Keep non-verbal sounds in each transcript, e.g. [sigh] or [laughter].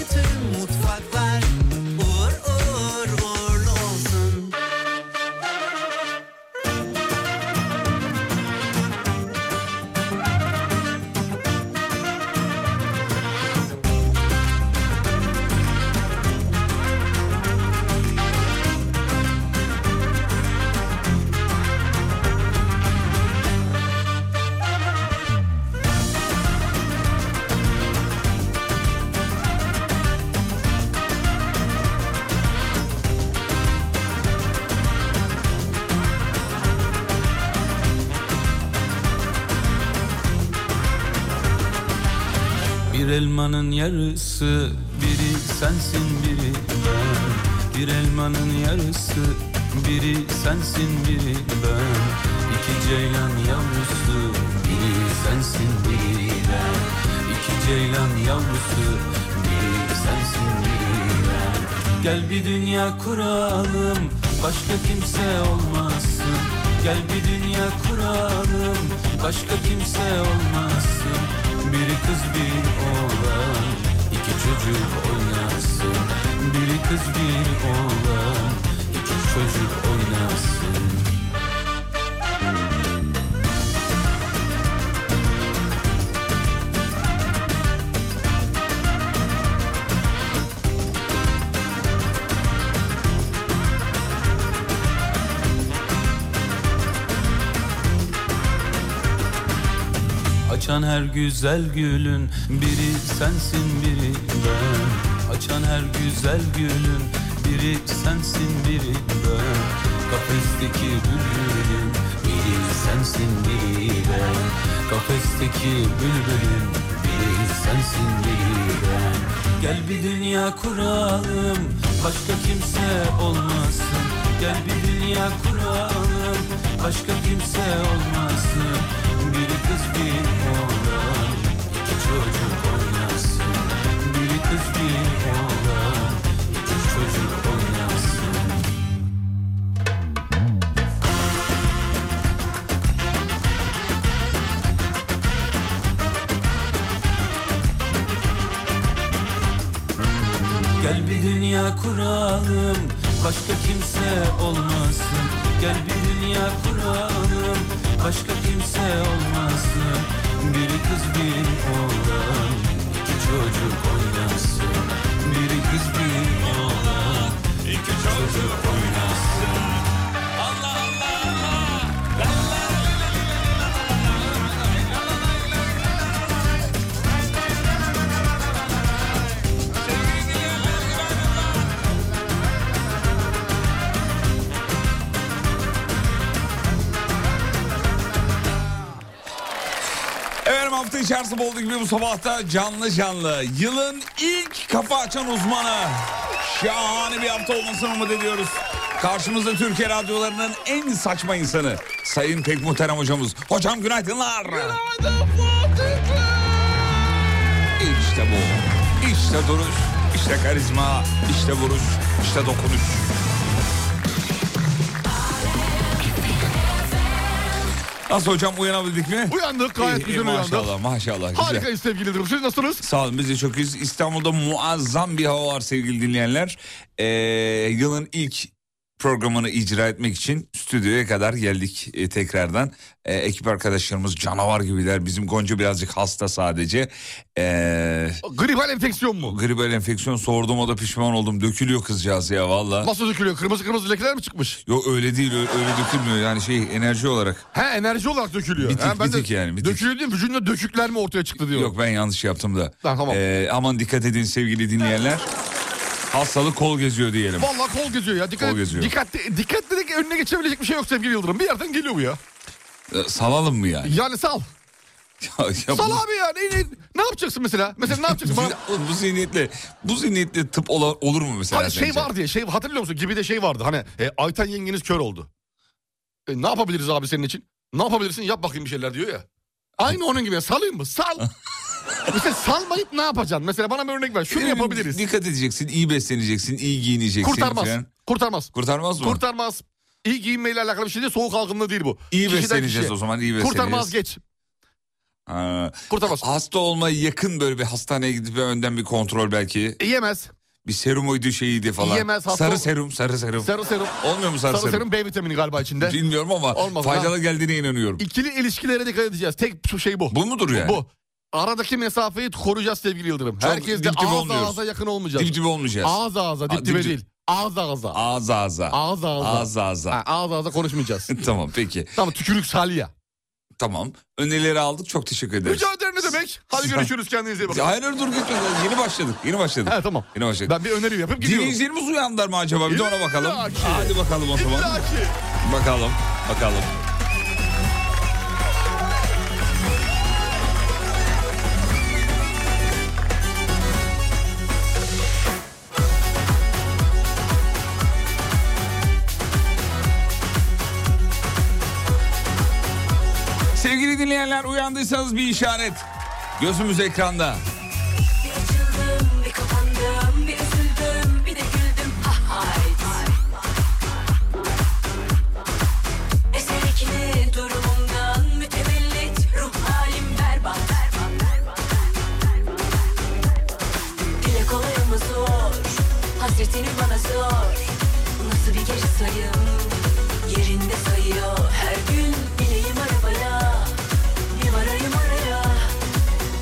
Bütün mutfaklar uğur uğur uğurlu olsun. Bir elmanın yarısı biri sensin biri ben Bir elmanın yarısı biri sensin biri ben İki ceylan yavrusu biri sensin biri ben İki ceylan yavrusu biri sensin biri ben Gel bir dünya kuralım başka kimse olmasın Gel bir dünya kuralım başka kimse olmasın Biri kız bir oğlan iki çocuk oynasın Biri kız bir oğlan iki çocuk oynasın Açan her güzel gülün biri sensin biri ben Açan her güzel gülün biri sensin biri ben Kafesteki bülbülün biri sensin biri ben Kafesteki bülbülün biri sensin biri ben Gel bir dünya kuralım başka kimse olmasın Gel bir dünya kuralım başka kimse olmasın Biri kız bir oğlan iki çocuk oynasın Biri kız bir oğlan iki çocuk oynasın Gel bir dünya kuralım Başka kimse olmasın Gel bir dünya kuralım Başka kimse olmasın Biri kız bir oğlan iki çocuk oynasın Biri kız bir oğlan iki çocuk oynasın Allah Allah Allah Efendim hafta içerisinde olduğu gibi bu sabahta canlı canlı yılın ilk kafa açan uzmanı. Şahane bir hafta olmasını umut ediyoruz. Karşımızda Türkiye radyolarının en saçma insanı Sayın Pek Muhterem Hocamız. Hocam günaydınlar. İşte bu. İşte duruş, işte karizma, işte vuruş, işte dokunuş. Nasıl hocam uyanabildik mi? Uyandık gayet İyi, güzel iyi, uyandık. Maşallah maşallah. güzel. Harikayız sevgili Yıldırım. Siz nasılsınız? Sağ olun biz de çok iyiyiz. İstanbul'da muazzam bir hava var sevgili dinleyenler. Ee, yılın ilk programını icra etmek için stüdyoya kadar geldik e, tekrardan. Ee, ekip arkadaşlarımız canavar gibiler. Bizim Gonca birazcık hasta sadece. Ee, Gripal enfeksiyon mu? gribal enfeksiyon sordum o da pişman oldum. Dökülüyor kızcağız ya valla. Nasıl dökülüyor? Kırmızı kırmızı lekeler mi çıkmış? Yok öyle değil ö- öyle dökülmüyor yani şey enerji olarak. He enerji olarak dökülüyor. Bitik, He, ben de bitik yani, bitik. Dökülüyor değil mi? Vücudunda dökükler mi ortaya çıktı diyor. Yok ben yanlış yaptım da. Ha, tamam. Ee, aman dikkat edin sevgili dinleyenler. Hastalık kol geziyor diyelim. Vallahi kol geziyor ya. Dikkat, Kol geziyor. Dikkat, dikkat dedik önüne geçebilecek bir şey yok sevgili Yıldırım. Bir yerden geliyor bu ya. Ee, Salalım mı yani? Yani sal. Ya- ya Sal bu- abi ya. Ne, ne, ne yapacaksın mesela? Mesela ne yapacaksın? Bana, Oğlum [laughs] bu zihniyetle bu zihniyetle tıp ola- olur mu mesela? hani şey sence? var diye şey hatırlıyor musun? Gibi de şey vardı. Hani e, Ayten yengeniz kör oldu. E, ne yapabiliriz abi senin için? Ne yapabilirsin? Yap bakayım bir şeyler diyor ya. Aynı onun gibi. Salayım mı? Sal. [laughs] mesela salmayıp ne yapacaksın? Mesela bana bir örnek ver. Şunu Yani yapabiliriz. Dikkat edeceksin, iyi besleneceksin, iyi giyineceksin. Kurtarmaz. falan. Kurtarmaz. Kurtarmaz mı? Kurtarmaz. İyi giyinmeyle alakalı bir şey değil. Soğuk algınlığı değil bu. İyi Kişiden besleneceğiz kişiye. o zaman iyi besleneceğiz. Kurtarmaz geç. Ha, Kurtarmaz. hasta olmaya yakın böyle bir hastaneye gidip bir önden bir kontrol belki. E, Yemez. Bir serumoydu şeyiydi falan. Yiyemez, hasta ol- sarı serum sarı serum. Sarı serum. Olmuyor mu sarı, Sarı serum? serum B vitamini galiba içinde. Bilmiyorum ama Olmaz, faydalı geldiğine inanıyorum. İkili ilişkilere dikkat edeceğiz. Tek şey bu. Bu mudur yani? Bu. Aradaki mesafeyi koruyacağız sevgili Yıldırım. Çok Herkes de dip dibe ağız olmuyoruz. ağza yakın olmayacağız. Dip dibe olmayacağız. Ağız ağza Aa, dip dibe dip- değil. Ağız ağza. Ağız ağza. Ağız ağza. Ağız ağza. Ha, ağız ağza konuşmayacağız. [laughs] tamam peki. tamam tükürük salya. Tamam. Önerileri aldık. Çok teşekkür ederiz. Rica ederim ne demek? Hadi görüşürüz kendinize iyi bakın. Hayır dur gitme. Yeni başladık. Yeni başladık. Ha, tamam. Yeni başladık. Ben bir öneri yapıp gidiyorum. Dinleyicilerimiz uyandılar mı acaba? Bir de ona bakalım. İlla ki. Hadi bakalım o zaman. İlla ki. Bakalım. Bakalım. Sevgili dinleyenler uyandıysanız bir işaret. Gözümüz ekranda. Bir açıldım, bir kapandım, bir üzüldüm, bir de güldüm. Ha hayt. Eser ikili durumumdan mütevellit, ruh halim berbat. Dile kolay ama zor, hasretini bana sor. Nasıl bir geri sayım, yerinde sayıyor. Her gün bileyim arabaya, bir varayım araya.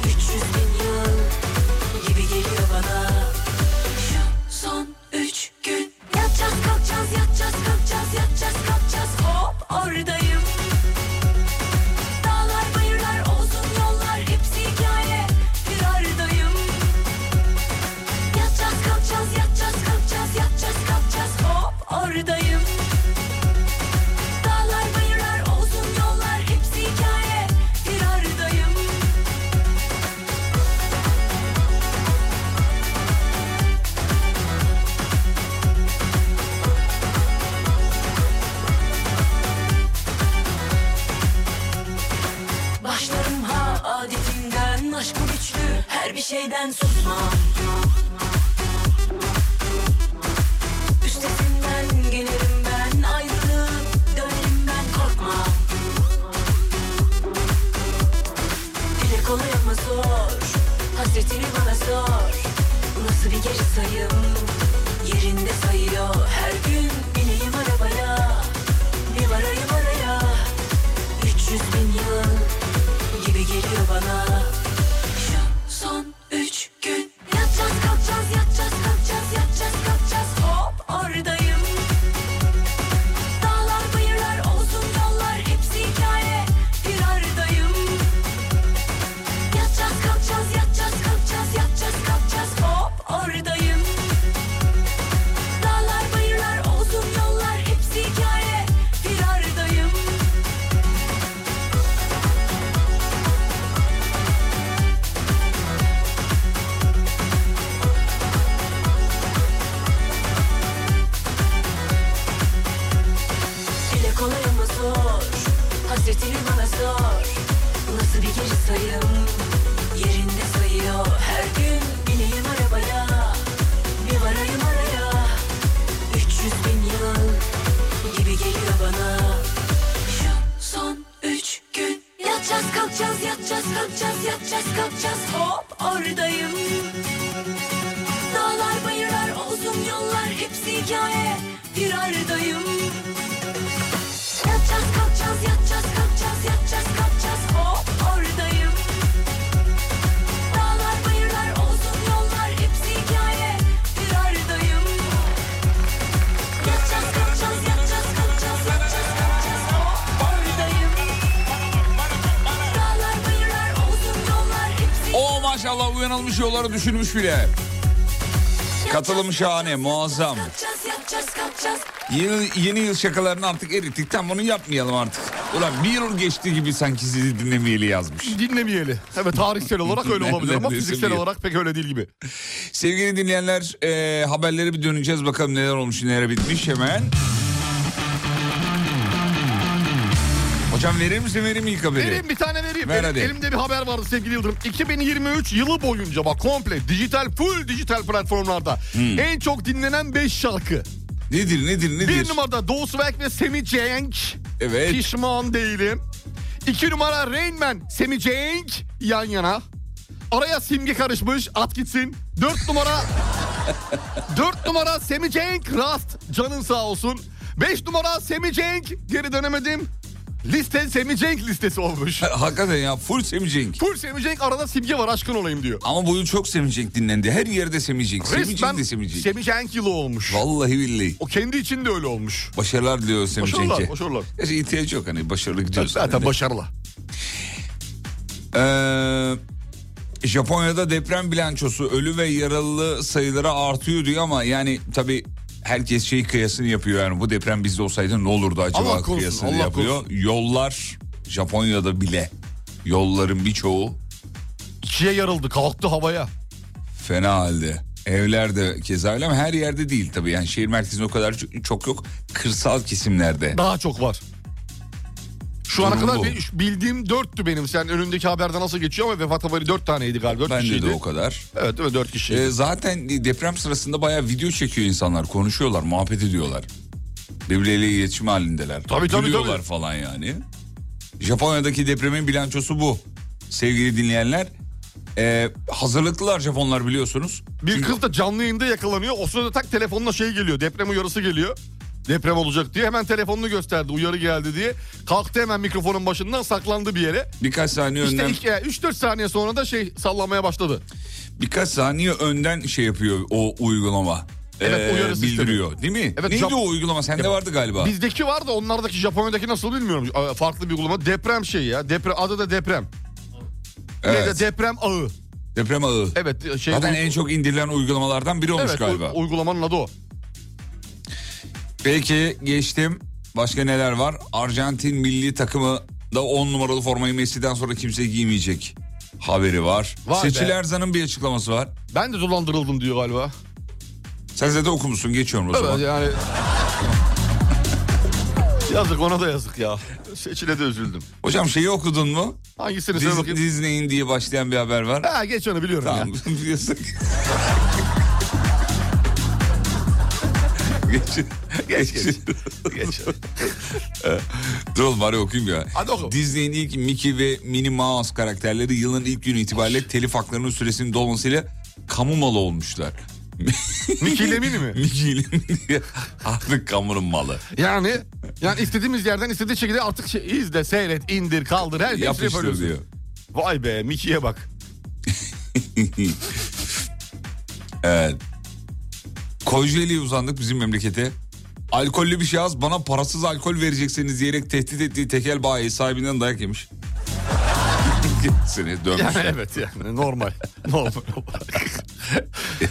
300 bin yıl gibi geliyor bana Şu son üç gün Yatacağız kalkacağız yatacağız kalkacağız yatacağız kalkacağız Hop oradayım Dağlar bayırlar olsun yollar hepsi hikaye Firardayım Yatacağız kalkacağız yatacağız kalkacağız yatacağız kalkacağız Hop oradayım Dağlar bayırlar olsun yollar hepsi hikaye Firardayım Başlarım ha adetinden Aşk bu güçlü her bir şeyden susmam Üstesinden gelirim ben Ayrılıp dönerim ben korkmam Dile kolay ama zor Hasretini bana sor Nasıl bir geri sayım Yerinde sayıyor Her gün bineyim arabaya Bir varayım araya 300 bin yıl gibi geliyor bana Şu son üç gün Yatacağız kalkacağız yatacağız kalkacağız yatacağız kalkacağız Hop oradayım Dağlar bayırlar olsun yollar hepsi hikaye Bir aradayım Yatacağız kalkacağız yatacağız kalkacağız yatacağız kalkacağız Hop oradayım Dağlar bayırlar olsun yollar hepsi hikaye Bir aradayım Dile kolay ama zor Hasretini bana sor Nasıl bir geri sayım Yerinde sayıyor Her gün bineyim arabaya Bir varayım araya 300 bin yıl Gibi geliyor bana Şu son üç gün Yatacağız kalkacağız yatacağız kalkacağız yatacağız kalkacağız Hop oradayım Dağlar bayırlar olsun yollar Hepsi hikaye firardayım Yatacağız kalkacağız yatacağız kalkacağız yatacağız kalkacağız hop oradayım Dağlar bayırlar olsun yollar hepsi hikaye bir aradayım Yatacağız kalkacağız yatacağız kalkacağız yatacağız kalkacağız hop oradayım Dağlar bayırlar olsun yollar hepsi O maşallah uyanılmış yolları düşünmüş bile. Katılım şahane, muazzam. Yatacağız yatacağız kalkacağız Yeni, yeni yıl şakalarını artık erittik. Tam bunu yapmayalım artık. Ulan bir yıl geçti gibi sanki sizi dinlemeyeli yazmış. Dinlemeyeli. Evet tarihsel olarak öyle olabilir ama Neredeyse fiziksel bir- olarak pek öyle değil gibi. Sevgili dinleyenler e, haberlere bir döneceğiz. Bakalım neler olmuş neler bitmiş hemen. Hocam verir misin verir mi ilk haberi? Vereyim bir tane vereyim. Ver Elim- hadi. Elimde bir haber vardı sevgili Yıldırım. 2023 yılı boyunca bak komple dijital full dijital platformlarda en çok dinlenen 5 şarkı. Hmm. Nedir nedir nedir? Bir numarada Doğu Swag ve Semih Cenk. Evet. Pişman değilim. İki numara Rain Man, Semih Cenk yan yana. Araya simge karışmış at gitsin. Dört [laughs] numara... Dört numara Semih Cenk Rast canın sağ olsun. Beş numara Semih Cenk geri dönemedim. Liste Semih Cenk listesi olmuş. [laughs] Hakikaten ya full semicek. Full Semih Cenk arada simge var aşkın olayım diyor. Ama bu yıl çok semicek dinlendi. Her yerde semicek. Semicek Resmen de semicek. Semih Cenk yılı olmuş. Vallahi billahi. O kendi içinde öyle olmuş. Başarılar diliyor semicek'e. Başarılar, başarılar. Gerçi ihtiyacı yok hani başarılı gidiyoruz. Zaten başarılı. Ee, Japonya'da deprem bilançosu ölü ve yaralı sayıları artıyor diyor ama yani tabii herkes şey kıyasını yapıyor yani bu deprem bizde olsaydı ne olurdu acaba Allah korusun, kıyasını Allah yapıyor. korusun. Yollar Japonya'da bile yolların birçoğu İkiye yarıldı, kalktı havaya. fena halde. Evlerde keza öyle ama her yerde değil tabii yani şehir merkezinde o kadar çok- çok yok kırsal kesimlerde. Daha çok var. Şu ana Durum kadar bu. bir- bildiğim dörttü benim. Sen önündeki haberde nasıl geçiyor ama vefat haberi dört taneydi galiba. Dört Bende kişiydi. de o kadar. Evet değil mi? Dört kişi. Ee, zaten deprem sırasında bayağı video çekiyor insanlar. Konuşuyorlar, muhabbet ediyorlar. Birbirleriyle iletişim halindeler. Tabii, tabii, Gülüyorlar tabii. falan yani. Japonya'daki depremin bilançosu bu. Sevgili dinleyenler. Ee, hazırlıklılar Japonlar biliyorsunuz. bir kız da canlı yayında yakalanıyor. O sırada tak telefonuna şey geliyor. Deprem uyarısı geliyor. Deprem olacak diye hemen telefonunu gösterdi. Uyarı geldi diye. Kalktı hemen mikrofonun başından saklandı bir yere. Birkaç saniye İşte önden ilk 3-4 saniye sonra da şey sallanmaya başladı. birkaç saniye önden şey yapıyor o uygulama. Ee, Evet, uyarı sistemi. bildiriyor değil mi? Evet, Neydi Jap- o uygulama? Sende Yap- vardı galiba. Bizdeki var da onlardaki Japonya'daki nasıl bilmiyorum. Aa, Farklı bir uygulama. Deprem şeyi ya. Deprem, adı da deprem. Evet, Neydi? Deprem ağı. deprem ağı. Evet şey Zaten en çok indirilen uygulamalardan biri olmuş evet, galiba. u- uygulamanın adı o. Peki geçtim. Başka neler var? Arjantin milli takımı da 10 numaralı formayı Messi'den sonra kimse giymeyecek haberi var. Vay Seçil be. Erzan'ın bir açıklaması var. Ben de dolandırıldım diyor galiba. Sen zaten okumuşsun geçiyorum o Evet zaman. yani. yazık ona da yazık ya. Seçile de üzüldüm. Hocam şeyi okudun mu? Hangisini söyle Dis- bakayım. Disney'in diye başlayan bir haber var. Ha geç onu biliyorum Tamam [laughs] ya. [laughs] biliyorsun. geç, geç, geç. Geç. [laughs] Dur oğlum bari okuyayım ya. Hadi oku. Disney'in ilk Mickey ve Minnie Mouse karakterleri yılın ilk günü itibariyle telif haklarının süresinin dolmasıyla kamu malı olmuşlar. Mickey ile Minnie mi? [laughs] Mickey ile Minnie [laughs] artık kamunun malı. Yani yani istediğimiz yerden istediği şekilde artık şey, izle, seyret, indir, kaldır her şeyi Yapıştır yapabiliyorsun. diyor. Vay be Mickey'e bak. [laughs] Evet. Kocaeli'ye uzandık bizim memlekete. Alkollü bir şahıs bana parasız alkol vereceksiniz diyerek tehdit ettiği tekel bayi sahibinden dayak yemiş. [laughs] Seni dövmüş. Yani evet [laughs] yani normal. normal.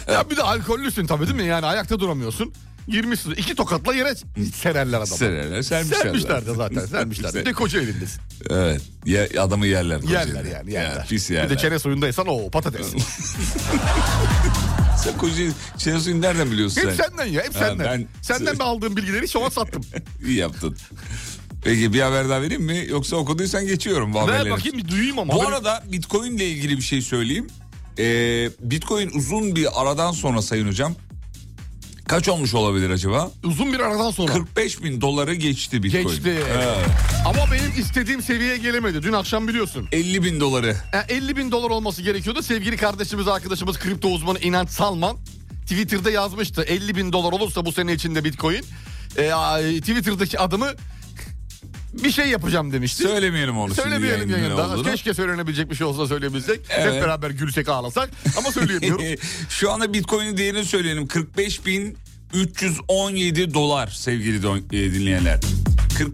[laughs] ya bir de alkollüsün tabii değil mi? Yani ayakta duramıyorsun. Girmişsin. iki tokatla yere sererler adamı. Sererler, sermişler. Sermişler de zaten sermişler. Bir de koca elindesin. Evet. Ye, adamı yerler. Yerler Kocaeli. yani yerler. Ya, pis bir yerler. de çene suyundaysan o patates. [laughs] Sen Kocaeli çene suyunu nereden biliyorsun hep sen? senden ya hep Ha, senden. ben- Senden ben aldığım bilgileri şova sattım. İyi yaptın. Peki bir haber daha vereyim mi? Yoksa okuduysan geçiyorum bu Ver haberleri. bakayım bir duyayım ama. Bu Haberim- arada Bitcoin ile ilgili bir şey söyleyeyim. Ee, Bitcoin uzun bir aradan sonra sayın hocam. Kaç olmuş olabilir acaba? uzun bir aradan sonra. 45 bin doları geçti Bitcoin. Geçti. Evet. Ama benim istediğim seviyeye gelemedi. Dün akşam biliyorsun. 50 bin doları. Yani 50 E, bin dolar olması gerekiyordu. Sevgili kardeşimiz, arkadaşımız kripto uzmanı İnanç Salman Twitter'da yazmıştı. 50 bin dolar olursa bu sene içinde bitcoin. E, ay, Twitter'daki adımı bir şey yapacağım demişti. Söylemeyelim onu Söylemeyelim şimdi yayında ne yayında. olduğunu. Keşke söylenebilecek bir şey olsa söyleyebilsek. Evet. Hep beraber gülsek ağlasak. Ama söyleyemiyorum. [laughs] Şu anda Bitcoin'in değerini söyleyelim. 45 bin 317 dolar sevgili don- e, dinleyenler.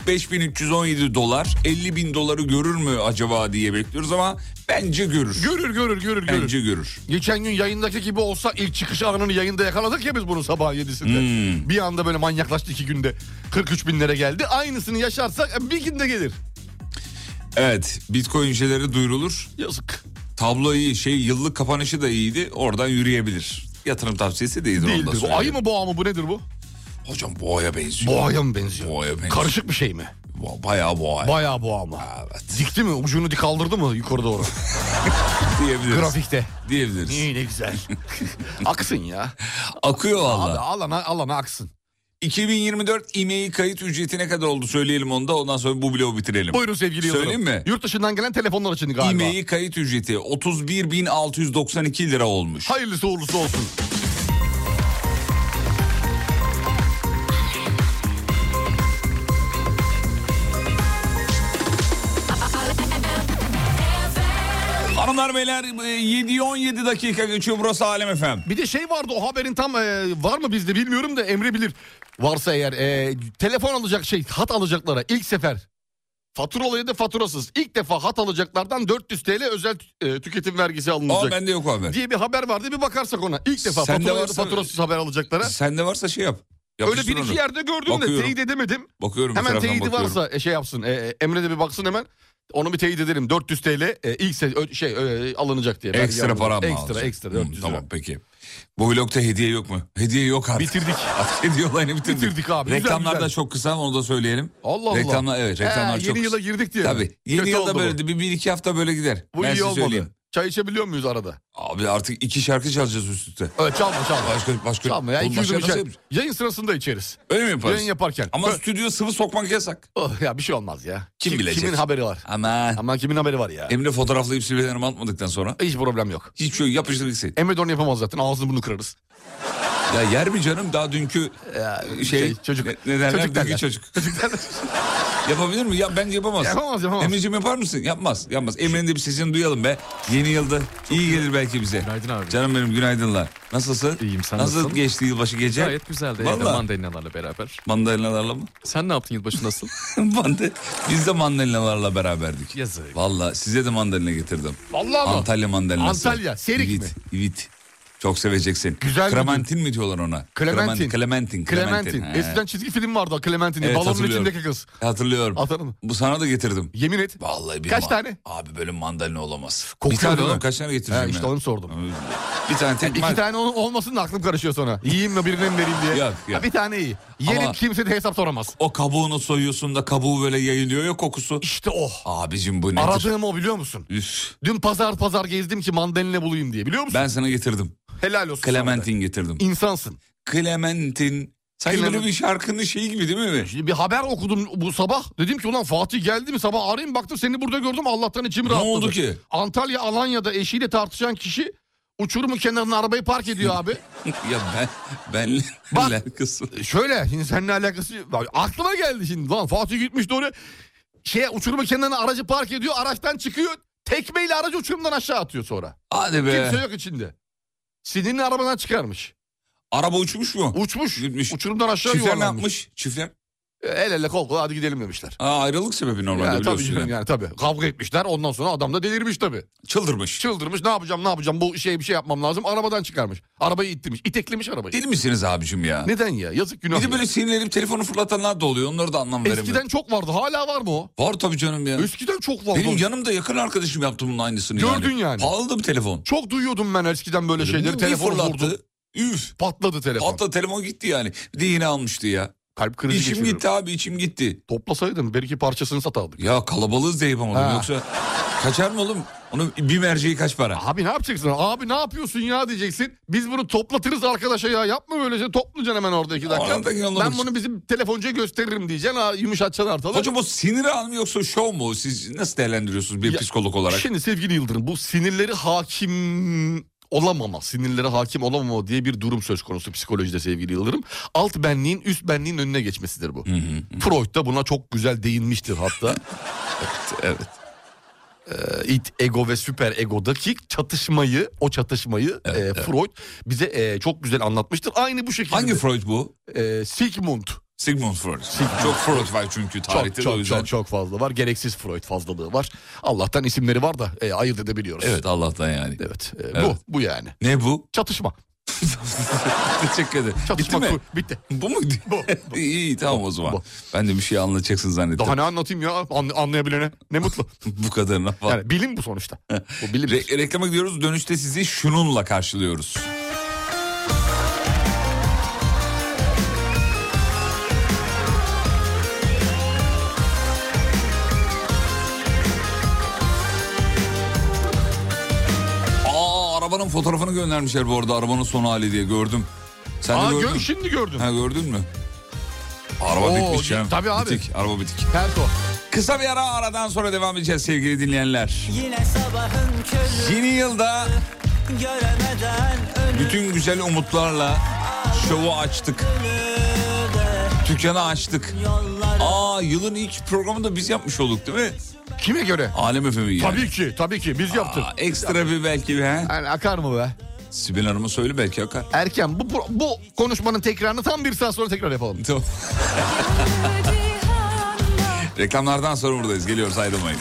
45.317 dolar 50 bin doları görür mü acaba diye bekliyoruz ama bence görür. görür görür görür görür. bence görür. Geçen gün yayındaki gibi olsa ilk çıkış anını yayında yakaladık ya biz bunu sabah 7'sinde. Hmm. Bir anda böyle manyaklaştı iki günde. 43 binlere geldi. Aynısını yaşarsak e, bir günde gelir. Evet Bitcoin şeyleri duyurulur. Yazık. Tablo iyi şey yıllık kapanışı da iyiydi oradan yürüyebilir. Yatırım tavsiyesi değildir, Değildir. ondan Bu ayı mı boğa mı bu nedir bu? Hocam boğaya benziyor. Boğaya mı benziyor? Boğaya benziyor. Karışık bir şey mi? Bo- Bayağı boğa Bayağı boğa mı? Evet. Dikti mi? Ucunu dik kaldırdı mı yukarı doğru? [laughs] diyebiliriz. Grafikte. Diyebiliriz. [laughs] İyi ne güzel. aksın ya. Akıyor Abi valla. alana alana aksın. 2024 imeği kayıt ücreti ne kadar oldu söyleyelim onu da ondan sonra bu bloğu bitirelim. Buyurun sevgili Yıldırım. Söyleyeyim mi? Yurt dışından gelen telefonlar için galiba. İmeği kayıt ücreti 31.692 lira olmuş. Hayırlısı uğurlusu olsun. Hanımlar beyler e, 7-17 dakika geçiyor burası Alem Efem. Bir de şey vardı o haberin tam e, var mı bizde bilmiyorum da Emre bilir. Varsa eğer e, telefon alacak şey hat alacaklara ilk sefer fatura olayı da faturasız. İlk defa hat alacaklardan 400 TL özel e, tüketim vergisi Aa alınacak. bende yok o haber. diye bir haber vardı bir bakarsak ona. İlk defa Sende fatura varsa- faturasız haber alacaklara. Sende varsa şey yap. Öyle Yapıştır bir iki onu. yerde gördüm de Bakıyorum. teyit edemedim. Bakıyorum bir Hemen taraftan teyidi bakıyorum. varsa e, şey yapsın. e, e, Emre de bir baksın hemen. Onu bir teyit edelim. 400 TL e, ilk se- ö- şey ö- alınacak diye. Vergi Ekstra alınacak. para mı Ekstra alacak? ekstra Hmm, 400 lira. Tamam peki. Bu vlogta hediye yok mu? Hediye yok artık. Bitirdik. Hmm. Artık hediye olayını bitirdik. Bitirdik abi, güzel, Reklamlar güzel. da çok kısa onu da söyleyelim. Allah Allah. Reklamlar evet He, reklamlar yeni çok yıla kısa. girdik diye. Tabii. Yeni Kötü yılda oldu böyle bir, bir iki hafta böyle gider. Bu, bu ben iyi size olmadı. söyleyeyim. Çay içebiliyor muyuz arada? Abi artık iki şarkı çalacağız üst üste. Evet çalma çalma. Başka başka. Çalma ya. Oğlum iki başka yudum nasıl içer- yapacağız? Yayın sırasında içeriz. Öyle mi yaparız? Yayın yaparken. Ama Ö- stüdyo sıvı sokmak yasak. Oh, ya bir şey olmaz ya. Kim bilecek? Kimin haberi var? Ama Ama kimin haberi var ya? Emre fotoğraflayıp silvelerimi atmadıktan sonra Hiç problem yok. hiç şey yapıştır gitsin. Emre de onu yapamaz zaten. Ağzını bunu kırarız. Ya yer mi canım daha dünkü şey, şey, çocuk. ne, ne derler? Çocuk derler. dünkü çocuk. Yapabilir mi? Ya bence yapamaz. Yapamaz, yapamaz. Emre'cim yapar mısın? Yapmaz yapmaz. Emre'nin de bir sesini duyalım be. Yeni yılda iyi gelir belki bize. Günaydın abi. Canım benim günaydınlar. Nasılsın? İyiyim, sen Nasıl nasılsın? geçti yılbaşı gece? Gayet güzeldi. Vallahi. Evde mandalinalarla beraber. Mandalinalarla mı? Sen ne yaptın yılbaşı [laughs] nasıl? Manda- Biz de mandalinalarla beraberdik. Yazık. Valla size de mandalina getirdim. Vallahi mı? Antalya mandalinası. Antalya, serik İvit, mi? İvit. Çok seveceksin. Güzel bir Klementin mi diyorlar ona? Clementine. Klemen- Clementine. Clementine. Clementine. He. Eskiden çizgi film vardı o Clementine. Evet, Balonun hatırlıyorum. içindeki kız. Hatırlıyorum. Hatırladın mı? Bu sana da getirdim. Yemin et. Vallahi bir Kaç ma- tane? Abi böyle mandalina olamaz. Kokuyor bir tane değil mi? oğlum kaç tane He, getireceğim işte ya? onu sordum. Bir tane tek İki tane ol- olmasın da aklım karışıyor sonra. Yiyeyim mi birine mi vereyim diye. Yok, yok. Ha, bir tane iyi. Yerim Ama- kimse de hesap soramaz. O kabuğunu soyuyorsun da kabuğu böyle yayılıyor ya kokusu. İşte o. Abicim bu nedir? Aradığım o biliyor musun? Üf. Dün pazar pazar gezdim ki mandalina bulayım diye biliyor musun? Ben sana getirdim. Helal olsun. sana Clementine getirdim. be. İnsansın. Clementine. Sanki Clement- böyle bir şarkının şeyi gibi değil mi? Bir haber okudum bu sabah. Dedim ki ulan Fatih geldi mi sabah arayayım baktım seni burada gördüm Allah'tan içim Ne rahatladı. oldu ki? Antalya Alanya'da eşiyle tartışan kişi uçurumun kenarına arabayı park [laughs] ediyor abi. ya ben ben Bak. alakası. Şöyle şimdi seninle alakası Bak, aklıma geldi şimdi lan Fatih gitmiş doğru şey uçurumun kenarına aracı park ediyor araçtan çıkıyor tekmeyle aracı uçurumdan aşağı atıyor sonra. Hadi be. Kimse yok içinde. Sinirini arabadan çıkarmış. Araba uçmuş mu? Uçmuş. Gitmiş. Uçurumdan aşağı Çiftler ne yuvarlanmış. E, yapmış? Çiftler. El ele kol kola hadi gidelim demişler. Aa, ayrılık sebebi normalde Yani tabii, biliyorsun. yani. yani. tabii. Kavga etmişler ondan sonra adam da delirmiş tabii. Çıldırmış. Çıldırmış ne yapacağım ne yapacağım bu şey bir şey yapmam lazım. Arabadan çıkarmış. Arabayı ittirmiş. iteklemiş arabayı. Deli misiniz abicim ya? Neden ya yazık günah. Bir de ya. böyle sinirlenip telefonu fırlatanlar da oluyor. Onları da anlam veremiyorum. Eskiden çok vardı hala var mı o? Var tabii canım ya. [laughs] Eskiden çok vardı. Benim yanımda yakın arkadaşım yaptı bunun aynısını Gördün yani. Pahalı bir telefon. Çok duyuyordum ben eskiden böyle Bir şeyleri. Telefon fırlattı. vurdu. Üf. Patladı telefon. Hatta [laughs] telefon gitti yani. Bir de yine almıştı ya. Kalp krizi içim geçiriyorum. gitti abi içim gitti. Toplasaydım bir iki parçasını satardık. Ya kalabalığız diye yapamadım. Ha. Yoksa kaçar mı oğlum? Onun bir merceği kaç para? Abi ne yapacaksın? Abi ne yapıyorsun ya diyeceksin. Biz bunu toplatırız arkadaşa ya. Yapma böyle şey. Toplayacaksın hemen orada iki dakika. Oradan da yollamak ben bunu bizim telefoncuya gösteririm diyeceksin. Ha, yumuşatacaksın ortalığı. Hocam o sinir anı mı yoksa şov mu? Siz nasıl değerlendiriyorsunuz bir Ya, psikolog olarak? Şimdi sevgili Yıldırım bu sinirleri hakim olamama, sinirlere hakim olamama diye bir durum söz konusu psikolojide sevgili Yıldırım. Alt benliğin üst benliğin önüne geçmesidir bu. Freud da buna çok güzel değinmiştir hatta. [laughs] evet. e, it ego ve süper egodaki çatışmayı, o çatışmayı e, Freud bize e, çok güzel anlatmıştır. Aynı bu şekilde. Hangi de, Freud bu? e, Sigmund. Sigmund Freud. Çok Freud var çünkü tarihte Çok de o çok, yüzden. çok çok fazla var. Gereksiz Freud fazlalığı var. Allah'tan isimleri var da e, ayırt edebiliyoruz. Evet Allah'tan yani. Evet, e, Evet. bu bu yani. Ne bu? Çatışma. [laughs] Teşekkür ederim. Bitti Çatışma mi? kur- bitti. Bu mu? [laughs] Bu. iyi iyi, tamam o zaman. Bu. Ben de bir şey anlatacaksın zannettim. Daha ne anlatayım ya An- anlayabilene ne mutlu. [laughs] Bu kadarına falan. Yani bilim bu [laughs] sonuçta. Bu bilim. Re- reklama gidiyoruz. Dönüşte sizi şununla karşılıyoruz. Aa arabanın fotoğrafını göndermişler bu arada. Arabanın son hali diye gördüm. Sen de Aa gördün. gör, mü? şimdi gördüm. Ha gördün mü? Araba Oo, bitmiş ya. tabii abi. Bitik, araba bitik. Perto. Kısa bir ara aradan sonra devam edeceğiz sevgili dinleyenler. Yine sabahın körü Yeni yılda göremeden önü bütün güzel umutlarla şovu açtık. Dükkanı açtık. yollar Aa yılın ilk programını da biz yapmış olduk değil mi? Kime göre? Alem Efe'mi yani. Tabii ki tabii ki biz yaptık. Aa, ekstra bir belki bir he. Yani akar mı be? Sibel Hanım'a söyle belki akar. Erken bu, bu, bu konuşmanın tekrarını tam bir saat sonra tekrar yapalım. [laughs] Tamam. Reklamlardan sonra buradayız. Geliyoruz ayrılmayın.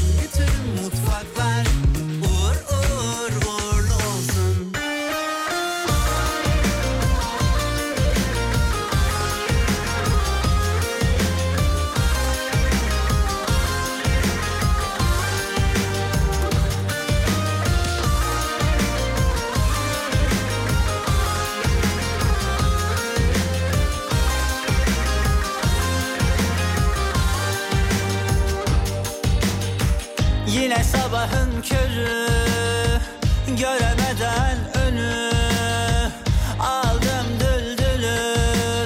bütün mutfaklar uğur uğur uğurlu olsun Yine sabahın körü Göremeden önü Aldım düldülü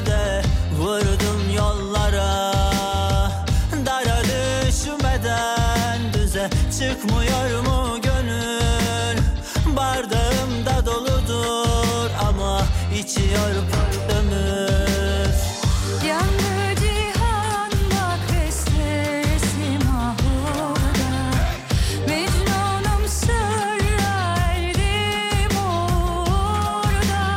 de Vurdum yollara Dara düşmeden düze Çıkmıyor mu gönül Bardağım da doludur Ama içiyor bu ömür Yandı cihan bak ve sesim ahurda Mecnunum sırra erdim orada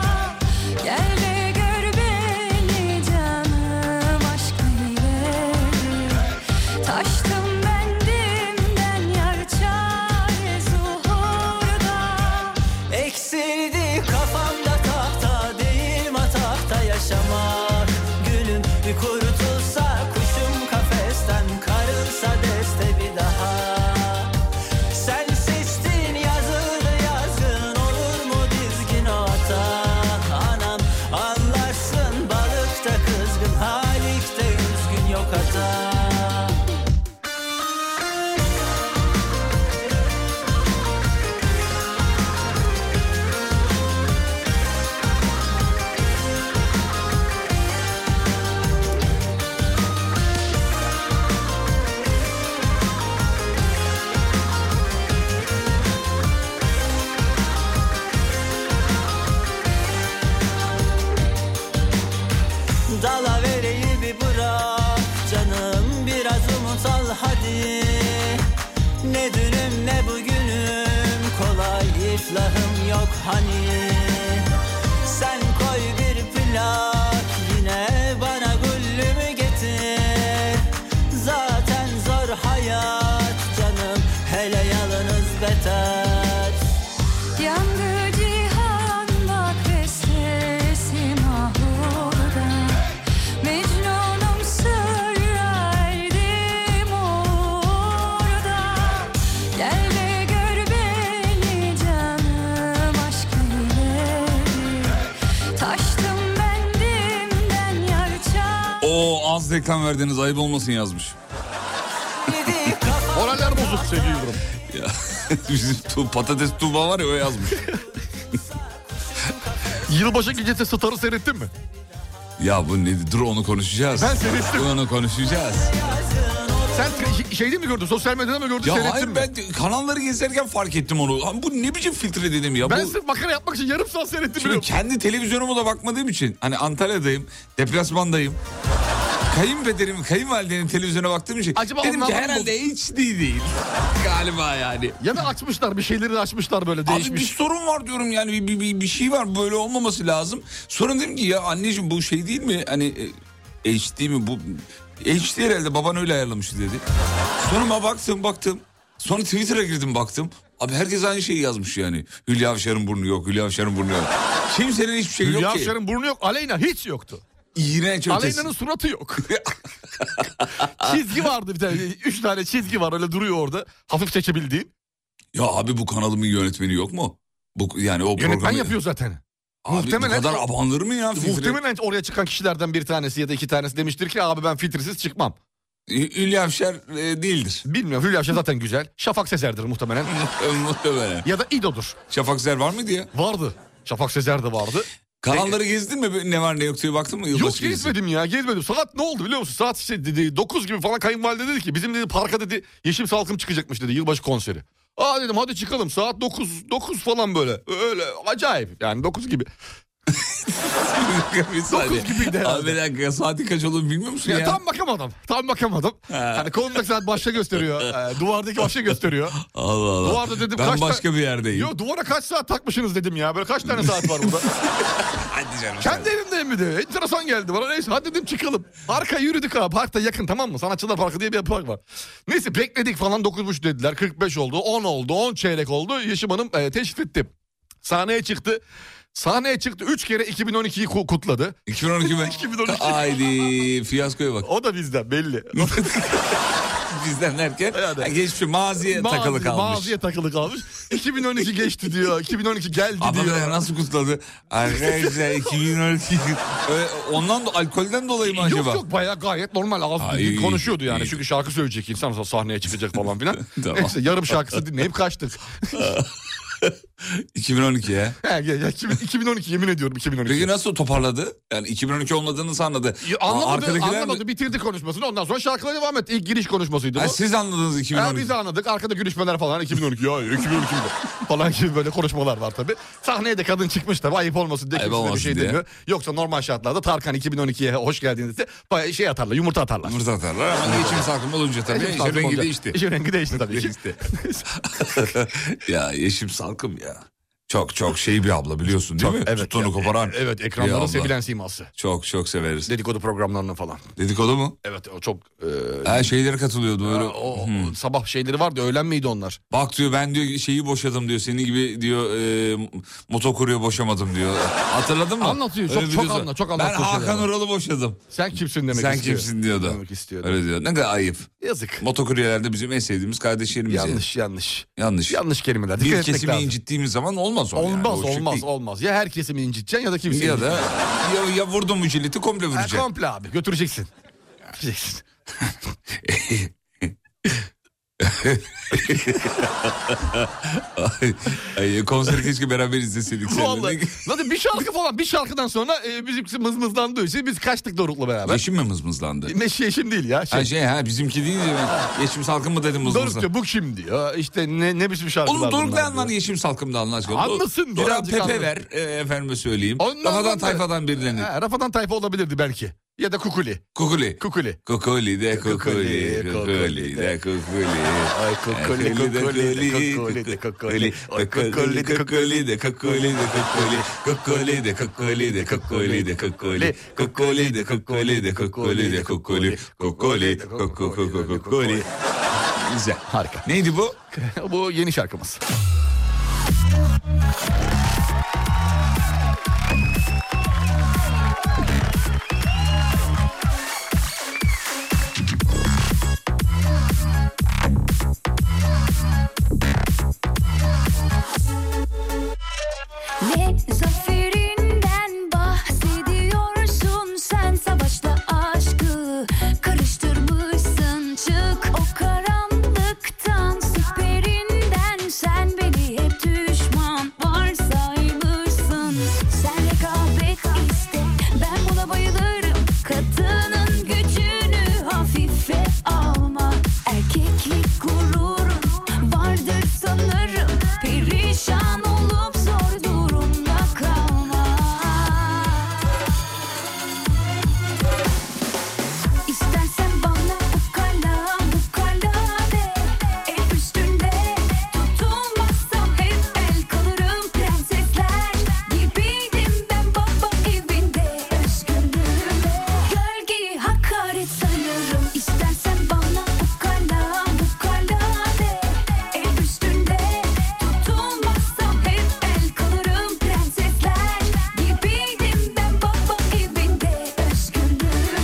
Gel de gör beni canım aşk ile Taştım bendimden yar çare zuhurda Eksildi kafamda tahta değil matahta yaşamak Gülüm bir kurtulsa kuşum kafesten karılsa deste bir daha Sen seçtin yazılı yazgın olur mu dizgin ata Anam anlarsın balıkta kızgın halikte üzgün yok hata Dala vereyi bir bırak canım biraz umut al hadi Ne dünüm ne bugünüm kolay iflahım yok hani Sen koy bir plak yine bana güllümü getir Zaten zor hayat canım hele yalınız beter Yandı cihan bak ve sesim ahurda Mecnunum sırra erdim orada Gel de gör beni canım aşk ile Taştım bendimden yar çare O az reklam verdiğiniz ayıp olmasın yazmış. Moraller bozuk sevgili Yıldırım. Ya, [laughs] bizim tu- patates tuğba var ya o yazmış. Yılbaşı gecesi Star'ı seyrettin mi? ya bu ne? Dur onu konuşacağız. Ben seyrettim. Dur onu konuşacağız. Sen te- şeyde mi gördün? Sosyal medyada mı gördün? Ya seyrettin hayır mi? ben de- kanalları gezerken fark ettim onu. Lan bu ne biçim filtre dedim ya. Ben bu... sırf makara yapmak için yarım saat seyrettim. Şimdi biliyorum. kendi televizyonuma da bakmadığım için hani Antalya'dayım, deplasmandayım. Kayınpederimin, kayınvalidenin televizyona baktığım için Acaba dedim ondan ki mı herhalde HD değil. [laughs] Galiba yani. Ya da açmışlar bir şeyleri açmışlar böyle Abi bir değişmiş. sorun var diyorum yani bir, bir, bir, bir şey var böyle olmaması lazım. Sonra dedim ki ya anneciğim bu şey değil mi? Hani e, HD mi bu? HD herhalde baban öyle ayarlamıştı dedi. Sonra ben baktım baktım. Sonra Twitter'a girdim baktım. Abi herkes aynı şeyi yazmış yani. Hülya Avşar'ın burnu yok, Hülya Avşar'ın burnu yok. Kimsenin hiçbir şey Hülya yok ki. Avşar'ın burnu yok. Aleyna hiç yoktu. İğrenç ötesi. Aleyna'nın suratı [laughs] yok. çizgi vardı bir tane. Üç tane çizgi var öyle duruyor orada. Hafif seçebildiğin. Ya abi bu kanalımın yönetmeni yok mu? Bu, yani o Yönetmen programı... yapıyor zaten. Abi Muhtemelen- bu kadar abandır mı ya? filtre? Muhtemelen oraya çıkan kişilerden bir tanesi ya da iki tanesi demiştir ki abi ben filtresiz çıkmam. Ü- Hülya Avşar e, değildir. Bilmiyorum Hülya Avşar zaten güzel. Şafak Sezer'dir muhtemelen. [laughs] Muhtemelen. ya da İdo'dur. Şafak Sezer var mıydı ya? Vardı. Şafak Sezer de vardı. Kanalları gezdin mi? Ne var ne yok diye baktın mı? Yok Yılbaşı gezisi. gezmedim ya gezmedim. Saat ne oldu biliyor musun? Saat işte dedi, 9 gibi falan kayınvalide dedi ki bizim dedi parka dedi Yeşim Salkım çıkacakmış dedi yılbaşı konseri. Aa dedim hadi çıkalım saat 9 9 falan böyle. Öyle acayip yani 9 gibi. [laughs] bir saniye. Dokuz gibiydi herhalde. Abi bir dakika saati kaç olduğunu bilmiyor musun ya? Ya, tam bakamadım. Tam bakamadım. Hani kolumdaki saat başta gösteriyor. e, duvardaki başta gösteriyor. Allah Allah. Duvarda dedim ben kaç ta- başka bir yerdeyim. Yo duvara kaç saat takmışsınız dedim ya. Böyle kaç tane saat var [laughs] burada? Hadi canım. Kendi elimde mi de? Enteresan geldi bana. Neyse hadi dedim çıkalım. Parka yürüdük abi. Parkta yakın tamam mı? Sanatçılar Parkı diye bir park var. Neyse bekledik falan 9.30 dediler. 45 oldu. 10 oldu. 10 çeyrek oldu. Yeşim Hanım e, teşrif etti. Sahneye çıktı. Sahneye çıktı. 3 kere 2012'yi ku- kutladı. 2012 mi? 2012. Haydi fiyaskoya bak. O da bizden belli. [laughs] Bizden derken ha, geçmiş maziye Mazi- takılı kalmış. Maziye takılı kalmış. 2012 geçti diyor. 2012 geldi Adamlar diyor. nasıl kutladı? Arkadaşlar 2012. Ee, Ondan da alkolden dolayı mı acaba? Yok yok baya gayet normal Ha, ağzı iyi, bildiğin konuşuyordu iyi, yani. iyi. Çünkü şarkı söyleyecek insan sonra sahneye çıkacak falan filan. [laughs] Tamam. Neyse yarım [laughs] şarkısı dinleyip kaçtık. [laughs] 2012 ya. Ya, ya, ya, 2000 2012 yemin ediyorum 2012. Peki nasıl toparladı? Yani 2012 olmadığını nasıl anladı? Ya, Aa, anlamadı, arkadakiler mi- anlamadı bitirdi konuşmasını ondan sonra şarkılara devam etti. İlk giriş konuşmasıydı bu. Ha, siz anladınız Ya 2012. biz anladık. Arkada gülüşmeler falan 2012 ya 2012 mi? falan gibi böyle konuşmalar var tabii. Sahneye de kadın çıkmış tabii ayıp olmasın diye Ayıp kimse de bir olmasın şey diye. demiyor. Yoksa normal şartlarda Tarkan 2012'ye hoş geldiniz de bayağı şey atarlar yumurta atarlar. Mırt atarlar ama geçim sakın olunca tabii Eşim işin Salkım rengi olacak. değişti. İşin rengi değişti tabii ki. Değişti. [laughs] ya Yeşim Salkım ya. Çok çok şey bir abla biliyorsun değil mi? evet Tuttuğunu ya. koparan. Evet bir ekranların abla. sevilen siması. Çok çok severiz. Dedikodu programlarını falan. Dedikodu mu? şey- Evet o çok... e, Ha şeylere katılıyordu o, böyle. Hmm. o- sabah şeyleri vardı öğlen miydi onlar? Bak diyor ben diyor şeyi boşadım diyor. Senin gibi diyor e, motokurya boşamadım diyor. Hatırladın mı? Anlatıyor, çok- Öyle bir çok videosu. anla- çok anlat Ben o şeyleri. Hakan Ural'ı boşadım. Sen kimsin demek Sen istiyor. kimsin diyordu. Demek istiyordu. Öyle diyor. Ne kadar ayıp. Yazık. Motokuryelerde bizim en sevdiğimiz kardeşlerimiz. yani. Yanlış yanlış. Yanlış. Yanlış kelimeler. Dikkat Bir etmek kesimi lazım. incittiğimiz zaman olmaz o yani. Olmaz O çünkü- olmaz olmaz. Ya her kesimi inciteceksin ya da kimseyi Ya da [laughs] ya, ya vurdum mücelleti [laughs] komple inciteceksin. Ha, vuracak. komple abi götüreceksin. [laughs] Götüreceksin. Ay, konseri keşke beraber izleseydik seninle. Vallahi. Zaten bir şarkı falan bir şarkıdan sonra e, bizimkisi mızmızlandığı için biz kaçtık Doruk'la beraber. Yeşim mi mızmızlandı? Neşe yeşim değil ya. Şey, Ha şey ha bizimki değil de ben Yeşim Salkım mı dedim Doruk mızmızlandı. diyor bu kim diyor. İşte ne, ne biçim şarkılar Oğlum Doruk bunlar ne anlar diyor. Yeşim Salkım'da Allah aşkına. Anlasın, Doruk birazcık Pepe anlasın. ver e, efendime söyleyeyim. Ondan Kafadan anlar. tayfadan birilerini. Ha, Rafadan Tayfa olabilirdi belki. Ya da Kukuli. Kukuli. Kukuli. Kukuli de kukuli, Kukuli, kukuli de kukuli. Ay kukuli, kukuli, kukuli de kukuli. Ay kukuli, kukuli de [laughs] kukuli de kukuli. Kukuli de kukuli de kukuli de kukuli. Kukuli de kukuli de kukuli de kukuli. Kukuli kukuli kukuli. Güzel. Harika. Neydi bu? [laughs] bu yeni şarkımız. Ne zaferinden bahsediyorsun sen savaşla aşkı karıştırmışsın çık o karanlıktan süperinden sen beni hep düşman varsaymışsın sen rekabet iste ben buna bayılırım kadının gücünü hafife alma erkeklik gururun vardır sanırım perişan olup zor durumda kalma. İstersen bana ukala ukala de El üstünde tutulmazsam hep el kalırım prensesler Gibiydim ben baba evinde özgürlüğüme Gölgeyi hakaret sanırım İstersen bana ukala ukala de El üstünde tutulmazsam hep el kalırım prensesler Gibiydim ben baba evinde özgürlüğüme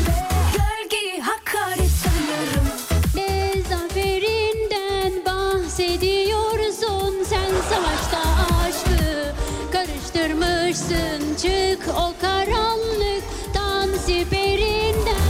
Gölgeyi hakaret sanırım Ne zaferinden bahsediyorsun sen savaşta aşkı karıştırmışsın çık o karanlıktan siperinden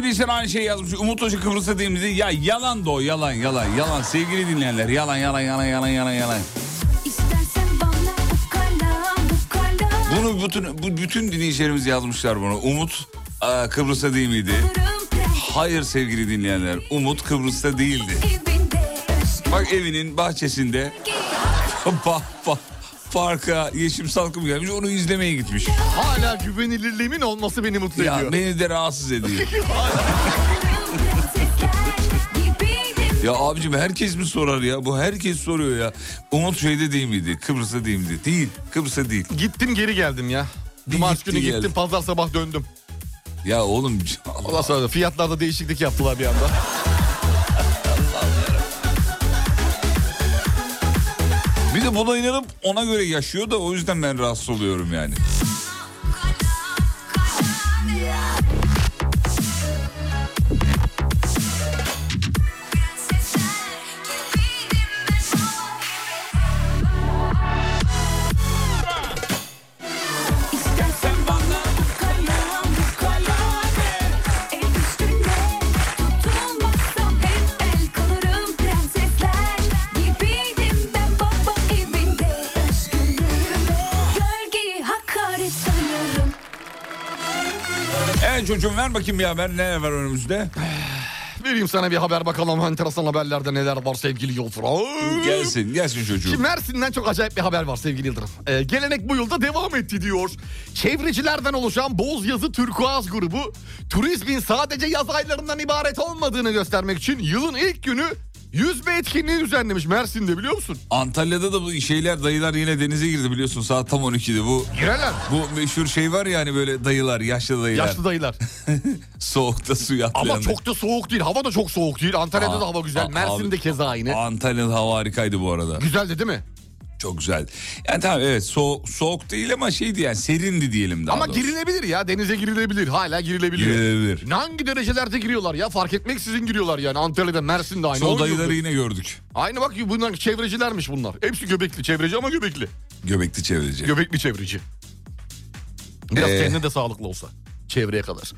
Gülşen aynı şey yazmış. Umut Hoca Kıbrıs'ta değil miydi? Ya yalan da o yalan yalan yalan. Sevgili dinleyenler yalan yalan yalan yalan yalan yalan. İstersen bana ukala ukala Bunu bütün bu bütün dinleyicilerimiz yazmışlar bunu. Umut aa, Kıbrıs'ta değil miydi? Kalırım prens Hayır sevgili dinleyenler. Umut Kıbrıs'ta değildi. evinde Aşkı Bak evinin bahçesinde [laughs] bah, bah, parka yeşim salkım gelmiş onu izlemeye gitmiş. Hala güvenilirliğimin olması beni mutlu Ya ediyor. beni de rahatsız ediyor. [laughs] kalırım prensesler Gibiydim Ya abicim herkes mi sorar ya? Bu herkes soruyor ya. Umut şeyde değil miydi? Kıbrıs'ta değil miydi? Değil. Kıbrıs'ta değil. Gittim geri geldim ya. Cumartesi gitti günü gittim geldi. pazar sabah döndüm. Ya oğlum Ondan sonra da fiyatlarda değişiklik yaptılar bir anda. bir de buna inanıp ona göre yaşıyor da o yüzden ben rahatsız oluyorum yani. İstersen bana ukala ukala El üstünde tutulmazsam hep el kalırım prensesler Gibiydim ben baba evinde Aşkın gölgeyi hakaret sanıyorum Evet çocuğum ver bakayım bir haber. Ne var önümüzde? [sighs] Vereyim sana bir haber bakalım enteresan haberlerde neler var sevgili Yıldırım. Gelsin gelsin çocuğum. Şimdi Mersin'den çok acayip bir haber var sevgili Yıldırım. Ee, gelenek bu yılda devam etti diyor. Çevrecilerden oluşan Bozyazı Türkuaz grubu turizmin sadece yaz aylarından ibaret olmadığını göstermek için yılın ilk günü yüzme etkinliği düzenlemiş Mersin'de biliyor musun? Antalya'da da bu şeyler dayılar yine denize girdi biliyorsun saat tam 12'de bu. Girerler. Bu meşhur şey var ya hani böyle dayılar, yaşlı dayılar. Yaşlı dayılar. [laughs] Soğukta suya atlayan. Ama çok da soğuk değil. Hava da çok soğuk değil. Antalya'da Aa, da hava güzel. aa, Mersin'de abi. keza yine. Antalya'nın hava harikaydı bu arada. Güzeldi değil mi? Çok güzel. Yani tamam evet soğuk, soğuk değil ama şeydi yani serindi diyelim daha Ama doğrusu. girilebilir ya. Denize girilebilir. Hala girilebilir. Girilebilir. Ne Hangi derecelerde giriyorlar ya? Fark etmeksizin giriyorlar yani. Antalya'da, Mersin'de aynı. Sol Oynuyordu. dayıları yine gördük. Aynı bak bunlar çevrecilermiş bunlar. Hepsi göbekli. Çevreci ama göbekli. Göbekli çevreci. Göbekli çevreci. Biraz Ee. kendine de sağlıklı olsa. Çevreye kadar.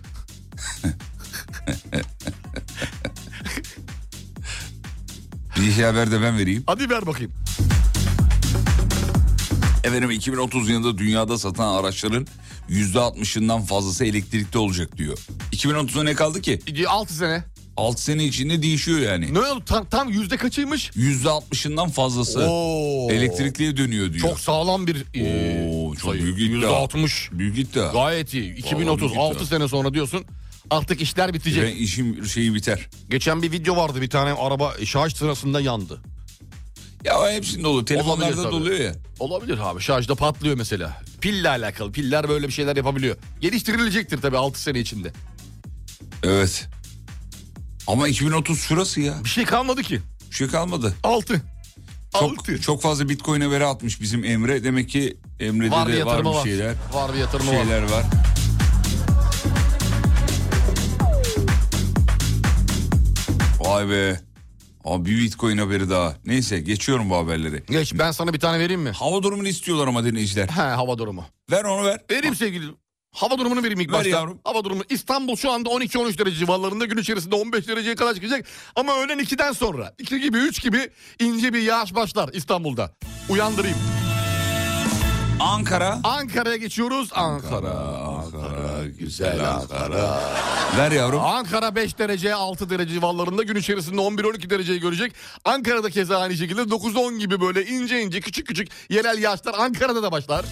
Bir şey haber de ben vereyim. Hadi ver bakayım. Efendim 2030 yılında dünyada satılan araçların %60'ından fazlası elektrikli olacak diyor. 2030'a ne kaldı ki? 6 E, sene. 6 sene içinde değişiyor yani. Ne oldu? Tam, tam yüzde kaçıymış? %60'ından fazlası Oo. elektrikliye dönüyor diyor. Çok sağlam bir e, Oo, çok sayı. büyük iddia. %60. Büyük iddia. Gayet iyi. 2030 büyük 6 iddia. sene sonra diyorsun artık işler bitecek. Ben işim şeyi biter. Geçen bir video vardı bir tane araba şarj sırasında yandı. Ya o hepsinde oluyor. Telefonlarda da tabii. oluyor ya. Olabilir abi şarjda patlıyor mesela. Pille alakalı piller böyle bir şeyler yapabiliyor. Geliştirilecektir tabii 6 sene içinde. Evet. Ama 2030 şurası ya. Bir şey kalmadı ki. Bir şey kalmadı. 6. Çok, çok fazla bitcoin'e veri atmış bizim Emre. Demek ki Emre'de Var bir de yatırımı var var. bir şeyler. Var bir Bir yatırımı var. şeyler var. Vay be. Abi bir bitcoin haberi daha. Neyse geçiyorum bu haberleri. Geç ben sana bir tane vereyim mi? Hava durumunu istiyorlar ama dinleyiciler. He hava durumu. Ver onu ver. Vereyim sevgili. Hava durumunu vereyim ilk Ver başta. yavrum. Hava durumu İstanbul şu anda 12-13 derece civarlarında gün içerisinde 15 dereceye kadar çıkacak. Ama öğlen 2'den sonra 2 gibi 3 gibi ince bir yağış başlar İstanbul'da. Uyandırayım. Ankara. Ankara'ya geçiyoruz. Ankara. Ankara, güzel Ankara. Ver yavrum. Ankara 5 derece 6 derece civarlarında gün içerisinde 11-12 dereceyi görecek. Ankara'da keza aynı şekilde 9-10 gibi böyle ince ince küçük küçük yerel yağışlar Ankara'da da başlar.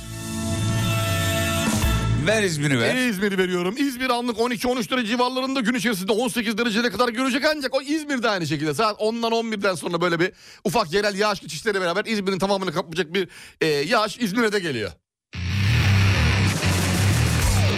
Ver İzmir'i ver. Ee, İzmir'i veriyorum. İzmir anlık 12-13 derece civarlarında gün içerisinde 18 dereceye kadar görecek ancak o İzmir'de aynı şekilde saat 10'dan 11'den sonra böyle bir ufak yerel yağış geçişleriyle beraber İzmir'in tamamını kaplayacak bir e, yağış İzmir'e de geliyor.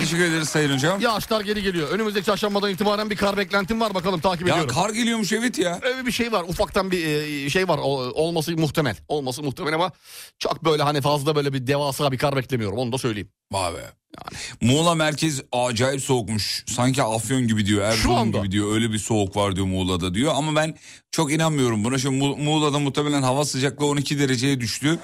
Teşekkür ederiz Sayın Hocam. Ya, Yağışlar geri geliyor. Önümüzdeki çarşambadan itibaren bir kar beklentim var bakalım takip ediyorum. kar geliyormuş evet ya. Öyle bir şey var ufaktan bir e, şey var o- olması muhtemel. Olması muhtemel ama çok böyle hani fazla böyle bir devasa bir kar beklemiyorum onu da söyleyeyim. Vay be. Muğla merkez acayip soğukmuş. Sanki Afyon gibi diyor, Erzurum anda. gibi diyor. Öyle bir soğuk var diyor Muğla'da diyor. Ama ben çok inanmıyorum buna. Şimdi Mu- Muğla'da muhtemelen hava sıcaklığı 12 dereceye düştü.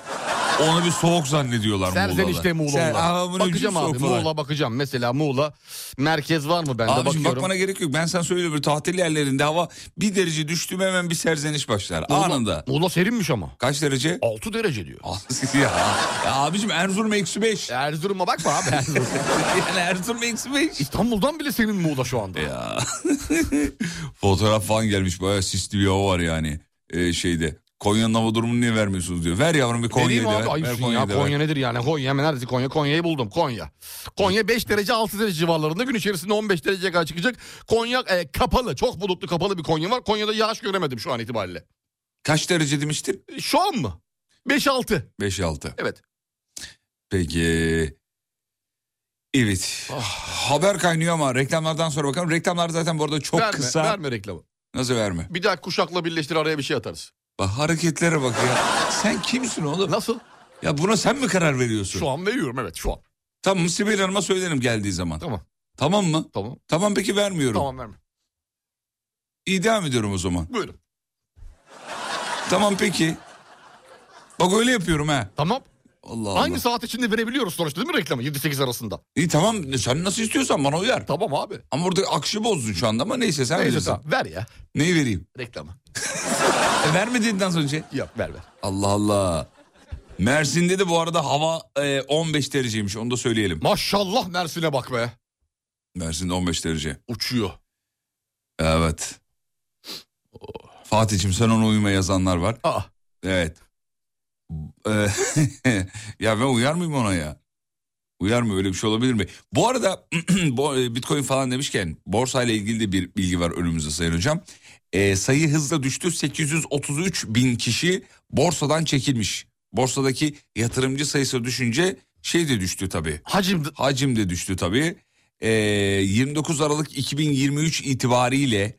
Onu bir soğuk zannediyorlar Serzen Muğla'da. işte Sen- Muğla'da. Aa, bu ne biçim bakacağım abi soğuk falan. Muğla bakacağım. Mesela Muğla merkez var mı? Ben de Abicim bakıyorum. bakmana gerek yok. Ben sana söylüyorum. böyle Tatil yerlerinde hava bir derece düştü mü hemen bir serzeniş başlar. Anında. Muğla serinmiş ama. Kaç derece? 6 derece diyor. [laughs] ya, ya abicim Erzurum eksi 5. Erzurum'a bakma abi. Erzurum. [laughs] Yani Erzurum eksi 5. İstanbul'dan bile senin Muğla şu anda. Ya. [laughs] Fotoğraf falan gelmiş bayağı sisli bir hava var yani Ee, şeyde. Konya'nın hava durumunu niye vermiyorsunuz diyor. Ver yavrum bir Konya'yı Vereyim da abi. ver. Ver Ayıpsın ya. Konya'yı da ver. Konya nedir yani? Konya hemen neredeyse Konya. Konya'yı buldum. Konya. Konya 5 derece 6 derece civarlarında. Gün içerisinde 15 dereceye kadar çıkacak. Konya e, kapalı. Çok bulutlu kapalı bir Konya var. Konya'da yağış göremedim şu an itibariyle. Kaç derece demiştin? E, Şu an mı? 5-6. 5-6. Evet. Peki. Evet. Ah, Haber kaynıyor ama reklamlardan sonra bakalım. Reklamlar zaten bu arada çok verme, kısa. verme reklamı. Nasıl verme? Bir daha kuşakla birleştir araya bir şey atarız. Bak hareketlere bak ya. Sen kimsin oğlum? Nasıl? Ya buna sen mi karar veriyorsun? Şu an veriyorum evet şu an. Tamam Sibel Hanım'a söylerim geldiği zaman. Tamam. Tamam mı? Tamam. Tamam peki vermiyorum. Tamam verme. İyi devam ediyorum o zaman. Buyurun. Tamam peki. Bak öyle yapıyorum ha. Tamam. Allah Allah. Aynı saat içinde verebiliyoruz sonuçta değil mi reklamı? 7-8 arasında. İyi tamam E, sen nasıl istiyorsan bana uyar. Tamam abi. Ama orada akışı bozdun şu anda ama neyse sen Neyse bilirsin. tamam. Ver ya Neyi vereyim? reklamı. E, vermediğinden sonra şey. Yap ver ver. Allah Allah. Mersin'de de bu arada hava e, 15 dereceymiş onu da söyleyelim. Maşallah Mersin'e bak be. Mersin'de 15 derece. Uçuyor. Evet. Fatih'im sen ona uyuma yazanlar var. Aa. Evet. [laughs] Eee, ya ben uyar mıyım ona ya? Uyar mı öyle bir şey olabilir mi? Bu arada [clears throat] bo- e, Bitcoin falan demişken borsa ile ilgili de bir bilgi var önümüzde Sayın Hocam. Ee, sayı hızla düştü 833 bin kişi borsadan çekilmiş. Borsadaki yatırımcı sayısı düşünce şey de düştü tabii. Hacim Hacim de düştü tabii. Ee, 29 Aralık 2023 itibariyle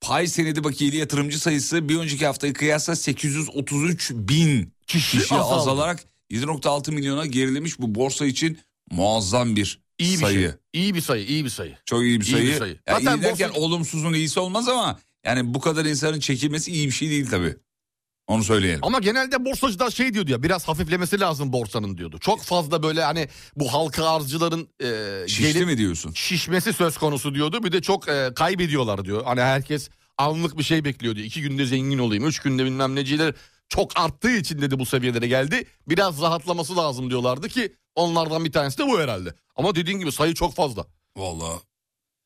pay senedi bakiyeli yatırımcı sayısı bir önceki haftaya kıyasla 833 bin kişi, kişi azalarak 7.6 milyona gerilemiş. Bu borsa için muazzam bir iyi bir sayı. şey. İyi bir sayı, iyi bir sayı. Çok iyi bir İyi sayı. bir sayı. Yani Zaten iyi derken borsa- olumsuzun iyisi olmaz ama yani bu kadar insanın çekilmesi iyi bir şey değil tabii. Onu söyleyelim. Ama genelde borsacılar şey diyordu ya biraz hafiflemesi lazım borsanın diyordu. Çok fazla böyle hani bu halka arzcıların e, Şişti gelip mi diyorsun? şişmesi söz konusu diyordu. Bir de çok e, kaybediyorlar diyor. Hani herkes anlık bir şey bekliyor diyor. İki günde zengin olayım, üç günde bilmem neciler çok arttığı için dedi bu seviyelere geldi. Biraz rahatlaması lazım diyorlardı ki onlardan bir tanesi de bu herhalde. Ama dediğin gibi sayı çok fazla. Vallahi.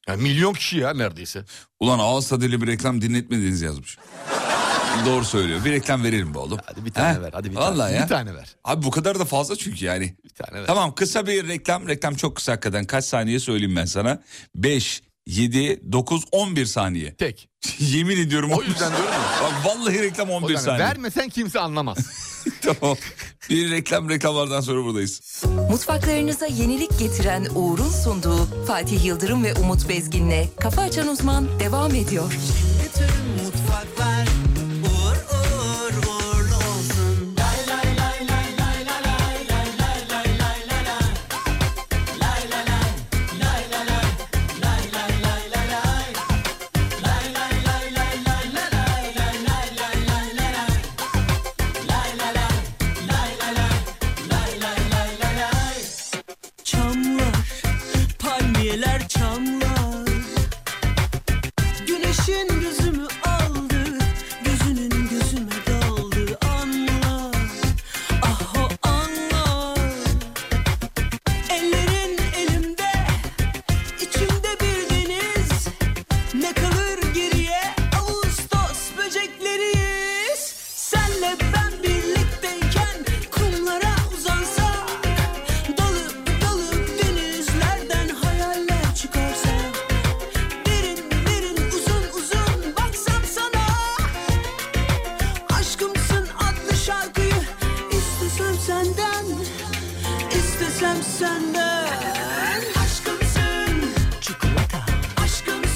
Yani milyon kişi ya neredeyse. Ulan ağız tadıyla bir reklam dinletmediniz yazmış. Doğru söylüyor. Bir reklam verelim be oğlum. Hadi bir tane He? ver, hadi bir tane. Vallahi ya. Bir tane ver. Abi bu kadar da fazla çünkü yani. Bir tane ver. Tamam kısa bir reklam. Reklam çok kısa hakikaten. Kaç saniye söyleyeyim ben sana? 5, 7, 9, 11 saniye. Tek. [laughs] Yemin ediyorum. O yüzden diyorum ya. Bak vallahi reklam O 11 yüzden saniye. vermesen kimse anlamaz. [laughs] tamam. Bir reklam reklamlardan sonra buradayız. Mutfaklarınıza yenilik getiren Uğur'un sunduğu Fatih Yıldırım ve Umut Bezgin'le Kafa Açan Uzman devam ediyor. Bütün mutfaklar uğur uğur uğurlu olsun. Lay lay lay lay lay lay lay lay lay lay lay lay lay. Lay lay lay, lay lay lay, lay lay lay lay lay. Lay lay lay lay lay lay lay lay lay lay lay lay lay. Lay lay lay, lay lay lay, lay lay lay lay lay. Çamlar, palmiyeler çamlar. Güneşin Ah,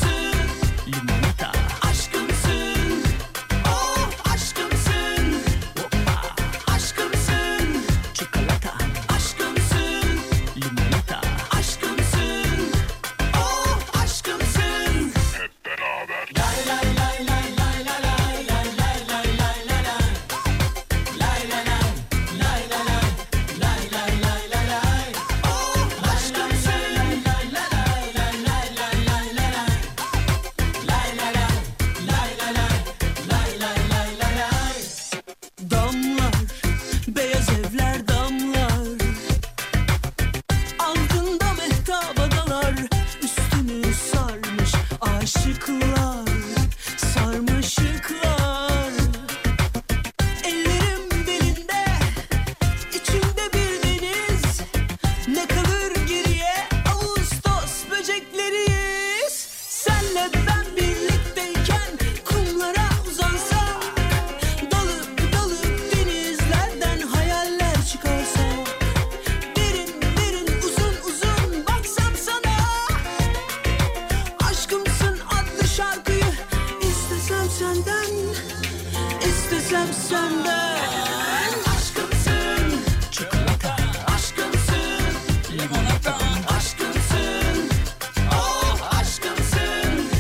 Oh, Oh, senden istesem senden aşkımsın çikolata aşkımsın limonata aşkımsın oh aşkımsın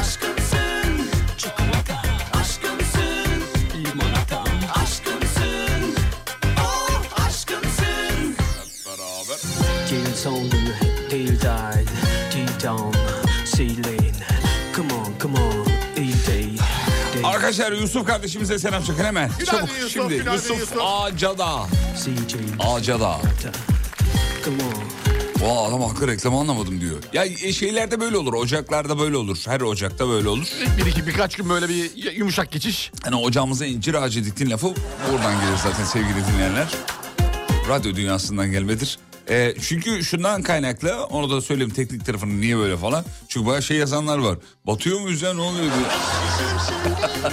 aşkımsın çikolata aşkımsın limonata aşkımsın oh aşkımsın Gelin soğuğunu hep değil değil Deep down, ceiling Come on, come on, değil değil Değil, Arkadaşlar Yusuf kardeşimize selam çakın hemen. Günaydın Çabuk Yusuf, şimdi. günaydın Yusuf, Yusuf. Acada. CJ Acada. Come on Vaa adam haklı reklamı anlamadım diyor. Ya e, şeylerde böyle olur. Ocaklarda böyle olur. Her ocakta böyle olur. Bir iki birkaç gün böyle bir y- yumuşak geçiş. Hani ocağımıza incir ağacı diktin lafı buradan gelir zaten sevgili dinleyenler. Radyo dünyasından gelmedir. E, çünkü şundan kaynaklı onu da söyleyeyim teknik tarafını niye böyle falan. Çünkü bayağı şey yazanlar var. Batıyor muyuz ya ne oluyor diyor.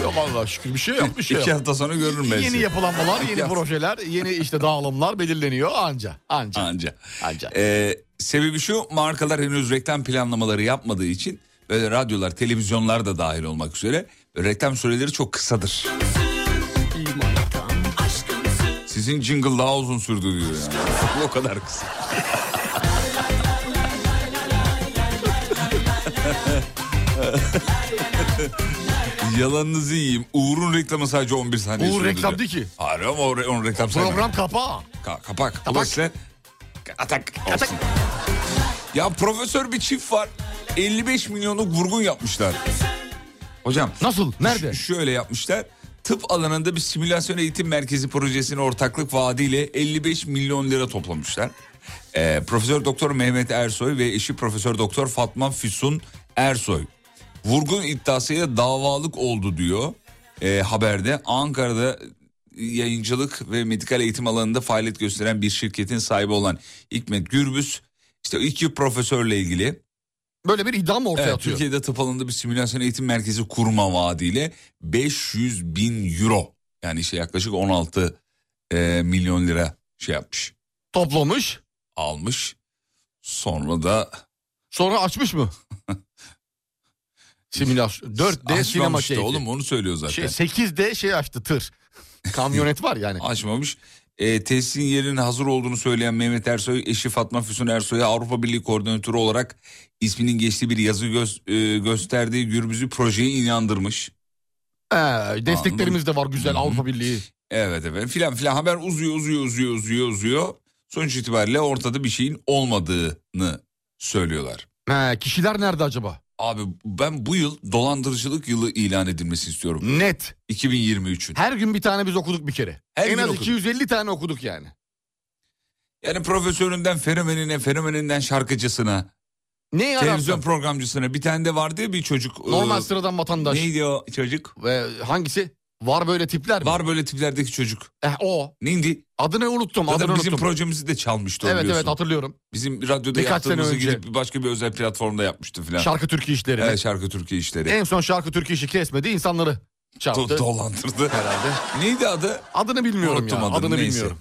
[laughs] Yok Allah şükür bir şey yok bir şey İki yok. hafta sonra görürüm ben Yeni seni. yapılanmalar, [laughs] İki yeni hafta- projeler, yeni işte dağılımlar belirleniyor anca. Anca. Anca. Anca. Ee, sebebi şu markalar henüz reklam planlamaları yapmadığı için böyle radyolar, televizyonlar da dahil olmak üzere reklam süreleri çok kısadır. Sizin jingle daha uzun sürdü diyor yani. [laughs] O kadar kısa. Yalanınızı yiyeyim. Uğur'un reklamı sadece 11 saniye Uğur sürdü reklam diyor. değil ki. Hayır ama o re- onun reklam saymadı. Program kapağı. Ka- kapak. Dolayısıyla atak olsun. Ya profesör bir çift var. 55 milyonluk vurgun yapmışlar. Hocam. Nasıl? Nerede? ş- şöyle yapmışlar. Tıp alanında bir simülasyon eğitim merkezi projesine ortaklık vaadiyle 55 milyon lira toplamışlar. Ee, Profesör Doktor Mehmet Ersoy ve eşi Profesör Doktor Fatma Füsun Ersoy. Vurgun iddiasıyla davalık oldu diyor Ee, haberde. Ankara'da yayıncılık ve medikal eğitim alanında faaliyet gösteren bir şirketin sahibi olan Hikmet Gürbüz işte iki profesörle ilgili Böyle bir iddia mı ortaya Evet, atıyor? Türkiye'de tıp alanında bir simülasyon eğitim merkezi kurma vaadiyle 500 bin euro yani işte yaklaşık 16 e, milyon lira şey yapmış Toplamış. almış. Sonra da Sonra açmış mı? Simülasyon. 4D açmamış sinema da keyfi. oğlum onu söylüyor zaten. Şey, 8D şey açtı tır. Kamyonet var yani. [laughs] Açmamış. E, tesisin yerinin hazır olduğunu söyleyen Mehmet Ersoy, eşi Fatma Füsun Ersoy'a Avrupa Birliği koordinatörü olarak isminin geçtiği bir yazı gö- e, gösterdiği Gürbüz'ü projeye inandırmış. Ee, desteklerimiz de var güzel Hı hı. Avrupa Birliği. Evet evet filan filan haber uzuyor uzuyor uzuyor uzuyor uzuyor. Sonuç itibariyle ortada bir şeyin olmadığını söylüyorlar. He, kişiler nerede acaba? Abi ben bu yıl dolandırıcılık yılı ilan edilmesi istiyorum. Net. 2023'ün. Her gün bir tane biz okuduk bir kere. Her en gün az okuduk. 250 tane okuduk yani. Yani profesöründen fenomenine, fenomeninden şarkıcısına, Ne televizyon ararsan. programcısına. Bir tane de vardı ya bir çocuk. Normal e, sıradan vatandaş. Neydi o çocuk? Ve hangisi? Var böyle tipler mi? Var böyle tiplerdeki çocuk. Eh, o. Neydi? Adını unuttum. Zaten Adını bizim unuttum. projemizi de çalmıştı o Evet biliyorsun. evet hatırlıyorum. Bizim radyoda Birkaç sene yaptığımızı önce. gidip başka bir özel platformda yapmıştı filan. Şarkı Türkiye E, işleri. Evet, şarkı Türkiye işleri. En son şarkı Türkiye işi kesmedi insanları Do- çarptı. dolandırdı herhalde. [laughs] Neydi adı? Adını bilmiyorum Unuttum ya. Adını, adını, neyse. bilmiyorum.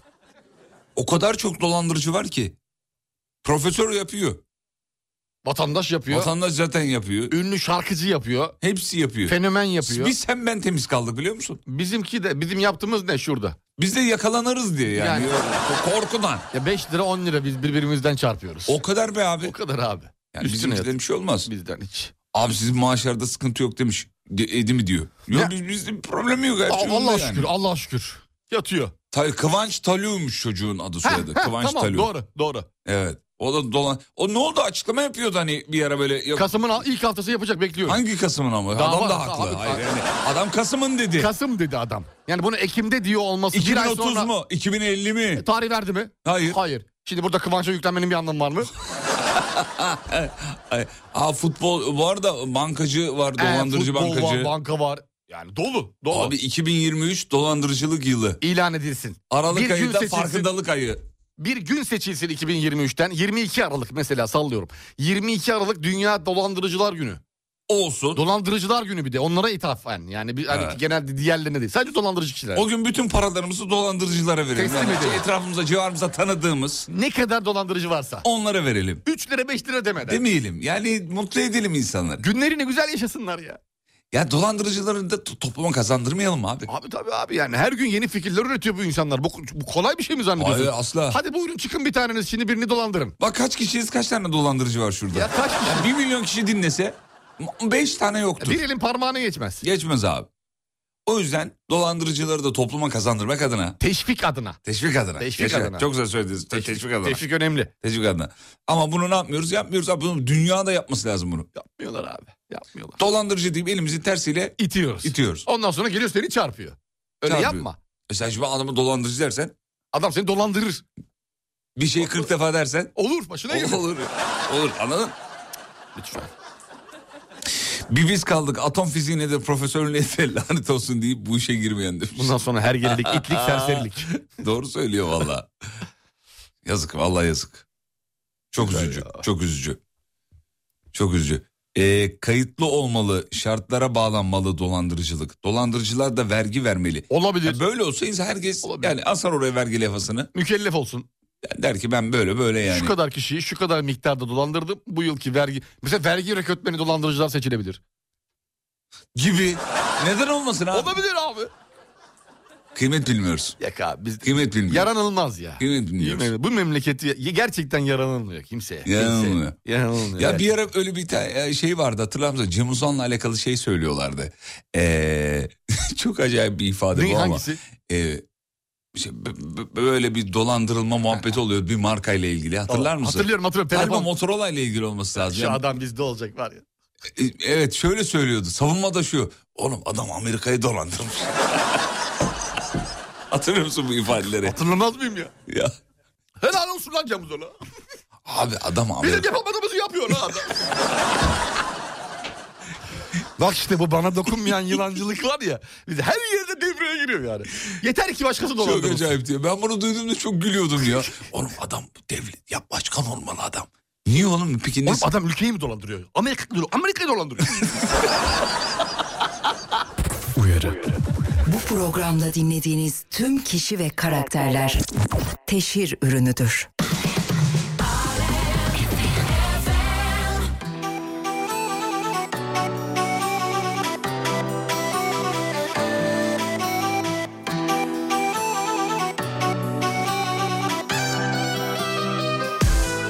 O kadar çok dolandırıcı var ki. Profesör yapıyor. Vatandaş yapıyor. Vatandaş zaten yapıyor. Ünlü şarkıcı yapıyor. Hepsi yapıyor. Fenomen yapıyor. Biz sen ben temiz kaldık biliyor musun? Bizimki de bizim yaptığımız ne şurada? Biz de yakalanırız diye yani. Yani. Ko- Korkudan. Ya 5 lira 10 lira biz birbirimizden çarpıyoruz. O kadar be abi. O kadar abi. Yani Üstüne bizimkilerin yat. bir şey olmaz. Bizden hiç. Abi sizin maaşlarda sıkıntı yok demiş. De, edi mi diyor. Yok Ya. biz, bizim problemi yok. her şey Allah yolunda yani. şükür Allah şükür. Yatıyor. Ta- Kıvanç Taluk'muş çocuğun adı Heh, soyadı. heh, Kıvanç tamam Taluk. doğru doğru. Evet. O da dolan. O ne oldu açıklama yapıyordu hani bir ara böyle. Yok, Kasım'ın al- ilk haftası yapacak bekliyorum. Hangi Kasım'ın ama? Dava- adam da haklı. Abi- Hayır, yani adam Kasım'ın dedi. Kasım dedi adam. Yani bunu Ekim'de diyor olması. bir ay 2030 sonra- E, mu? 2050 mi? Tarih verdi mi? Hayır. Hayır. Şimdi burada Kıvanç'a yüklenmenin bir anlamı var mı? Ay, Aa, futbol var da bankacı var, dolandırıcı Ee, futbol bankacı. Var, banka var. Yani dolu. Dolu. Abi 2023 dolandırıcılık yılı. İlan edilsin. Aralık Bir gün ayında seçilsin. farkındalık ayı. Bir gün seçilsin 2023'ten. 22 Aralık mesela sallıyorum. 22 Aralık Dünya Dolandırıcılar Günü. Olsun. Dolandırıcılar Günü bir de onlara ithafen. Yani bir, hani Evet. genelde diğerlerine değil. Sadece dolandırıcı kişiler. o gün bütün paralarımızı dolandırıcılara verelim. Teslim Yani şey edelim. etrafımıza, civarımıza tanıdığımız Ne kadar dolandırıcı varsa. onlara verelim. 3 lira 5 lira demeden. Demeyelim. Yani mutlu edelim insanları. Günlerini güzel yaşasınlar ya. Ya dolandırıcıları da to- topluma kazandırmayalım abi. Abi tabii abi yani her gün yeni fikirler üretiyor bu insanlar. Bu, bu kolay bir şey mi zannediyorsun? Hayır, asla. Hadi buyurun çıkın bir taneniz şimdi birini dolandırın. Bak kaç kişiyiz kaç tane dolandırıcı var şurada. Ya kaç kişi? Ya bir milyon kişi dinlese beş tane yoktur. Bir elin parmağına geçmez. Geçmez abi. O yüzden dolandırıcıları da topluma kazandırmak adına. Teşvik adına. Teşvik adına. Teşvik Yaşa, adına. Çok güzel söylediniz. Te- Teşvik, adına. Teşvik. Teşvik önemli. adına. Ama bunu ne yapmıyoruz? Yapmıyoruz abi. Bunu dünyada yapması lazım bunu. Yapmıyorlar abi. Yapmıyorlar. Dolandırıcı deyip elimizi tersiyle İtiyoruz. itiyoruz. Ondan sonra geliyor seni çarpıyor. Öyle Çarpıyor. yapma. E sen şimdi adamı dolandırıcı dersen Adam seni dolandırır. bir şeyi 40 defa dersen Olur başına gelir. olur. Olur anladın? Lütfen. Bir biz kaldık atom fiziği nedir profesör nedir lanet olsun deyip bu işe girmeyen demiş. Bundan sonra her gerilik, itlik, serserilik. [laughs] Doğru söylüyor valla. yazık valla yazık. Çok üzücü. Çok üzücü. Çok üzücü. Ee, kayıtlı olmalı, şartlara bağlanmalı dolandırıcılık. Dolandırıcılar da vergi vermeli. Olabilir. Ya böyle olsa insan herkes Olabilir. yani asar oraya vergi levhasını. Mükellef olsun. Der ki ben böyle böyle yani. Şu kadar kişiyi şu kadar miktarda dolandırdım. Bu yılki vergi... Mesela vergi rekortmeni dolandırıcılar seçilebilir. Gibi. Neden olmasın abi? Olabilir abi. Kıymet bilmiyoruz. Yak abi biz Kıymet bilmiyoruz. yaranılmaz ya. Kıymet bilmiyoruz. Yemin ederim, Bu memleketi ya- gerçekten yaranılmıyor kimseye. Kimseye. Yaranılmıyor. Yaranılmıyor. Ya evet. bir ara öyle bir ta- şey vardı hatırlar mısın? Cem Uzan'la alakalı şey söylüyorlardı. Ee, [laughs] çok acayip bir ifade Ne, bu ama. hangisi? Ee, işte b- b- böyle bir dolandırılma muhabbeti oluyor bir markayla ilgili hatırlar mısın? Hatırlıyorum hatırlıyorum. Galiba Telefon Motorola ile ilgili olması lazım. şu Yani- adam bizde olacak var ya. E, Evet şöyle söylüyordu savunma da şu. Oğlum adam Amerika'yı dolandırmış. [laughs] Hatırlıyor musun bu ifadeleri? Hatırlamaz mıyım ya? Ya, Helal olsun lan Cem Uzun'a. abi adam Bizim Amerika. yapamadığımızı yapıyor lan adam. [laughs] Bak işte bu bana dokunmayan yılancılık var ya. Biz her yerde devreye giriyor yani. Yeter ki başkası Çok dolandırılsın. acayip diyor. Ben bunu duyduğumda çok gülüyordum ya. Oğlum adam bu devlet ya başkan olmalı adam. Niye oğlum peki ne Oğlum adam ülkeyi mi dolandırıyor? Amerika'yı dolandırıyor. Amerika'yı dolandırıyor. Bu programda dinlediğiniz tüm kişi ve karakterler teşhir ürünüdür.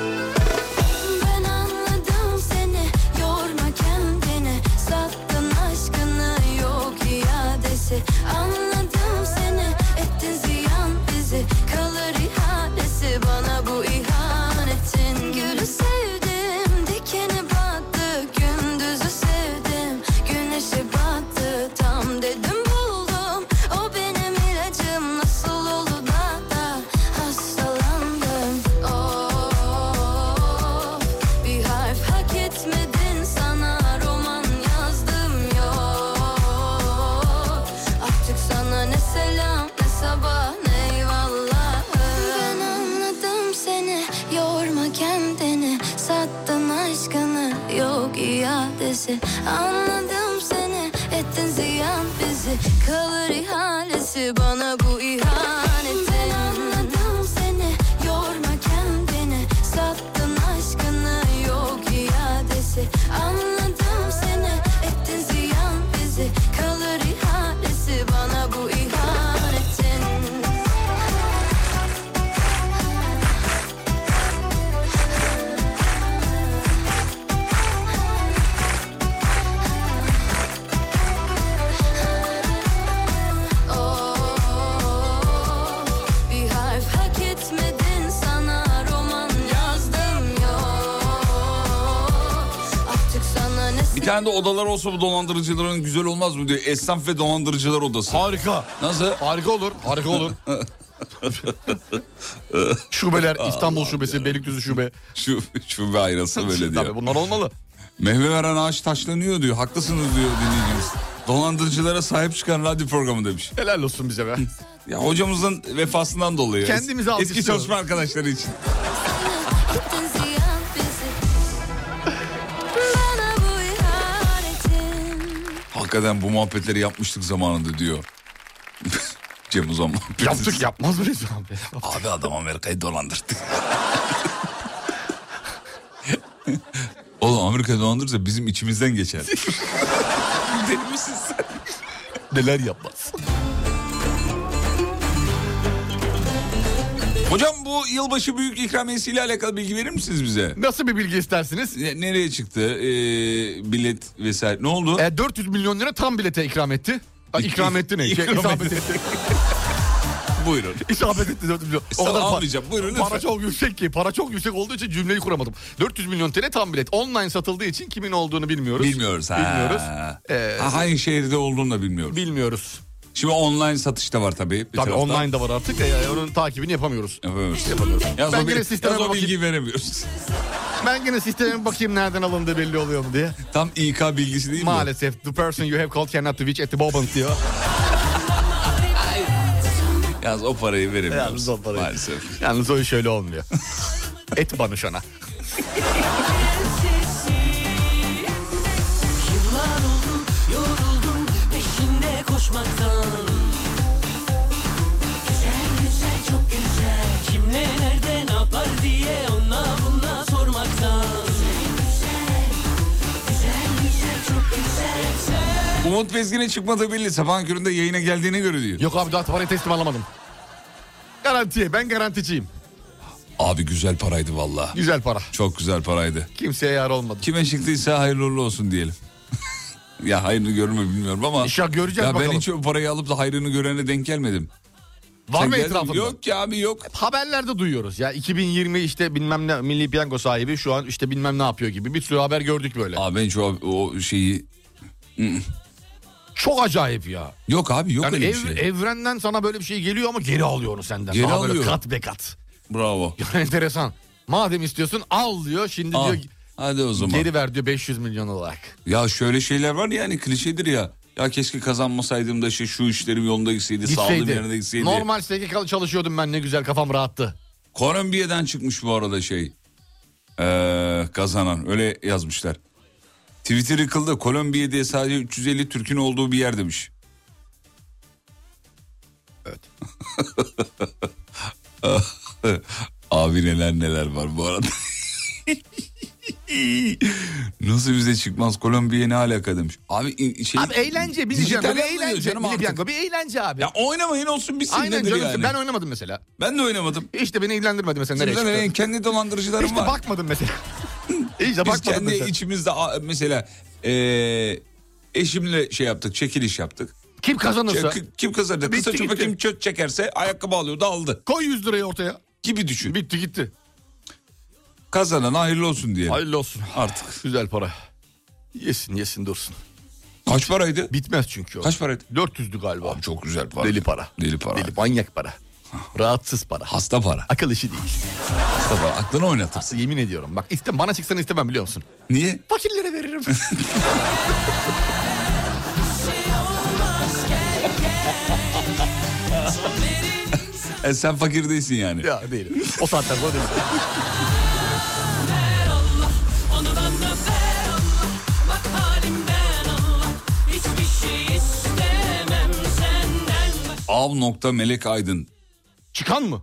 Ben anladım seni yorma kendini Sattın aşkını yok iadesi Anladım seni ettin ziyan bizi Kalır ihanesi bana bu ihanetin Gülü sevdim dikeni battı Gündüzü sevdim güneşe battı Tam dedim buldum o benim ilacım Nasıl oldu da da hastalandım Oh, bir harf hak etmedin sana roman yazdım yok Artık sana ne selam ne sabah ne eyvallah Ben anladım seni yorma kendini Sattın aşkını yok iadesi Anladım seni ettin ziyan bizi Kalır ihalesi bana bu ihanetin Ben anladım seni yorma kendini Sattın aşkını yok iadesi Anladım seni ettin ziyan bizi Kalır ihalesi bana bu ihanetin Oh, bir harf hak etmedin sana roman yazdım yok Artık sana ne Bir tane de odalar olsa bu dolandırıcıların güzel olmaz mı diyor. Esnaf ve dolandırıcılar odası. Harika. Nasıl? Harika olur. Harika olur. [laughs] Şubeler İstanbul şubesi, Beylikdüzü şube. Şu, [laughs] şu bir ayrılsa böyle diyor. Tabii bunlar olmalı. Meyve veren ağaç taşlanıyor diyor. Haklısınız diyor dinleyicimiz. Dolandırıcılara sahip çıkan radyo programı demiş. Helal olsun bize be. Ya hocamızın vefasından dolayı. Kendimizi Eski alkışlıyoruz. çalışma arkadaşları için. Gittin ziyan bizi Bana bu ihanetin Hakikaten bu muhabbetleri yapmıştık zamanında diyor. [laughs] Cem Uzan muhabbeti. Yaptık yapmaz mıyız abi? Abi adam Amerika'yı dolandırdı. Oğlum Amerika'yı dolandırırsa bizim içimizden geçer. Deli misin sen? Neler yapmaz. Hocam bu yılbaşı büyük ikramiyesiyle alakalı bilgi verir misiniz bize? Nasıl bir bilgi istersiniz? Ne- nereye çıktı? Ee, bilet vesaire. Ne oldu? E, 400 milyon lira tam bilete ikram etti. Ha, ikram etti ne? Şey, İkram isabet etti. etti. [laughs] Buyurun. İsabet etti 400 milyon. Sağ- almayacağım. Buyurun Para lütfen. çok yüksek ki. Para çok yüksek olduğu için cümleyi kuramadım. 400 milyon TL tam bilet. Online satıldığı için kimin olduğunu bilmiyoruz. Bilmiyoruz. Ha. Bilmiyoruz. Ee, Ha, hangi şehirde olduğunu da bilmiyoruz. Bilmiyoruz. Şimdi online satış da var tabii. Bir Tabii taraftan. online da var artık. Ee, onun takibini yapamıyoruz. Yapamıyoruz. Yapamıyoruz. Yaz ben şey o, gene bil- sisteme yaz o bakayım. bilgiyi veremiyoruz. [laughs] Ben gene sisteme bakayım nereden alındığı belli oluyor mu diye. Tam İK bilgisi değil mi? Maalesef the person you have called cannot reach at the moment diyor. Yaz o parayı veremiyoruz. Yalnız o parayı. Maalesef. Yalnız o iş öyle olmuyor. Et banışana. Yıllar oldu yoruldum peşinde koşmaktan Güzel güzel çok güzel Kim ne nerede ne yapar diye ona buna sormaktan Güzel güzel çok güzel Sen Umut Bezgin'e çıkmadığı belli. Sabahın köründe yayına geldiğine göre diyor. Yok abi daha parayı teslim alamadım. Garantiye ben garanticiyim. Abi güzel paraydı valla. Güzel para. Çok güzel paraydı. Kimseye yar olmadı. Kime çıktıysa hayırlı uğurlu olsun diyelim. [laughs] ya hayrını görür mü bilmiyorum ama. İnşallah göreceğiz ya bakalım. ben hiç o parayı alıp da hayrını görene denk gelmedim. Var Sen mı geldin mi? etrafında? Yok ki abi yok. Haberlerde duyuyoruz ya 2020 işte bilmem ne milli piyango sahibi şu an işte bilmem ne yapıyor gibi bir sürü haber gördük böyle. Abi ben hiç o, o şeyi... Çok acayip ya. Yok abi yok Yani öyle ev- bir şey. evrenden sana böyle bir şey geliyor ama geri alıyor onu senden. Geri Daha böyle alıyor. Kat be kat. [laughs] Bravo. Yani enteresan. Madem istiyorsun al diyor şimdi Al. diyor Hadi o zaman. geri ver diyor 500 milyon olarak. Ya şöyle şeyler var ya hani klişedir ya. Ya keşke kazanmasaydım da şey, şu işlerim yolunda gitseydi, sağlığım yerine Gitseydi. gitseydi. Normal SGK'lı çalışıyordum ben ne güzel kafam rahattı. Kolombiya'dan çıkmış bu arada şey. Ee, kazanan öyle yazmışlar. Twitter yıkıldı. Kolombiya diye sadece 350 Türk'ün olduğu bir yer demiş. Evet. [laughs] Abi neler neler var bu arada. [laughs] Nasıl bize çıkmaz Kolombiya ne alaka demiş. Abi in- şey, Abi eğlence bir dijital piyango bir yapmıyor eğlence. canım milli artık. piyango bir eğlence abi. Ya oynamayın olsun bitsin Aynen nedir canım yani. ben oynamadım mesela. Ben de oynamadım. İşte beni ilgilendirmedi mesela nereye Şimdi çıktı. ben e, kendi dolandırıcılarım Hiç de var. bakmadım mesela. Hiç de Biz bakmadım kendi mesela. içimizde a- mesela eee, eşimle şey yaptık, çekiliş yaptık. Kim kazanırsa Kim- kim kazandı? Bitti Kısa çöpe gitti. kim çöt çekerse ayakkabı alıyordu aldı. koy 100 lirayı ortaya. Gibi düşün. Bitti gitti. Kazanan hayırlı olsun diye. Hayırlı olsun. Artık. Güzel para. Yesin yesin dursun. Kaç paraydı? Bitmez çünkü o. Kaç paraydı? 400'dü galiba. Abi çok güzel para. Deli para. Deli para. Deli manyak para. Rahatsız para. Hasta para. Akıl işi değil. Hasta para. Aklını oynatırsın. Aslı yemin ediyorum. Bak istem bana çıksan istemem biliyor musun? [laughs] Niye? Fakirlere veririm. E, sen fakir değilsin yani. ya değilim. O saatten sonra değilim. onu bana ver Allah Bak halimden Allah Hiçbir şey istemem senden Av nokta Melek Aydın. Çıkan mı?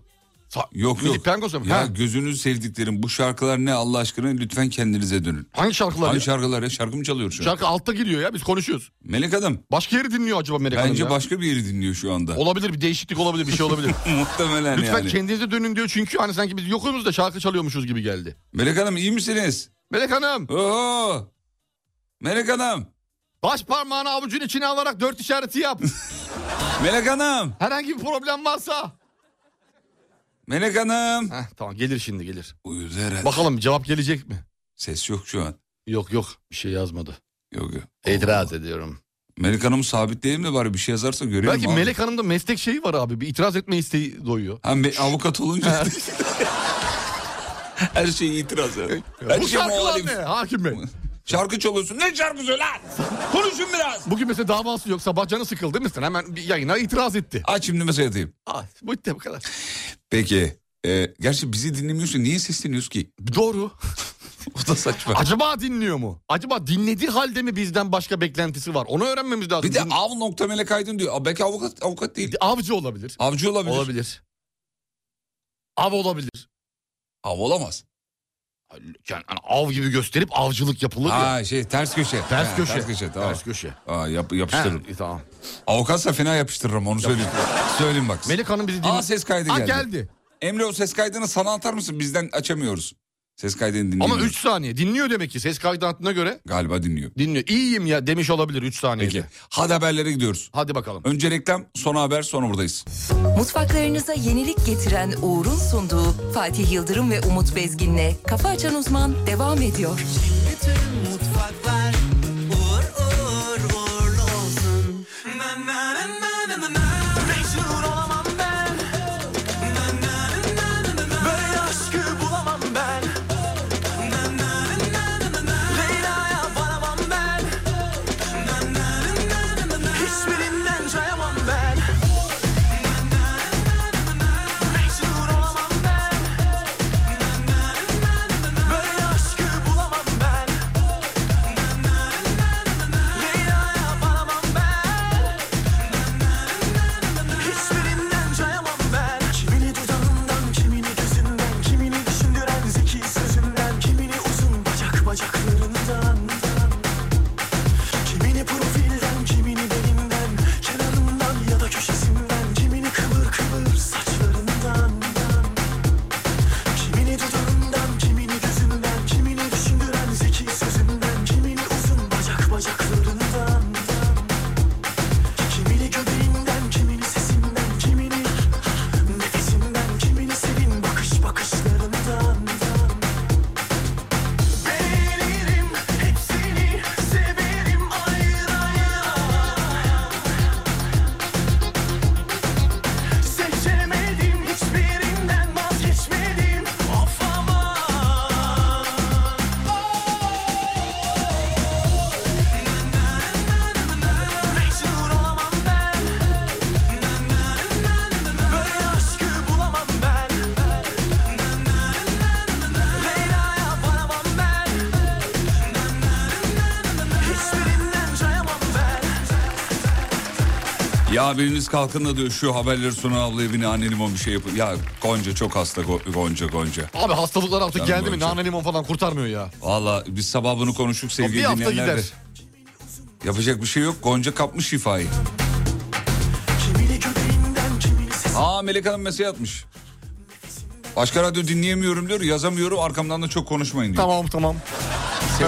Sa- Yok Milli yok. Piyangosu mu? Ya Ha. gözünüzü sevdiklerim bu şarkılar ne Allah aşkına lütfen kendinize dönün. Hangi şarkılar? Hangi ya? şarkılar ya? Şarkı mı çalıyor şu an? Şarkı altta giriyor ya biz konuşuyoruz. Melek Adam. Başka yeri dinliyor acaba Melek Hanım Bence ya? başka bir yeri dinliyor şu anda. Olabilir bir değişiklik olabilir bir şey olabilir. [laughs] Muhtemelen Lütfen yani. kendinize dönün diyor çünkü hani sanki biz yokumuz da şarkı çalıyormuşuz gibi geldi. Melek Hanım iyi misiniz? Melek Hanım Oo. Melek Hanım. baş parmağını avucun içine alarak dört işareti yap. Melek [laughs] Hanım. Herhangi bir problem varsa. Melek Hanım. Heh, tamam gelir şimdi gelir. Uyudu herhalde. Bakalım cevap gelecek mi? Ses yok şu an. Yok yok bir şey yazmadı. Yok yok. İtiraz ediyorum. Melek Hanım'ı sabitleyelim de bari bir şey yazarsa görelim. Belki abi. Melek Hanım'da meslek şeyi var abi. Bir itiraz etme isteği doyuyor. Ha, me- avukat olunca. [laughs] Her şeyi itiraz eder. Her Bu şey şarkılar muhalif. ne hakim bey? Şarkı çalıyorsun. Ne şarkısı lan? Konuşun biraz. Bugün mesela davası yok. Sabah canı sıkıldı mısın? Hemen bir yayına itiraz etti. Aç şimdi mesaj atayım. Ah, bu bu kadar. Peki. Ee, gerçi bizi dinlemiyorsun. Niye sesleniyoruz ki? Doğru. [laughs] O da saçma. Acaba dinliyor mu? Acaba dinlediği halde mi bizden başka beklentisi var? Onu öğrenmemiz lazım. Bir de Din- av nokta melek aydın diyor. Aa, Belki avukat, avukat değil. avcı olabilir. Avcı olabilir. Olabilir. Av olabilir. Av olamaz. yani hani av gibi gösterip avcılık yapılır ya. Ha şey ters köşe. Ters Ha, köşe. Ters köşe tamam. Ters köşe. Aa, yap, yapıştırırım. Ha, iyi, tamam. Avukatsa fena yapıştırırım onu söyleyeyim. söyleyeyim bak. Melek Hanım bizi dinliyor. Aa ses kaydı Aa, geldi. geldi. Emre o ses kaydını sana atar mısın? Bizden açamıyoruz. Ses kaydını dinliyor. Ama 3 saniye dinliyor demek ki ses kaydı göre Galiba dinliyor. dinliyor. İyiyim ya demiş olabilir 3 saniyede. Peki. Hadi haberlere gidiyoruz. Hadi bakalım. Önce reklam, sonra haber, sonra buradayız. Mutfaklarınıza yenilik getiren Uğur'un sunduğu Fatih Yıldırım ve Umut Bezgin'le Kafa Açan Uzman devam ediyor. Bütün mutfaklar uğur uğur uğurlu olsun. Na na na na na na na. Mecnun olamam ben. Na na na na na na. Böyle aşkı bulamam ben. Na na na na na na. Leyla'ya varamam ben. Na na na na na na. Hiçbirinden cayamam ben. Na na na na na na. Mecnun olamam ben. Na na na na na. Böyle aşkı bulamam ben. Leyla'ya varamam ben Hiçbirinden cayamam ben Kimini dudağından, kimini gözünden Kimini düşündüren zeki sözünden Kimini uzun bacak bacaklarından Kimini profilden, kimini belinden Kenarından ya da köşesinden Kimini kıvır kıvır saçlarından Kimini dudağından, kimini gözünden, kimini düşündüren zeki sözünden, kimini uzun bacak bacaklarından, kimini göbeğinden, kimini sesinden, kimini nefesinden, kimini sevin bakış bakışlarından. Beğenirim hepsini, severim ayrı ayrı. Seçemedim hiçbirinden vazgeçmedim Of ama Mecnun olamam ben Böyle aşkı bulamam ben Leyla'ya varamam ben Hiçbirinden cayamam ben Ya biriniz kalkın da diyor şu haberleri sonra ablaya beni anne limon bir şey yapın. Ya Gonca çok hasta Go- Gonca Gonca. Abi hastalıklar artık Canım geldi mi Gonca. nane limon falan kurtarmıyor ya. Valla biz sabah bunu konuştuk sevgili bir hafta dinleyenler de. gider. Yapacak bir şey yok. Gonca kapmış şifayı. Kimini göbeğinden kimini sesinden Aa Melek Hanım mesaj atmış. Başka radyo dinleyemiyorum diyor. Yazamıyorum arkamdan da çok konuşmayın diyor. Tamam tamam. Ses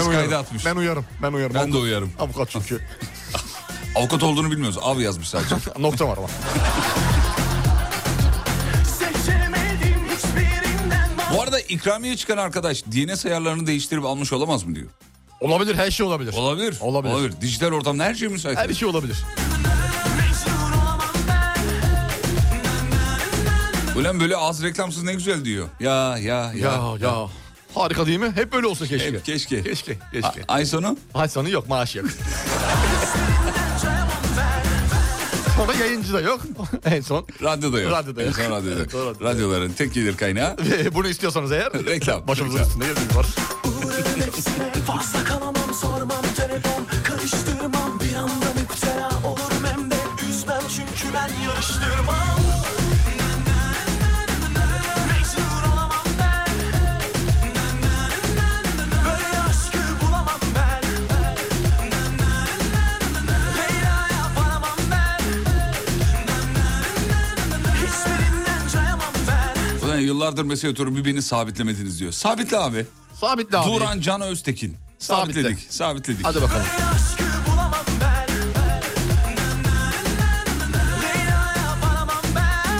ben kaydı uyarım. atmış. Ben uyarım. Ben uyarım. Ben de Avukat- uyarım. Avukat çünkü. [laughs] Avukat olduğunu bilmiyoruz. Av yazmış sadece. [laughs] Nokta var ama. Seçemedim hiçbirinden Bu arada ikramiye çıkan arkadaş DNS ayarlarını değiştirip almış olamaz mı diyor. Olabilir her şey olabilir. Olabilir. Olabilir. Dijital ortamda her şey müsait. Her şey olabilir. Mecnun olamam ben Ulan böyle az reklamsız ne güzel diyor. Ya ya ya. Ya ya. Harika değil mi? Hep böyle olsa keşke. Hep, keşke. Keşke. Keşke. A- ay sonu Ay sonu yok maaş yok. [laughs] Sonra yayıncı da yok. [laughs] en son. radyoda yok. Radyoda yok. En son radyoda. [laughs] Evet, doğru, radyoda. Radyoların tek gelir kaynağı. [laughs] Bunu istiyorsanız eğer. Reklam, Başımızın reklam. üstünde yerimiz var. Uğrarım hepsine Fazla kalamam sormam telefon Karıştırmam bir anda müptela olurum hem de Üzmem çünkü ben yarıştırmam Mecnun olamam ben Böyle aşkı bulamam ben Leyla'ya varamam ben Hiçbirinden cayamam ben Ulan yıllardır mesaj atıyorum bir beni sabitlemediniz diyor. Sabitle abi. Sabitle abi. Duran Can Öztekin. Sabitle. Sabitledik. Sabitledik. Hadi bakalım. Böyle aşkı bulamam ben Leyla'ya varamam ben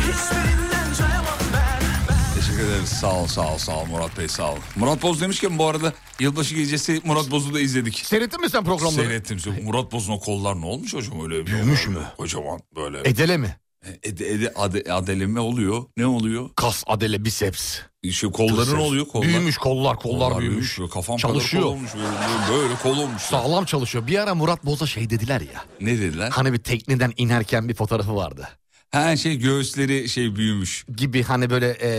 Hiçbirinden cayamam ben Teşekkür ederiz. Sağ ol sağ ol sağ ol Murat Bey sağ ol. Murat Boz demişken bu arada yılbaşı gecesi Murat Boz'u da izledik. Seyrettin mi sen programları? Seyrettim. Şu Murat Boz'un o kollar ne olmuş hocam öyle? bir- Büyümüş mü? Kocaman böyle. Edele mi? Ede, ede, ade- adeleme oluyor. Ne oluyor? Kas, adele, biceps. İşte kolları ne oluyor? Kollar. Büyümüş kollar, kollar, büyümüş. Böyle Kafam Çalışıyor. kadar kol olmuş. Böyle, böyle kol olmuş. Sağlam çalışıyor. Bir ara Murat Boz'a şey dediler ya. Ne dediler? Hani bir tekneden inerken bir fotoğrafı vardı. Ha şey göğüsleri şey büyümüş. Gibi hani böyle e,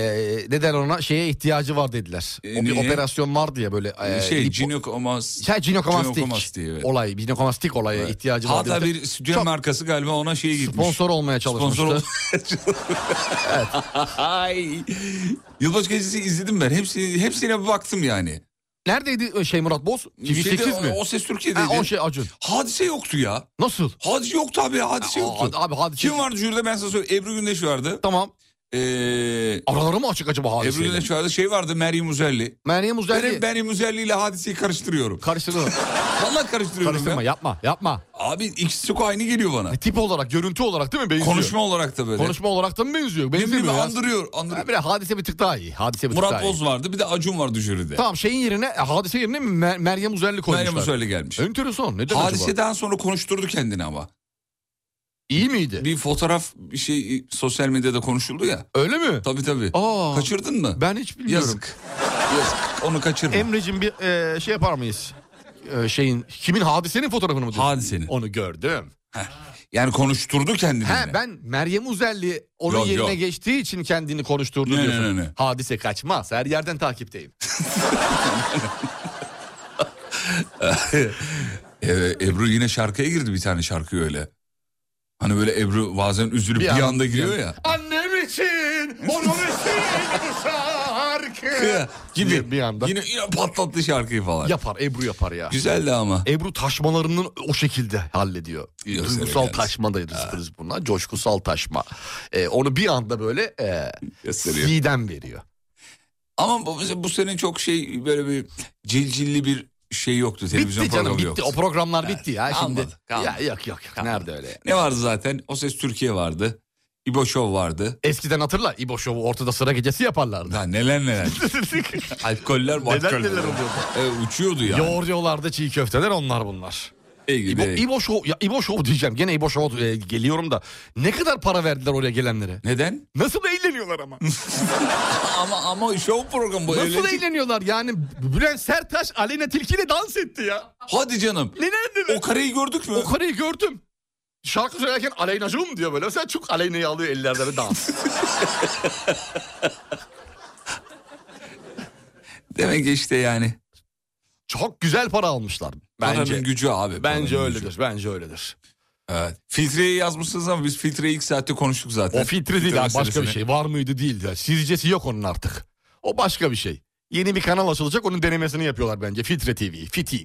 neden ona şeye ihtiyacı var dediler. O bir E, niye? operasyon vardı ya böyle. E, şey lipo- ginokomas. Şey, ginokomastik. Ginokomastiği, evet. Olay, ginokomastik olaya ihtiyacı var. Hatta dediler. bir stüdyo Çok markası galiba ona şeye gitmiş. sponsor olmaya çalışmıştı. Sponsor [laughs] [laughs] Ay. Yılbaşı gecesi izledim ben. Hepsi, hepsine bir baktım yani. Neredeydi şey Murat Boz? TV8 Şeyde, mi? O Ses Türkiye'deydi. Ha, o şey Acun. Hadise yoktu ya. Nasıl? Hadise yoktu abi hadise Aa, yoktu. abi, hadise- Kim vardı jüride ben sana söyleyeyim. Ebru Gündeş vardı. Tamam. Ee, Araları mı açık acaba Ebru hadiseyle? Gündeş vardı. Şey vardı Meryem Uzerli. Meryem Ben Uzerli. hep Meryem Uzerli ile hadiseyi karıştırıyorum. Karıştırma. [laughs] Vallahi karıştırıyorum Karıştırma ben. yapma yapma. Abi ikisi çok aynı geliyor bana. E, Tip olarak, görüntü olarak değil mi benziyor? Konuşma olarak da böyle. Konuşma olarak da mı benziyor? Ne bileyim, Benzemiyor ya. andırıyor. andırıyor. Ha, bir de hadise bir tık daha iyi. Hadise bir tık Murat daha iyi. Boz vardı bir de Acun vardı jüride. Tamam şeyin yerine, e, hadise yerine mi Mer- Meryem Uzerli koymuşlar? Meryem Uzerli gelmiş. Enteresan. Neden acaba? Hadiseden sonra konuşturdu kendini ama. İyi miydi? Bir fotoğraf bir şey sosyal medyada konuşuldu ya. Öyle mi? Tabii tabii. Aa. Kaçırdın mı? Ben hiç bilmiyorum. Yazık. Yazık. Onu kaçırma. Emre'cim bir e, şey yapar mıyız? E, şeyin kimin hadisenin fotoğrafını mı diyorsun? Hadisenin. Onu gördüm. Yani konuşturdu kendini. [laughs] He ben Meryem Uzerli onun Yok, yerine yok. geçtiği için kendini konuşturdu Ne, diyorsun. ne, ne, ne. Hadise kaçmaz. Her yerden takipteyim. Ee, Ebru yine şarkıya girdi bir tane şarkı öyle. Hani böyle Ebru bazen üzülüp bir, an- anda giriyor ya. Annem için, onun için bu şarkı. Gibi. Bir- bir anda. Yine, yine patlattı şarkıyı falan. Yapar, Ebru yapar ya. Güzeldi ama. Ebru taşmalarının o şekilde hallediyor. Yok, Duygusal evet. taşma da deriz bunlar. Coşkusal taşma. Ee, onu bir anda böyle e, Gösteriyor. sidem veriyor. Ama bu, bu sene çok şey böyle bir cilcilli bir şey yoktu. Televizyon Bitti canım programı bitti. yoktu. O programlar bitti ya. Şimdi kalmadı, kalmadı. Ya, yok yok. yok. Nerede öyle? Ne vardı zaten? O Ses Türkiye vardı. İbo Show [laughs] vardı. Eskiden hatırla İbo Show'u ortada sıra gecesi yaparlardı. Daha neler neler. [laughs] Alkoller, Neler alkoller. neler oluyordu. E, uçuyordu yani. Yoğuruyorlardı çiğ köfteler onlar bunlar. İyi gibi. İbo, İbo Show, ya İbo Show diyeceğim. Gene İbo Show'a e, geliyorum da. Ne kadar para verdiler oraya gelenlere? Neden? Nasıl eğleniyorlar [laughs] ama? Ama ama show programı bu. Nasıl eğlence- eğleniyorlar yani? Bülent Sertaç Aleyna Tilki ile dans etti ya. Hadi canım. Ne nerede? O kareyi gördük mü? O kareyi gördüm. Şarkı söylerken Aleyna'cığım diyor böyle. Sen çok Aleyna'yı alıyor ellerde ve [laughs] dans. Demek ki işte yani. çok güzel para almışlar. Bence. Paranın gücü abi. Bence paranın öyledir. gücü. Bence öyledir. Evet. Filtreyi yazmışsınız ama biz filtreyi ilk saatte konuştuk zaten. O filtre değil abi, başka bir meselesini. şey. Var mıydı değil. ya. Sizcesi yok onun artık. O başka bir şey. Yeni bir kanal açılacak onun denemesini yapıyorlar bence. Filtre TV, Fit TV,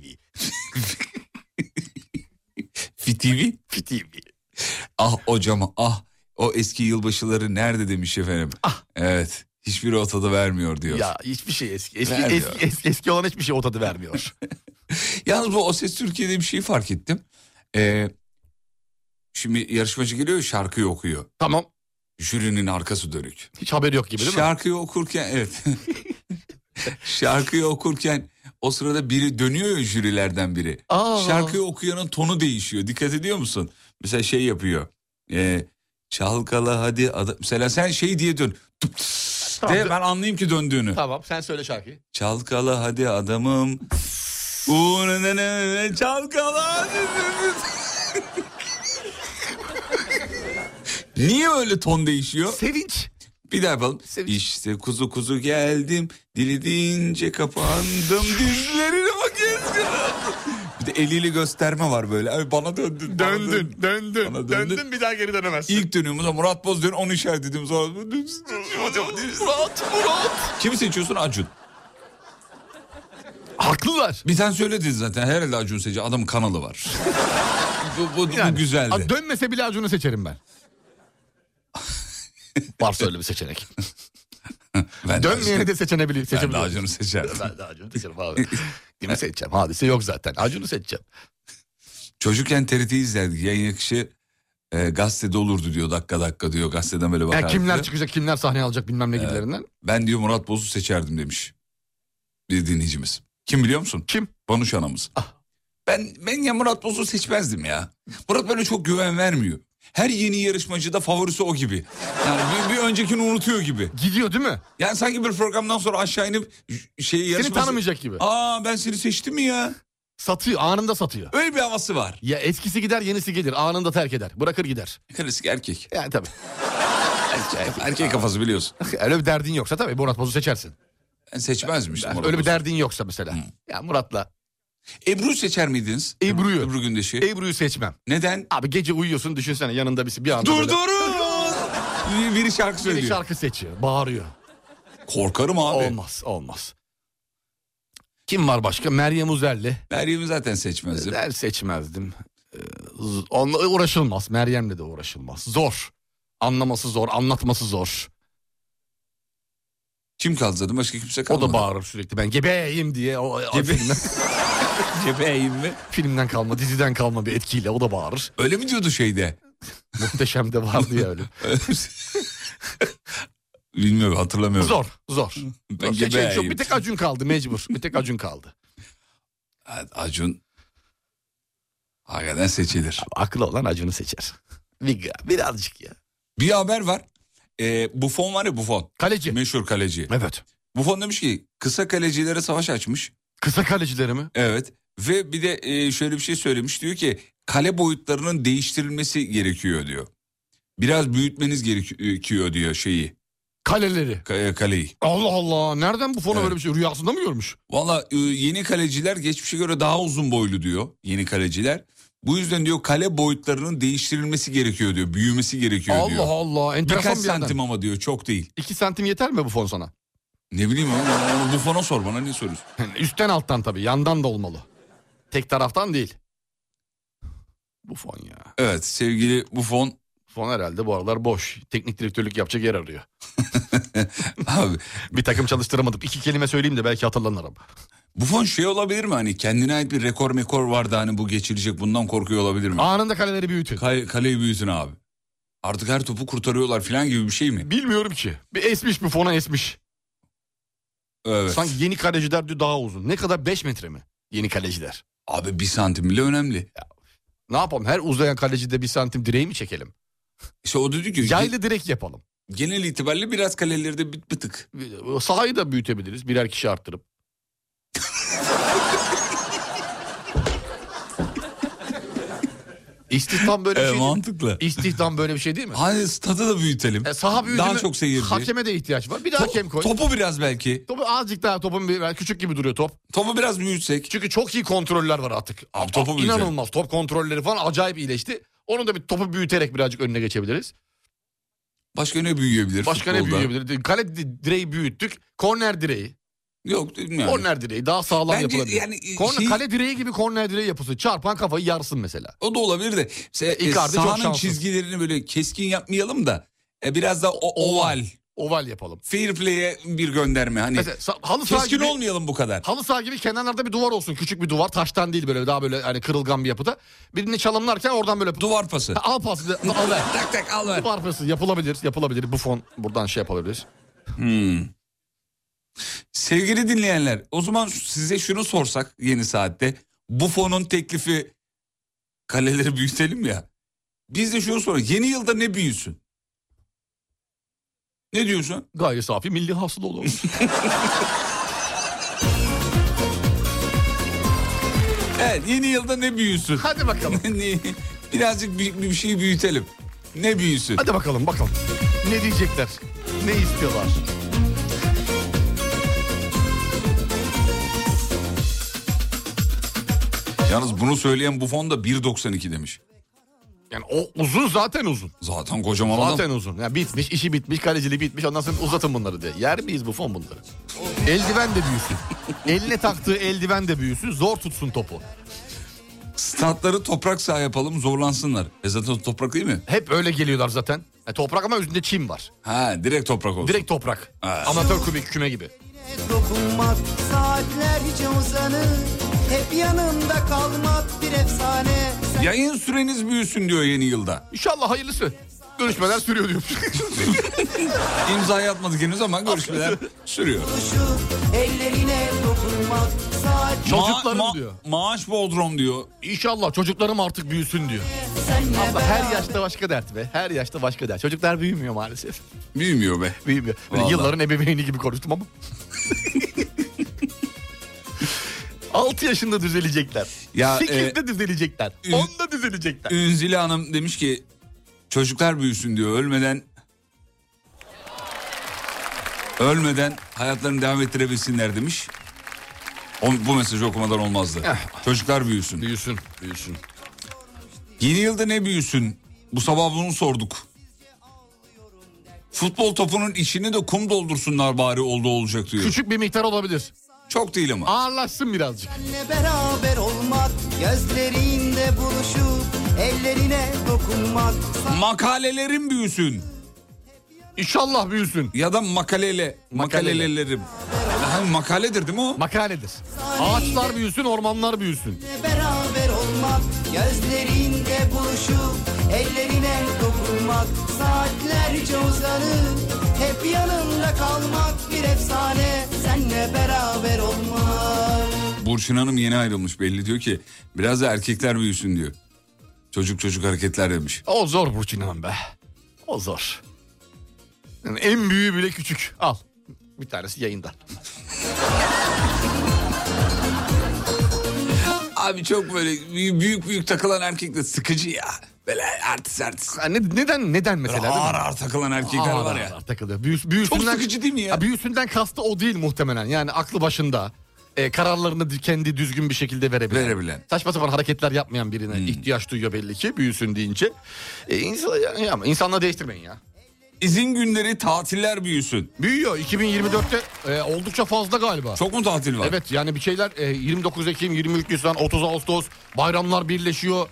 Fit TV. Fit TV. Ah o cama ah. O eski yılbaşıları nerede demiş efendim. Ah. Evet. Hiçbiri o tadı vermiyor diyor. Ya hiçbir şey eski. Eski, Vermiyor. eski, eski, eski olan hiçbir şey o tadı [laughs] vermiyor. Yalnız bu O Ses Türkiye'de bir şey fark ettim. Ee, şimdi yarışmacı geliyor şarkıyı okuyor. tamam. Jürinin arkası dönük. Hiç haberi yok gibi değil mi? Şarkıyı okurken [laughs] evet. şarkıyı okurken o sırada biri dönüyor ya jürilerden biri. Aa. Şarkıyı okuyanın tonu değişiyor. Dikkat ediyor musun? Mesela şey yapıyor. Ee, çalkala hadi ada- mesela sen şey diye dön. Tup tıs De ben anlayayım ki döndüğünü. Tamam sen söyle şarkıyı. Çalkala hadi adamım. Uğur ne ne ne çalkala hadi. Niye öyle ton değişiyor? Sevinç. Bir daha yapalım. Sevinç. İşte kuzu kuzu geldim. Dili deyince kapandım. Dizlerine bak ezgin aldım. Bir de eliyle gösterme var böyle. Abi bana döndün. bana Döndün, döndün, Bana döndün, döndün. bir daha geri dönemezsin. İlk dönüyorumuz Murat Boz dön onu işaret ediyorum. Sonra... Murat, Murat. Kimi seçiyorsun? Acun. Haklılar. Bir tane söyledi zaten. Herhalde Acun seçici. Adamın [laughs] kanalı var. bu, bu, bu güzeldi. a- Dönmese bile Acun'u seçerim ben. Varsa öyle bir seçenek. [laughs] ben de Dönmeyeni Acun'u- de seçenebilir. Ben de seçebilirim. Acun'u seçerdim. Ben de Acun'u seçerim abi. Kimi seçeceğim? Hadise yok zaten. Acun'u seçeceğim. Çocukken TRT izlerdik. Yayın akışı e, gazetede olurdu diyor. Dakika dakika diyor. Gazeteden böyle Ya bakardı. kimler çıkacak, kimler sahne alacak bilmem ne gibilerinden. Ben diyor Murat Boz'u seçerdim demiş bir dinleyicimiz. Kim biliyor musun? Kim? Ah. Banuş anamız. Ben ben ya Murat Boz'u seçmezdim ya. Murat böyle çok güven vermiyor. Her yeni yarışmacıda favorisi o gibi. Yani bir, bir öncekini unutuyor gibi. Gidiyor değil mi? Yani sanki bir programdan sonra aşağı inip j- şey Seni yarışması... tanımayacak gibi. Aa ben seni seçtim mi ya? satıyor anında satıyor. Öyle bir havası var. Ya eskisi gider yenisi gelir anında terk eder bırakır gider. Klasik erkek. Yani tabii. Erkek, erkek kafası biliyorsun. [laughs] Öyle bir derdin yoksa tabii Murat Boz'u seçersin. Yani Seçmez misin? Murat Öyle bir Boz'u? derdin yoksa mesela. Ya Murat'la Ebru'yu seçer miydiniz? Ebru'yu. Ebru Gündeş'i. Ebru'yu seçmem. Neden? Abi gece uyuyorsun düşünsene yanında birisi bir anda böyle- Durdurun! Bir- Biri şarkı Biri söylüyor. şarkı seçiyor, bağırıyor. Korkarım abi. Olmaz, olmaz. Kim var başka? Meryem Uzerli. Meryem'i zaten seçmezdim. Ben seçmezdim. Ee, z- Onunla uğraşılmaz. Meryem'le de uğraşılmaz. Zor. Anlaması zor, anlatması zor. Kim kaldı zaten? Başka kimse O kalmadı. da bağırır sürekli. Ben gebeyim diye. O, o Gebe- filmden, [laughs] Gebeyim mi? filmden kalma, diziden kalma bir etkiyle. O da bağırır. Öyle mi diyordu şeyde? Muhteşem de vardı ya öyle. [laughs] Bilmiyorum hatırlamıyorum. Zor, zor. Ben Zor. Seçenek yok. gebeyim. Bir tek Acun kaldı mecbur. Bir tek Acun kaldı. Acun hakikaten seçilir. Aklı olan Acun'u seçer. [laughs] Bir, birazcık ya. Bir haber var. Ee, Buffon var ya Buffon. Kaleci. Meşhur kaleci. Evet. Buffon demiş ki kısa kalecilere savaş açmış. Kısa kalecileri mi? Evet. Ve bir de e, şöyle bir şey söylemiş. Diyor ki kale boyutlarının değiştirilmesi gerekiyor diyor. Biraz büyütmeniz gerekiyor diyor şeyi. Kaleleri. ka- e, kaleyi. Allah Allah. Nereden bu fona Evet. böyle bir şey? Rüyasında mı görmüş? Valla e, yeni kaleciler geçmişe göre daha uzun boylu diyor yeni kaleciler. Bu yüzden diyor kale boyutlarının değiştirilmesi gerekiyor diyor. Büyümesi gerekiyor Allah diyor. Allah. Enteresan Birkaç bir yerden. santim ama diyor çok değil. İki santim yeter mi bu fon sana? Ne bileyim ama onu Buffon'a sor bana ne soruyorsun? [laughs] Üstten alttan tabii. Yandan da olmalı. Tek taraftan değil. Bu fon ya. Evet sevgili Buffon Fon herhalde bu aralar boş. Teknik direktörlük yapacak yer arıyor. [laughs] abi Bir takım çalıştıramadım. İki kelime söyleyeyim de belki hatırlanırım. Buffon şey olabilir mi hani kendine ait bir rekor mekor vardı hani bu geçilecek bundan korkuyor olabilir mi? Anında kaleleri büyütün. Kale, kaleyi büyüsün abi. Artık her topu kurtarıyorlar falan gibi bir şey mi? Bilmiyorum ki. Bir esmiş bu fona esmiş. Evet. Sanki yeni kaleciler diyor daha uzun. Ne kadar 5 metre mi? Yeni kaleciler. Abi bir santim bile önemli. Ne yapalım? Her uzayan kalecide bir santim direği mi çekelim? İşte o dedi ki Yaylı direk yapalım. genel itibariyle biraz kaleleri de bir, bir tık. Sahayı da büyütebiliriz birer kişi [laughs] arttırıp. İstihdam böyle bir Evet, şey değil mi? mantıklı. İstihdam böyle bir şey değil mi? Hani stadı da büyütelim. E, saha büyüdü Daha mü, çok seyirci. Hakeme de ihtiyaç var. Bir de hakem koy. Topu biraz belki. Topu azıcık daha topun bir, küçük gibi duruyor top. Topu biraz büyütsek. Çünkü çok iyi kontroller var artık. Abi topu büyütelim. İnanılmaz. Top kontrolleri falan acayip iyileşti. Onu da bir topu büyüterek birazcık önüne geçebiliriz. Başka ne büyüyebilir? Başka ne futbolda? büyüyebilir? Kale di- direği büyüttük. Korner direği. Yok yani. Korner direği daha sağlam Bence yapılabilir. yani, e, Korner- şey- Kale direği gibi korner direği yapısı. Çarpan kafayı yarsın mesela. O da olabilir de. Mesela, e, Icardi çok sahanın şanssız. çizgilerini böyle keskin yapmayalım da e, biraz da o- oval. Oval yapalım. Fair play'e bir gönderme hani. Mesela sa- halı saha keskin gibi, olmayalım bu kadar. halı saha gibi kenarlarda bir duvar olsun. Küçük bir duvar. Taştan değil böyle daha böyle hani kırılgan bir yapıda. Birini çalımlarken oradan böyle [laughs] Duvar pası. al pası al ver. tak tak al ver. Duvar pası yapılabilir. Yapılabilir. Bu fon buradan şey yapabilir. Hmm. Sevgili dinleyenler, o zaman size şunu sorsak yeni saatte. Buffon'un teklifi kaleleri [laughs] büyütelim ya. Biz de şunu soralım. Yeni yılda ne büyüsün? Ne diyorsun? Gayri safi milli hasıl olur. [laughs] Evet, yeni yılda ne büyüsün? Hadi bakalım. [laughs] Ne- Birazcık bir, bir şey büyütelim. Ne büyüsün? Hadi bakalım bakalım. Ne diyecekler? Ne istiyorlar? Yalnız bunu söyleyen Buffon da 1.92 demiş. Yani o uzun zaten uzun. Zaten kocaman adam. Zaten uzun. Ya bitmiş, işi bitmiş, kalecilik bitmiş. Ondan sonra uzatın bunları diye. Yer miyiz bu fon bunları? Eldiven de [laughs] büyüsün. Eline taktığı eldiven de büyüsün. Zor tutsun topu. Statları toprak saha yapalım zorlansınlar. E zaten toprak değil mi? Hep öyle geliyorlar zaten. Ya toprak ama üstünde çim var. Ha direkt toprak olsun. Direkt toprak. Evet. Amatör küme, küme gibi. dokunmak Saatlerce uzanır Hep yanımda kalmak bir efsane Sen Yayın süreniz büyüsün diyor yeni yılda. İnşallah hayırlısı. Görüşmeler sürüyor diyor. [laughs] İmzayı atmadık henüz ama görüşmeler sürüyor. şu ellerine dokunmak Saat Çocuklarım Ma- ma- diyor. Maaş bodrum diyor. İnşallah çocuklarım artık büyüsün diyor. senle Abla beraber her yaşta başka dert be. Her yaşta başka dert. Çocuklar büyümüyor maalesef. Bilmiyor be. Büyümüyor. Böyle Vallahi. yılların ebeveyni gibi konuştum ama. 6 yaşında düzelecekler. Ya, 8'de e, düzelecekler. 10'da düzelecekler. Ünzile Hanım demiş ki çocuklar büyüsün diyor ölmeden ölmeden hayatlarını devam ettirebilsinler demiş. O, bu mesajı okumadan olmazdı. Çocuklar büyüsün. Eh. Büyüsün, büyüsün. Yeni yılda ne büyüsün? Bu sabah bunu sorduk. Futbol topunun içini de kum doldursunlar bari oldu olacak diyor. Küçük bir miktar olabilir. Çok değil ama. Ağırlaşsın birazcık. Senle beraber olmak, gözlerinde buluşup ellerine dokunmak. Makalelerim büyüsün. İnşallah büyüsün. Ya da makalele. Makalelelerim. Ha, makaledir değil mi o? Makaledir. Ağaçlar büyüsün, ormanlar büyüsün. Senle beraber olmak, gözlerinde buluşup ellerine dokunmak. Saatlerce uzanıp hep yanımda kalmak bir efsane. Senle beraber olmak. Burçin Hanım yeni ayrılmış belli diyor ki biraz da erkekler büyüsün diyor. Çocuk çocuk hareketler demiş. O zor Burçin Hanım be. O zor. Yani en büyüğü bile küçük. Al. Bir tanesi yayında. Abi çok böyle büy- büyük büyük takılan erkek de sıkıcı ya. Böyle artist artist. Ha, ne- neden neden Böyle mesela? değil mi? ağır ağır takılan erkekler Ağır var ağır ya. takılıyor. Büyüs, büyüsünden, Çok sıkıcı değil mi ya? Ha, büyüsünden kastı o değil muhtemelen. Yani aklı başında. e, kararlarını di- kendi düzgün bir şekilde verebilen. Verebilen. Hmm. Saçma sapan hareketler yapmayan birine ihtiyaç duyuyor belli ki büyüsün deyince. E, insan, ya, ama insanla değiştirmeyin ya. İzin günleri tatiller büyüsün. Büyüyor 2024'te e, oldukça fazla galiba. Çok mu tatil var? Evet yani bir şeyler e, 29 Ekim, 23 Nisan, 30 Ağustos bayramlar birleşiyor.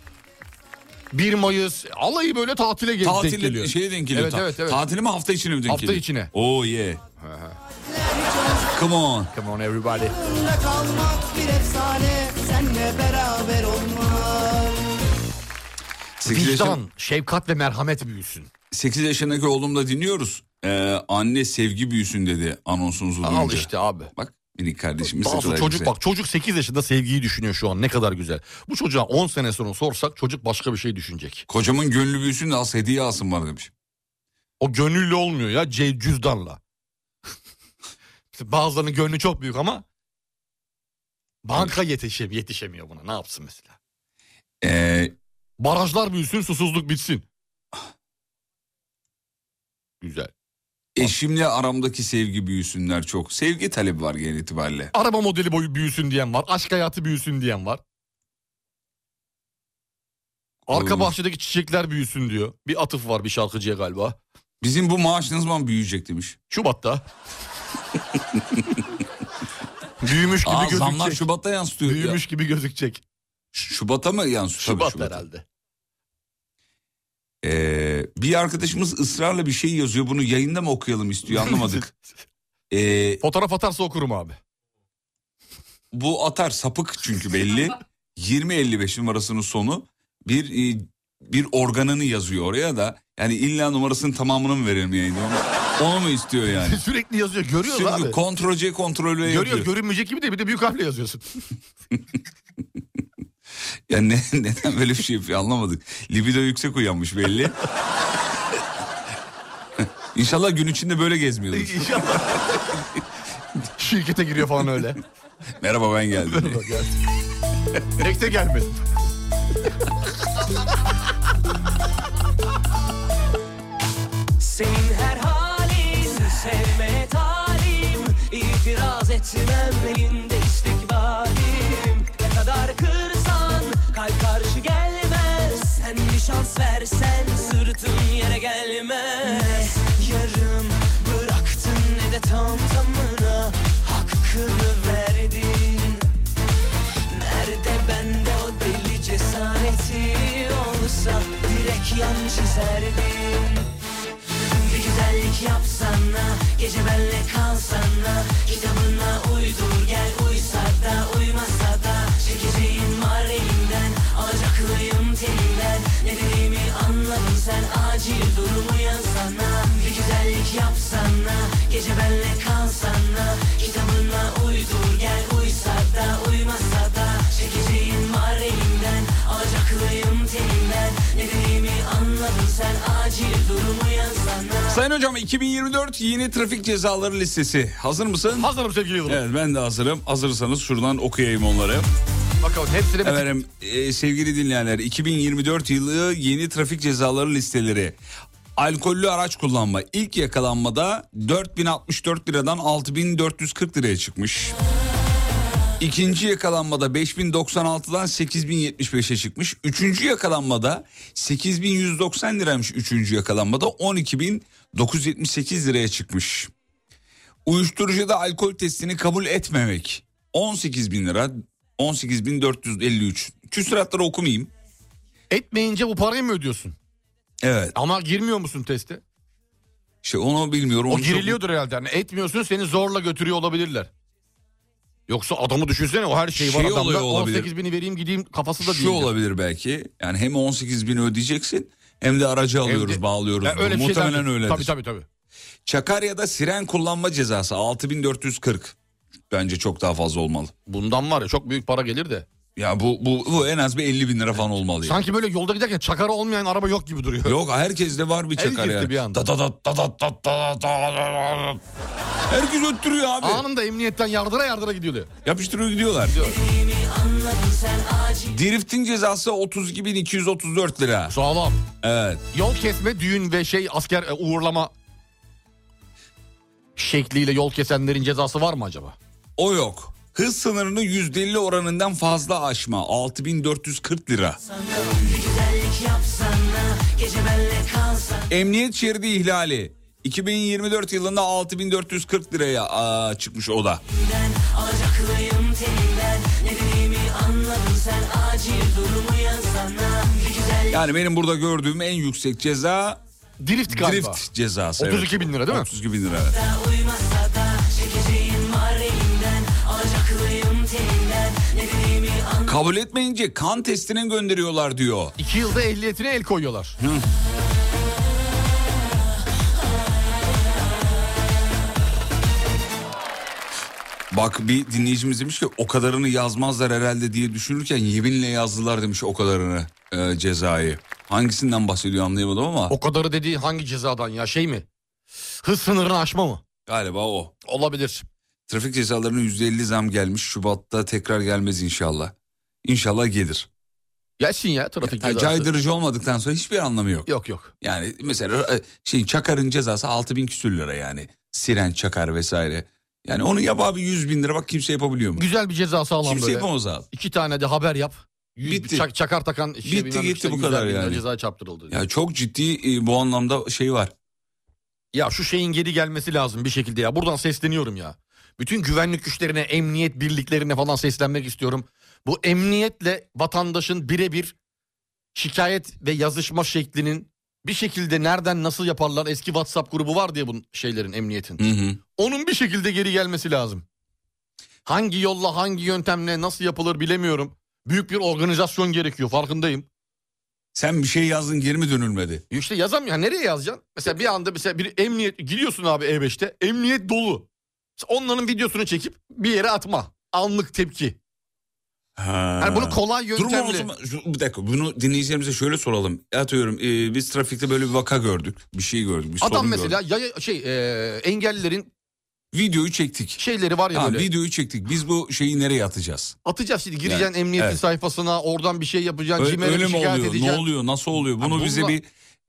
1 Mayıs alayı böyle tatile gel- denk geliyor. Tatil şeye denk geliyor. Evet Ta- evet evet. Tatili mi hafta içine mi denk Hafta geliyor? içine. Oh yeah. Come on. Come on everybody. Yanımda kalmak bir efsane. Senle beraber olmak. Sekiz yaşın- Vicdan, şefkat ve merhamet büyüsün. 8 yaşındaki oğlumla dinliyoruz. Ee, anne sevgi büyüsün dedi anonsunuzu duyunca. Al işte abi. Bak minik kardeşimiz. ne Daha sonra kadar çocuk güzel. bak çocuk 8 yaşında sevgiyi düşünüyor şu an ne kadar güzel. Bu çocuğa 10 sene sonra sorsak çocuk başka bir şey düşünecek. Kocamın gönlü büyüsün de az hediye alsın bana demiş. O gönüllü olmuyor ya ce- cüzdanla. [laughs] İşte Bazılarının gönlü çok büyük ama banka yetişem yetişemiyor buna ne yapsın mesela. Ee, Barajlar büyüsün susuzluk bitsin. Güzel. eşimle aramdaki sevgi büyüsünler çok. Sevgi talebi var genel itibariyle. Araba modeli boyu büyüsün diyen var. Aşk hayatı büyüsün diyen var. Arka Olur. bahçedeki çiçekler büyüsün diyor. Bir atıf var bir şarkıcıya galiba. Bizim bu maaş ne zaman büyüyecek demiş. [laughs] Şubat'ta. Büyümüş gibi Aa, zamlar gözükecek. Şubat'ta yansıtıyor. Ya, Büyümüş gibi gözükecek. [laughs] Ş- Şubat'a mı yansıtıyor? Tabii Şubat Şubat'a. herhalde. Ee, bir arkadaşımız ısrarla bir şey yazıyor. Bunu yayında mı okuyalım istiyor [laughs] anlamadık. Ee, Fotoğraf atarsa okurum abi. bu atar sapık çünkü belli. 20-55 numarasının sonu bir e, bir organını yazıyor oraya da. Yani illa numarasının tamamını mı verelim yayında? Onu- Onu mu istiyor [laughs] yani? Sürekli yazıyor. Görüyoruz Çünkü abi. kontrol C kontrol V Görüyor, yapıyor. görünmeyecek gibi de bir de büyük harfle [laughs] yazıyorsun. Ya ne, [laughs] neden böyle bir şey yapıyor anlamadık. Libido yüksek uyanmış belli. [laughs] İnşallah gün içinde böyle gezmiyordur. İnşallah. Şirkete giriyor falan [laughs] öyle. Merhaba ben geldim. diye. Tek de gelmedi. Senin her halin sevmeye talim İtiraz etmem elinde istikbalim Ne kadar kırsan kalp karşı gelmez Sen bir şans versen sırtın yere gelmez Ne yarım bıraktın ne de tam tamına Hakkını verdin Nerede bende o deli cesareti olsa Direkt yan çizerdin bir güzellik yapsana Gece benle kalsana Kitabına uydur gel Uysa da uymasa da Çekeceğim var elimden Alacaklıyım telinden Ne dediğimi anladın sen Acil durum uyansana Bir güzellik yapsana Gece benle kalsana Kitabına uydur gel Uysa da uymasa da Çekeceğim var elimden Alacaklıyım telinden Ne dediğimi anladın sen Acil durum uyansana Sayın hocam 2024 yeni trafik cezaları listesi. Hazır mısın? Hazırım sevgili Yıldırım. Evet ben de hazırım. Hazırsanız şuradan okuyayım onları. Bakalım hepsini bir- Efendim e, sevgili dinleyenler 2024 yılı yeni trafik cezaları listeleri. Alkollü araç kullanma ilk yakalanmada 4064 liradan 6440 liraya çıkmış. İkinci yakalanmada 5096'dan 8075'e çıkmış. Üçüncü yakalanmada 8190 liraymış üçüncü yakalanmada 12978 liraya çıkmış. Uyuşturucuda alkol testini kabul etmemek 18 bin lira 18.453 küsuratları okumayayım. Etmeyince bu parayı mı ödüyorsun? Evet. Ama girmiyor musun teste? İşte onu bilmiyorum. O onu çok- giriliyordur herhalde. Yani etmiyorsun seni zorla götürüyor olabilirler. Yoksa adamı düşünsene o her şey, Şey var adamda. oluyor olabilir. 18 bini vereyim gideyim kafası da Şu olabilir belki. Yani hem 18 bin ödeyeceksin hem de aracı şey alıyoruz, bağlıyoruz. Yani öyle bir şeyler- Muhtemelen öyledir. Tabii tabii tabii. Çakarya'da siren kullanma cezası 6440. Bence çok daha fazla olmalı. Bundan var ya çok büyük para gelir de. Ya bu bu, bu en az bir 50 bin lira falan olmalı. yani. Sanki böyle yolda giderken çakara olmayan araba yok gibi duruyor. Yok herkeste var bir Herkes de Çakarya. bir anda. Da da da da da da da da da. Herkes öttürüyor abi. Anında emniyetten yardıra yardıra gidiyorlar. Yapıştırıyor gidiyorlar. Anladın sen acil Driftin cezası 32.234 lira. Sağlam. Evet. Yol kesme, düğün ve şey asker e, uğurlama şekliyle yol kesenlerin cezası var mı acaba? O yok. Hız sınırını %50 oranından fazla aşma. 6440 lira. güzellik yapsana Gece benle kalsan Emniyet şeridi ihlali. 2024 yılında 6440 liraya aa, çıkmış o da. Ben alacaklıyım teninden Ne dediğimi anladın sen acil durumu yazsana Bir güzellik Yani benim burada gördüğüm en yüksek ceza Drift galiba. drift cezası. 32 bin lira değil mi? 32 bin lira. evet. da uymazsa da Çekeceğim var elimden Alacaklıyım teninden Ne dediğimi anladın Kabul etmeyince kan testine gönderiyorlar diyor. 2 yılda ehliyetine el koyuyorlar. Bak bir dinleyicimiz demiş ki o kadarını yazmazlar herhalde diye düşünürken yeminle yazdılar demiş o kadarını e, cezayı. Hangisinden bahsediyor anlayamadım ama O kadarı dediği hangi cezadan ya şey mi? Hız sınırını aşma mı? galiba o. Olabilir. Trafik cezalarına %50 zam gelmiş. Şubat'ta tekrar gelmez inşallah. İnşallah gelir. Gelsin ya trafik Yani cezası. caydırıcı olmadıktan sonra hiçbir anlamı yok. Yok yok. Yani mesela e, şey çakarın cezası 6000 küsür lira yani. Siren çakar vesaire. Yani onu yap abi 100 bin lira bak kimse yapabiliyor mu? Güzel bir ceza sağlam Kimse böyle. yapamaz abi. İki tane de haber yap. Yüz- Bitti. çak- çakar takan. işte Bitti bilmem gitti işte bu yüzler kadar Şey, bin lira yani. Cezaya çarptırıldı. Ya. Ya çok ciddi e, bu anlamda şey var. şu şeyin geri gelmesi lazım bir şekilde ya. Buradan sesleniyorum ya. Bütün güvenlik güçlerine, emniyet birliklerine falan seslenmek istiyorum. Bu emniyetle vatandaşın birebir şikayet ve yazışma şeklinin bir şekilde nereden nasıl yaparlar eski WhatsApp grubu var diye bunun şeylerin emniyetin. Hı hı. Onun bir şekilde geri gelmesi lazım. Hangi yolla, hangi yöntemle, nasıl yapılır bilemiyorum. Büyük bir organizasyon gerekiyor farkındayım. Sen bir şey yazdın geri mi dönülmedi? İşte yazamıyor. Nereye yazacaksın? Mesela bir anda mesela bir emniyet giriyorsun abi E5'te. Emniyet dolu. Mesela Onların videosunu çekip bir yere atma. Anlık tepki. Ha. Yani bunu kolay Durum yöntemle. o zaman- şu- bir dakika bunu dinleyicilerimize şöyle soralım. Atıyorum e, biz trafikte böyle bir vaka gördük. Bir şey gördük. Bir sorun Adam gördük. mesela yaya, şey e, engellilerin Videoyu çektik. şeyleri var ya Tamam, böyle. videoyu çektik. Biz bu şeyi nereye atacağız? Atacağız şimdi gireceksin Yani, emniyetin evet. sayfasına oradan bir şey yapacaksın. Öyle, Öyle, öyle mi şikayet oluyor? Ne edeceksin. oluyor? Nasıl oluyor? Bunu bununla- bize bir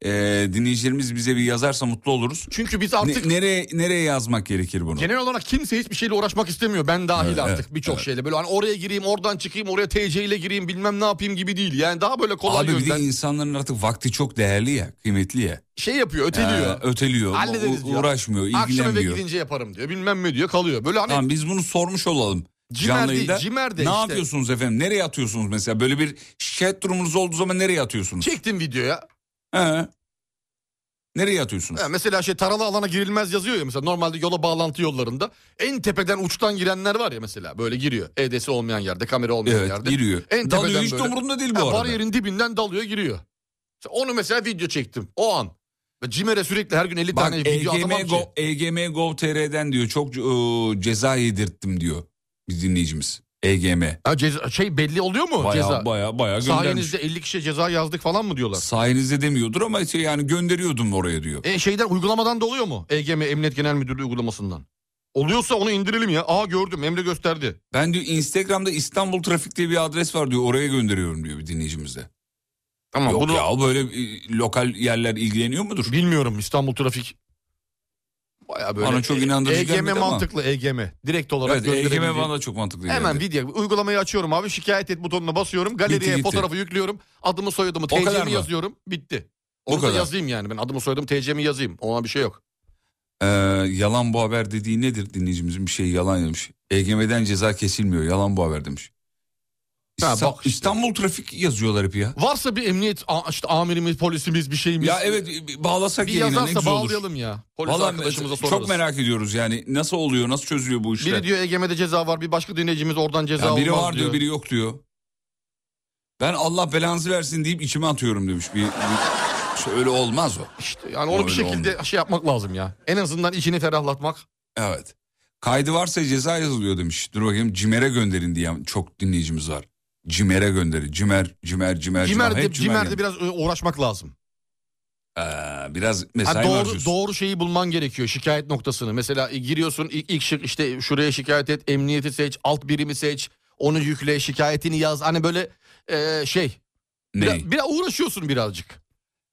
e, dinleyicilerimiz bize bir yazarsa mutlu oluruz. Çünkü biz Ne- artık nereye nereye yazmak gerekir bunu? Genel olarak kimse hiçbir şeyle uğraşmak istemiyor. Ben dahil Evet, artık evet, birçok evet. şeyle. Böyle hani oraya gireyim, oradan çıkayım, oraya TC ile gireyim, bilmem ne yapayım gibi değil. Yani daha böyle kolay Abi bir de yönden insanların artık vakti çok değerli ya, kıymetli ya. şey yapıyor, Ee, öteliyor. öteliyor. Hallederiz u- diyor. Uğraşmıyor, Akşam eve ilgilenmiyor. gidince yaparım diyor. Bilmem ne diyor, kalıyor. Böyle hani Tamam biz bunu sormuş olalım. Cimer canlı değil, yayında. cimer de Ne işte. yapıyorsunuz efendim? Nereye atıyorsunuz mesela? Böyle bir şikayet durumunuz olduğu zaman nereye atıyorsunuz? çektim videoya. He. Nereye atıyorsunuz? Ha, mesela şey taralı alana girilmez yazıyor ya mesela normalde yola bağlantı yollarında. En tepeden uçtan girenler var ya mesela böyle giriyor. EDS olmayan yerde, kamera olmayan evet yerde. giriyor. En tepeden Dalıyor hiç de böyle. umurumda değil bu Ha, arada. bariyerin dibinden dalıyor giriyor. İşte onu mesela video çektim o an. Ve Cimer'e sürekli her gün 50 Bak tane video atamam EGM, ki. e, Go, EGM Gov.tr'den diyor çok e, ceza yedirttim diyor bir dinleyicimiz. EGM. Ha, ceza, şey belli oluyor mu Baya ceza? baya baya göndermiş. Sayenizde 50 kişi ceza yazdık falan mı diyorlar? Sayenizde demiyordur ama şey yani gönderiyordum oraya diyor. E şeyden uygulamadan da oluyor mu? EGM Emniyet Genel Müdürlüğü uygulamasından. Oluyorsa onu indirelim ya. Aa gördüm Emre gösterdi. Ben diyor Instagram'da İstanbul Trafik diye bir adres var diyor oraya gönderiyorum diyor bir dinleyicimizde. Tamam, Yok bunu- ya böyle e, lokal yerler ilgileniyor mudur? Bilmiyorum İstanbul Trafik. Baya böyle. Bana çok inandırıcı EGM gelmedi ama. mantıklı EGM. Direkt olarak Evet EGM gönderebildiğin. bana da çok mantıklı geldi. Hemen video uygulamayı açıyorum abi. Şikayet et butonuna basıyorum. Galeriye Gitti, gitti. fotoğrafı yüklüyorum. Adımı soyadımı O kadar TC'mi mı? yazıyorum. Bitti. O Onu da kadar. yazayım yani. Ben adımı soyadımı TC'mi yazayım. Ona bir şey yok. Ee, yalan bu haber dediği nedir dinleyicimizin bir şey yalan demiş. EGM'den ceza kesilmiyor yalan bu haber demiş. Ha, İsta- bak işte. İstanbul Trafik yazıyorlar hep ya. Varsa bir emniyet a- işte amirimiz, polisimiz bir şeyimiz. Ya evet e, bağlasak Bir yayına ne yazarsa güzel olur. bağlayalım ya. Polis Vallahi arkadaşımıza çok sorarız. merak ediyoruz yani nasıl oluyor nasıl çözülüyor bu işler. Biri diyor EGM'de ceza var. Bir başka dinleyicimiz oradan ceza Ya biri olmaz var diyor. diyor. biri yok diyor. Ben Allah belanızı versin deyip içime atıyorum demiş. Bir, bir- işte öyle olmaz o. İşte yani onu bir Öyle şekilde şey yapmak lazım ya. En azından içini ferahlatmak. Evet. Kaydı varsa ceza yazılıyor demiş. Dur bakayım Cimer'e gönderin diyen çok dinleyicimiz var. Cimer'e gönderin. Cimer, Cimer, Cimer, Cimer. Cimer'de, Hep Cimer'de yani. biraz e, uğraşmak lazım. Ee, biraz Ha, mesai var doğru diyorsun. doğru şeyi bulman gerekiyor şikayet noktasını. Mesela e, giriyorsun ilk, ilk şık işte şuraya şikayet et, emniyeti seç, alt birimi seç, onu yükle, şikayetini yaz. Hani böyle e, şey. Ne? Biraz, biraz uğraşıyorsun birazcık.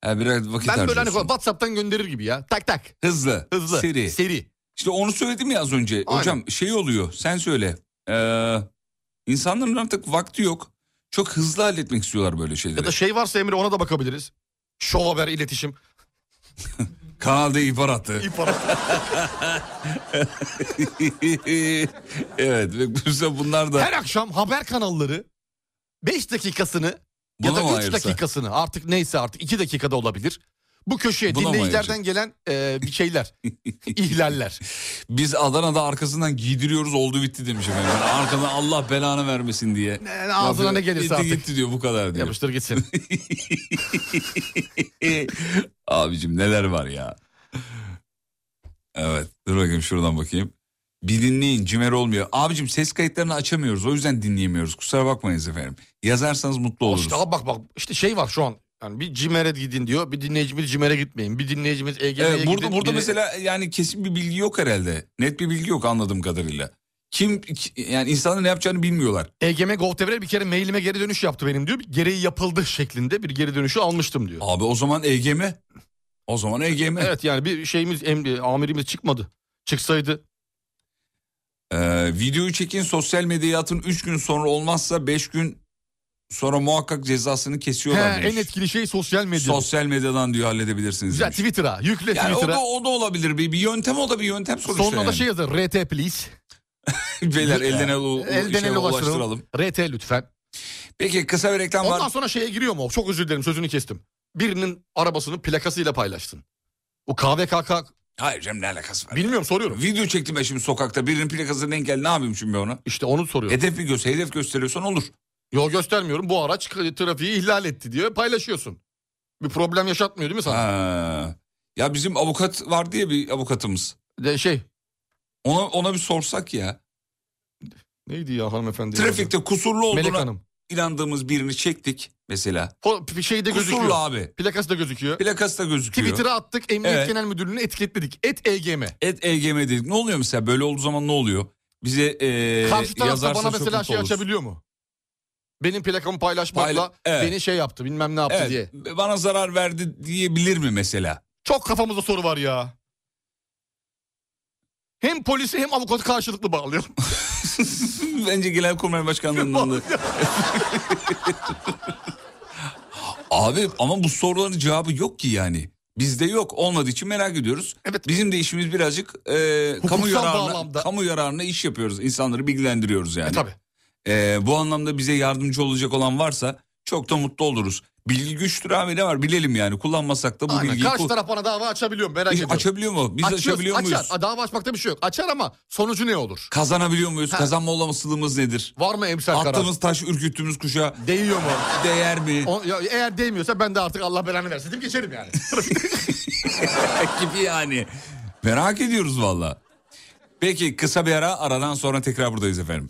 Ha, biraz vakit ben böyle hani harcıyorsun. WhatsApp'tan gönderir gibi ya. Tak tak. Hızlı, Hızlı. seri. Seri. İşte onu söyledim ya az önce. Aynen. Hocam şey oluyor sen söyle. Ee, insanların artık vakti yok. Çok hızlı halletmek istiyorlar [laughs] böyle şeyleri. Ya da şey varsa Emre ona da bakabiliriz. Şov haber iletişim. Kanalda ihbar attı. İpara. [laughs] evet ve mesela bunlar da Her akşam haber kanalları 5 dakikasını Buna ya da mı 3 ayırsa? dakikasını artık neyse artık 2 dakikada olabilir. Bu köşeye Buna mı dinleyicilerden gelen e, bir [laughs] şeyler, ihlaller. biz Adana'da arkasından giydiriyoruz oldu bitti demiş efendim. Yani arkadan Allah belanı vermesin diye. Yani ağzına ne gelirse gitti, artık. Gitti diyor bu kadar diyor. Yapıştır gitsin. [laughs] Abicim neler var ya. Evet dur bakayım şuradan bakayım. Bir dinleyin cimer olmuyor. Abicim ses kayıtlarını açamıyoruz o yüzden dinleyemiyoruz. Kusura bakmayınız efendim. Yazarsanız mutlu oluruz. işte abi bak bak işte şey var şu an. Yani bir cimere gidin diyor. Bir dinleyicimiz cimere gitmeyin. Bir dinleyicimiz EGM'ye Evet, burada gidin. burada bir- mesela e, yani kesin bir bilgi yok herhalde. Net bir bilgi yok anladığım kadarıyla. Kim ki- yani insanların ne yapacağını bilmiyorlar. EGM Govtevre bir kere mailime geri dönüş yaptı benim diyor. Gereği yapıldı şeklinde bir geri dönüşü almıştım diyor. Abi o zaman EGM. O zaman E EGM. Evet yani bir şeyimiz emri, amirimiz çıkmadı. Çıksaydı Ee, videoyu çekin sosyal medyaya atın 3 gün sonra olmazsa 5 gün sonra muhakkak cezasını kesiyorlar He, demiş. en etkili şey sosyal medya. Sosyal medyadan diyor halledebilirsiniz Güzel demiş. Twitter'a yükle Yani o Twitter'a. da, o da olabilir bir, bir yöntem o da bir yöntem sonuçta Sonuna da yani. şey yazar RT please. Ee, Beyler elden ele, u- Elden şey ele ulaştıralım. ulaştıralım. RT lütfen. Peki kısa bir reklam Ondan var. sonra şeye giriyor mu? Çok özür dilerim sözünü kestim. Birinin arabasının plakasıyla paylaştın. O KVKK Hayır Cem ne alakası var? bilmiyorum soruyorum. Video çektim ben şimdi sokakta birinin plakasına denk geldi ne yapayım şimdi ben ona? İşte onu soruyorum. Hedef mi göster, hedef gösteriyorsan olur. Yol göstermiyorum bu araç trafiği ihlal etti diyor paylaşıyorsun. Bir problem yaşatmıyor değil mi sana? Ha. Ya bizim avukat vardı ya bir avukatımız. De şey Ona ona bir sorsak ya. neydi ya hanımefendi? Trafikte kusurlu Melek olduğuna Hanım. inandığımız birini çektik mesela. Po- bir şeyde Şey gözüküyor. Kusurlu abi. Plakası da gözüküyor. Plakası da gözüküyor. Twitter'a attık. Emniyet Evet. Genel Müdürlüğü'nü etiketledik. Et E EGM. Et EGM dedik. Ne oluyor mesela böyle olduğu zaman ne oluyor? Bize e, Karşı tarafta yazarsa bana çok mesela mutlu şey oluruz. açabiliyor mu? Benim plakamı paylaşmakla Payla- Evet. beni şey yaptı bilmem ne yaptı Evet, diye. bana zarar verdi diyebilir mi mesela? Çok kafamızda soru var ya. Hem polisi hem avukatı karşılıklı bağlayalım. [laughs] Bence Genelkurmay [laughs] Başkanlığı'ndan da. Abi ama bu soruların cevabı yok ki yani. Bizde yok olmadığı için merak ediyoruz. Evet. Bizim de işimiz birazcık e, kamu yararına bağlamda. kamu yararına iş yapıyoruz. İnsanları bilgilendiriyoruz yani. E tabii. E, bu anlamda bize yardımcı olacak olan varsa çok da mutlu oluruz. Bilgi güçtür abi ne var bilelim yani. Kullanmasak da bu Aynen. bilgiyi Karşı ku- taraf bana dava açabiliyor mu? merak Biz ediyorum. açabiliyor mu? Biz Açıyoruz, açabiliyor muyuz? Açar. Dava açmakta bir şey yok. Açar ama sonucu ne olur? Kazanabiliyor muyuz? Ha. Kazanma olasılığımız nedir? Var mı emsal karar? Attığımız taş ürküttüğümüz kuşa Değiyor mu? değer mi? O- ya, eğer değmiyorsa ben de artık Allah belanı versin deyip geçerim [laughs] yani. gibi yani. Merak ediyoruz valla. Peki kısa bir ara aradan sonra tekrar buradayız efendim.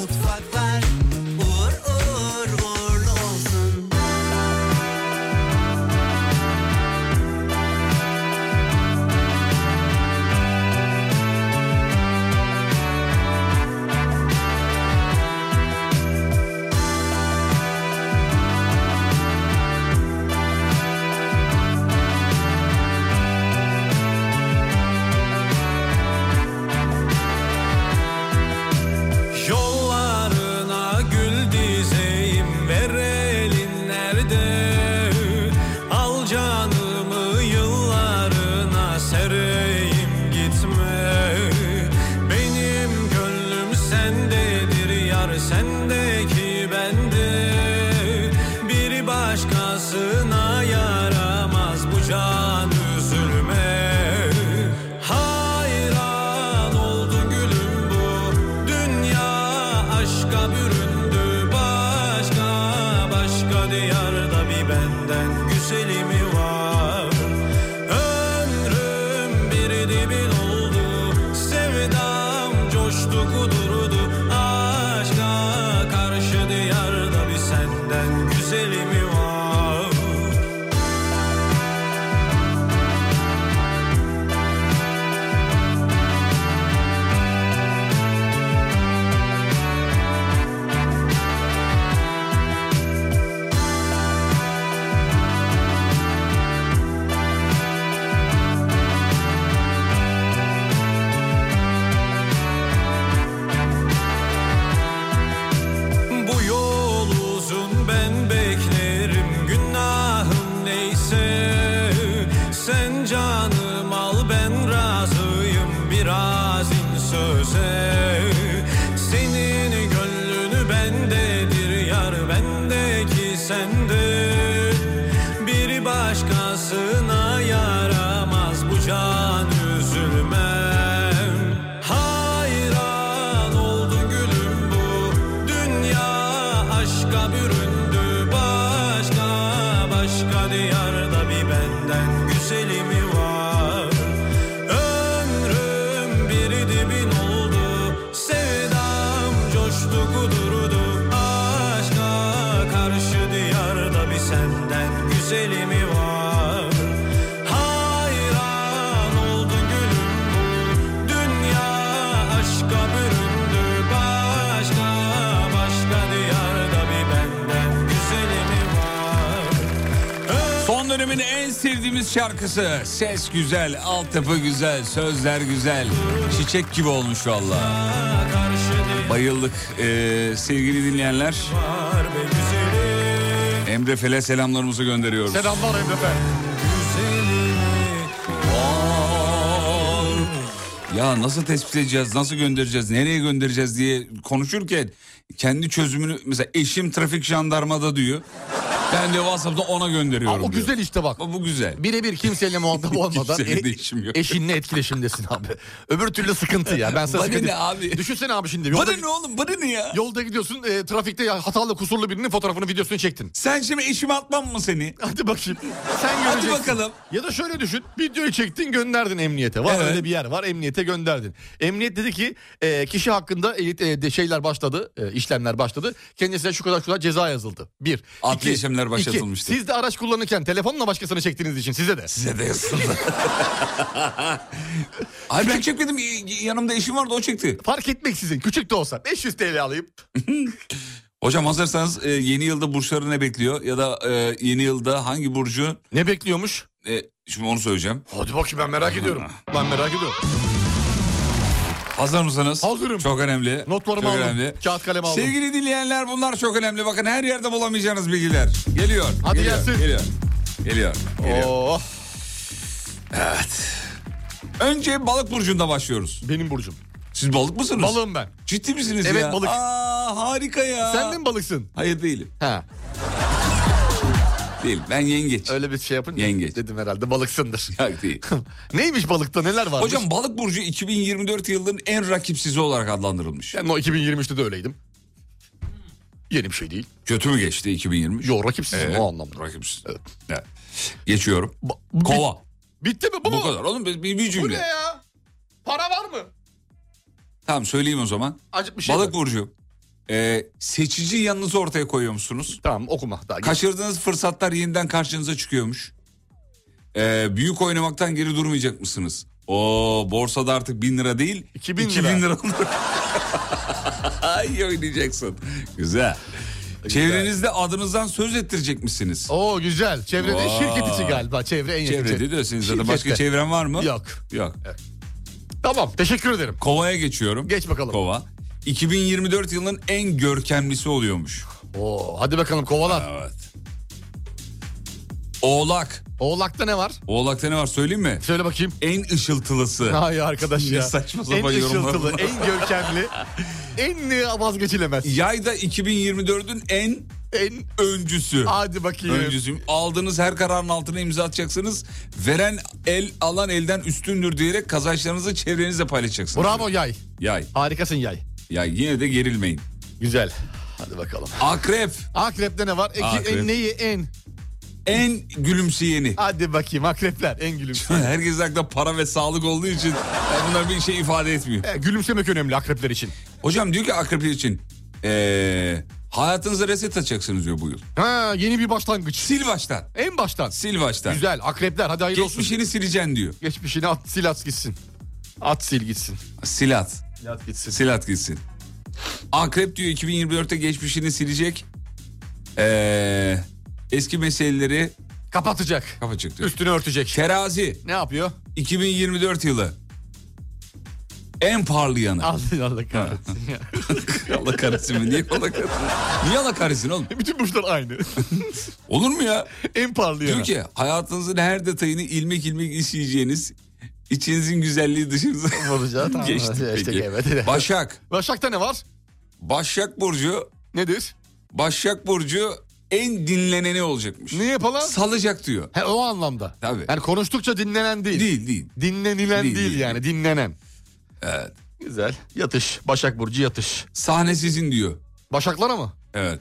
mutfaklar uğur uğur uğurlu olsun. Yollarına gül dizeyim ver elin nerede Al canımı yıllarına sereyim gitme Benim gönlüm sendedir yar sendeki bende Bir başkasına yaramaz bu can üzülme Hayran oldu gülüm bu Dünya aşka büründü başka başka diyarda bir benden güzeli mi var? Ömrüm bir dibin oldu sevdam coştu kudurdu aşka karşı diyarda bir senden güzeli mi var? Bu yol uzun ben beklerim günahım neyse Sen canım al ben razıyım biraz in söze Senin gönlünü bendedir yar bendeki sende Bir başkasına yaramaz bu can üzülmem Hayran oldum gülüm bu Dünya aşka büründü başka başka diyarda bir benden güzeli mi var? Ömrüm bir dibin oldu sevdam coştu kudurdu aşka karşı diyarda bir senden güzeli mi var? Hayran oldum gülüm bu dünya aşka büründü başka başka diyarda bir benden güzeli mi var? Son dönemin en sevdiğimiz şarkısı. Ses güzel, altyapı güzel, sözler güzel. Çiçek gibi olmuş valla. Bayıldık ee, sevgili dinleyenler. Emre Fel'e selamlarımızı gönderiyoruz. Selamlar Emre Fel. Ya nasıl tespit edeceğiz, nasıl göndereceğiz, nereye göndereceğiz diye konuşurken kendi çözümünü mesela eşim trafik jandarmada diyor. Ben de WhatsApp'ta ona gönderiyorum. o güzel işte bak. Bu güzel. Birebir kimseyle muhatap [laughs] olmadan Kimseyle e- eşinle etkileşimdesin abi. Öbür türlü sıkıntı ya. Ben sana Bana söyleyeyim. ne abi? Düşünsene abi şimdi. Bana ne oğlum bana ne ya? Yolda gidiyorsun e, trafikte ya, hatalı kusurlu birinin fotoğrafını videosunu çektin. Sen şimdi eşime atmam mı seni? [laughs] Hadi bakayım. Sen Hadi göreceksin. bakalım. Ya da şöyle düşün. Videoyu çektin gönderdin emniyete. Var Evet. öyle bir yer var emniyete gönderdin. Emniyet dedi ki e, kişi hakkında elit, e, de şeyler başladı. e, işlemler başladı. Kendisine şu kadar şu kadar ceza yazıldı. Bir. Adli İki. işlemler İki. başlatılmıştı. Siz de araç kullanırken telefonla başkasını çektiğiniz için size de. Size [laughs] de yazıldı. Hayır ben çekmedim y- yanımda eşim vardı o çekti. Fark etmeksizin küçük de olsa 500 TL alayım. [laughs] Hocam hazırsanız e, yeni yılda burçları ne bekliyor? Ya da e, yeni yılda hangi burcu? Ne bekliyormuş? şimdi onu söyleyeceğim. Hadi bakayım ben merak [laughs] ediyorum. Ben merak ediyorum. Hazır mısınız? Hazırım. Çok önemli. Notlarımı Çok aldım. önemli. Kağıt kalem aldım. Sevgili dinleyenler bunlar çok önemli. Bakın her yerde bulamayacağınız bilgiler. Geliyor. Hadi geliyor, gelsin. Geliyor. Geliyor. geliyor. Oh. Evet. Önce balık burcunda başlıyoruz. Benim burcum. Siz balık mısınız? Balığım ben. Ciddi misiniz evet ya? balık. Aa, harika ya. Sen de mi balıksın? Hayır değilim. Ha. Değil ben yengeç. Öyle bir şey yapın. Yengeç. Dedim herhalde balıksındır. Ya değil. [laughs] Neymiş balıkta neler varmış? Hocam balık burcu 2024 yılının en rakipsizi olarak adlandırılmış. ben o 2023'te de öyleydim. Yeni bir şey değil. Kötü mü geçti 2020? Yok rakipsiz o anlamda. Rakipsiz. Ee, Evet. Geçiyorum. Kova. Bitti mi bu? Bu kadar oğlum bir, bir cümle. Bu ne ya? Para var mı? Tamam söyleyeyim o zaman. Acık bir şey Balık burcu. Ee, seçici yanınızı ortaya koyuyor musunuz? Tamam okuma. Daha Kaçırdığınız fırsatlar yeniden karşınıza çıkıyormuş. Ee, büyük oynamaktan geri durmayacak mısınız? O borsada artık bin lira değil. 2000, lira. [laughs] İyi oynayacaksın. Güzel. Çevrenizde adınızdan söz ettirecek misiniz? Oo güzel. Çevrede Vay. şirket içi galiba. Çevre en yakın. Çevrede de senin zaten. Şirkette. Başka çevren var mı? Yok. Yok. Tamam teşekkür ederim. Kova'ya geçiyorum. Geç bakalım. Kova. 2024 yılının en görkemlisi oluyormuş. Oo, hadi bakalım kovalar. Evet. Oğlak. Oğlak'ta ne var? Oğlak'ta ne var söyleyeyim mi? Söyle bakayım. En ışıltılısı. Hay arkadaş ya. Ne saçma sapan en yorumlar ışıltılı, bunlar. en [laughs] görkemli, en vazgeçilemez. Yayda 2024'ün en en öncüsü. Hadi bakayım. Öncüsüyüm. Aldığınız her kararın altına imza atacaksınız. Veren el alan elden üstündür diyerek kazançlarınızı çevrenizle paylaşacaksınız. Bravo yay. Yay. Harikasın yay. Ya yine de gerilmeyin. Güzel. Hadi bakalım. Akrep. Akrep'te ne var? Eki, Akrep. En, neyi en? En gülümseyeni. Hadi bakayım akrepler en [laughs] gülümseyeni. Herkesin aklında para ve sağlık olduğu için yani bunlar bir şey ifade etmiyor. E, gülümsemek önemli akrepler için. Hocam diyor ki akrep için eee hayatınıza reset atacaksınız diyor bu yıl. Ha yeni bir başlangıç. Sil baştan. En baştan. Sil baştan. Güzel akrepler hadi hayırlı olsun. Geçmişini sileceksin diyor. Geçmişini at sil at gitsin. At sil gitsin. Silat. Silat gitsin. Silat gitsin. Akrep diyor 2024'te geçmişini silecek. Eee eski meseleleri Kapatacak. kapatacak diyor. Üstünü örtecek. Terazi Ne yapıyor? 2024 yılı. En parlayanı. Al Allah kahretsin ya. [laughs] Allah kahretsin mi? Niye Allah kahretsin? Niye Allah kahretsin oğlum? Bütün burçlar aynı. Olur mu ya? [laughs] en parlayan. Diyor ki hayatınızın her detayını ilmek ilmek işleyeceğiniz içinizin güzelliği dışınıza [laughs] olacağı [laughs] tamam. geçti İşte peki. evet. Başak. Başak'ta ne var? Başak Burcu. Nedir? Başak Burcu en dinleneni olacakmış. Ne yapalım? Salacak diyor. He, o anlamda. Tabii. Yani konuştukça dinlenen değil. Değil değil. Dinlenilen Değil, değil, değil. yani dinlenen. Evet. Güzel. Yatış. Başak Burcu yatış. Sahne sizin diyor. Başaklara mı? Evet.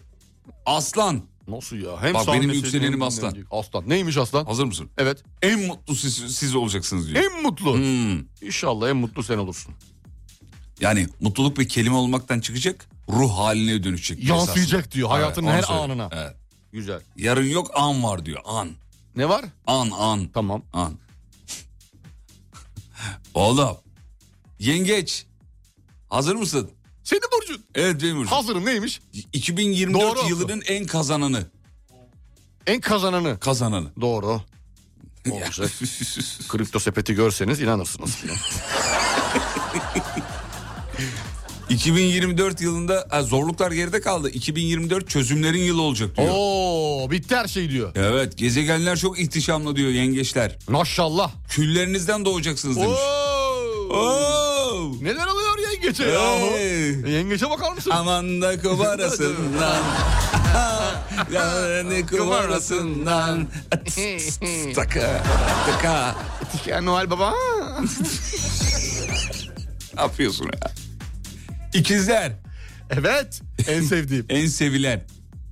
Aslan. Nasıl ya? Hem Bak, sahnesi, benim yükselenim hem aslan. dinlenecek. Aslan. Neymiş aslan? Hazır mısın? [laughs] Evet. En mutlu siz, siz olacaksınız diyor. En mutlu. Hmm. İnşallah en mutlu sen olursun. Yani mutluluk bir kelime olmaktan çıkacak. Ruh haline dönüşecek. Yansıyacak esasında. diyor hayatının onu her söylüyor. anına. Evet. Güzel. Yarın yok an var diyor. An. Ne var? An an. Tamam. An. [laughs] Oğlum. Yengeç. Hazır mısın? Senin burcun. Evet benim hocam. Hazırım neymiş? 2024 Doğru oldu. yılının en kazananı. En kazananı. Kazananı. Doğru. [laughs] Olacak. Kripto sepeti görseniz inanırsınız. 2024 yılında ha, zorluklar geride kaldı. 2024 çözümlerin yılı olacak diyor. Oo bitti her şey diyor. Evet gezegenler çok ihtişamlı diyor yengeçler. Maşallah. Küllerinizden doğacaksınız demiş. Oo. Oo. Neler oluyor yengeçe yahu? Hey. Yengeçe bakar mısın? Aman [laughs] da kumarasından. Yani kumarasından. Tıs, tıs, Taka. Taka. Ya Noel Baba. Ne yapıyorsun ya? İkizler. Evet. En sevdiğim. [laughs] En sevilen.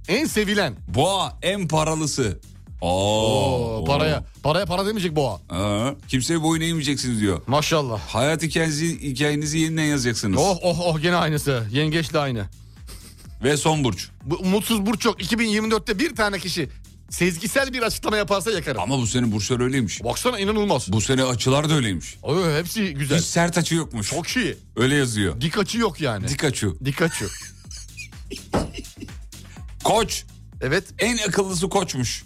en sevilen. Boğa en paralısı. Oo, Oo, paraya. Paraya para demeyecek boğa. Aa, kimseye boyun eğmeyeceksiniz diyor. Maşallah. Hayat hikayenizi, hikayenizi yeniden yazacaksınız. Oh oh oh gene aynısı. Yengeçle aynı. Ve son burç. Bu umutsuz burç yok. 2024'te bir tane kişi sezgisel bir açıklama yaparsa yakarım. Ama bu sene burçlar öyleymiş. Baksana inanılmaz. Bu sene açılar da öyleymiş. Oo, hepsi güzel. Hiç sert açı yokmuş. Çok iyi. Öyle yazıyor. Dik açı yok yani. Dik açı. Dik açı. Koç. Evet. En akıllısı koçmuş.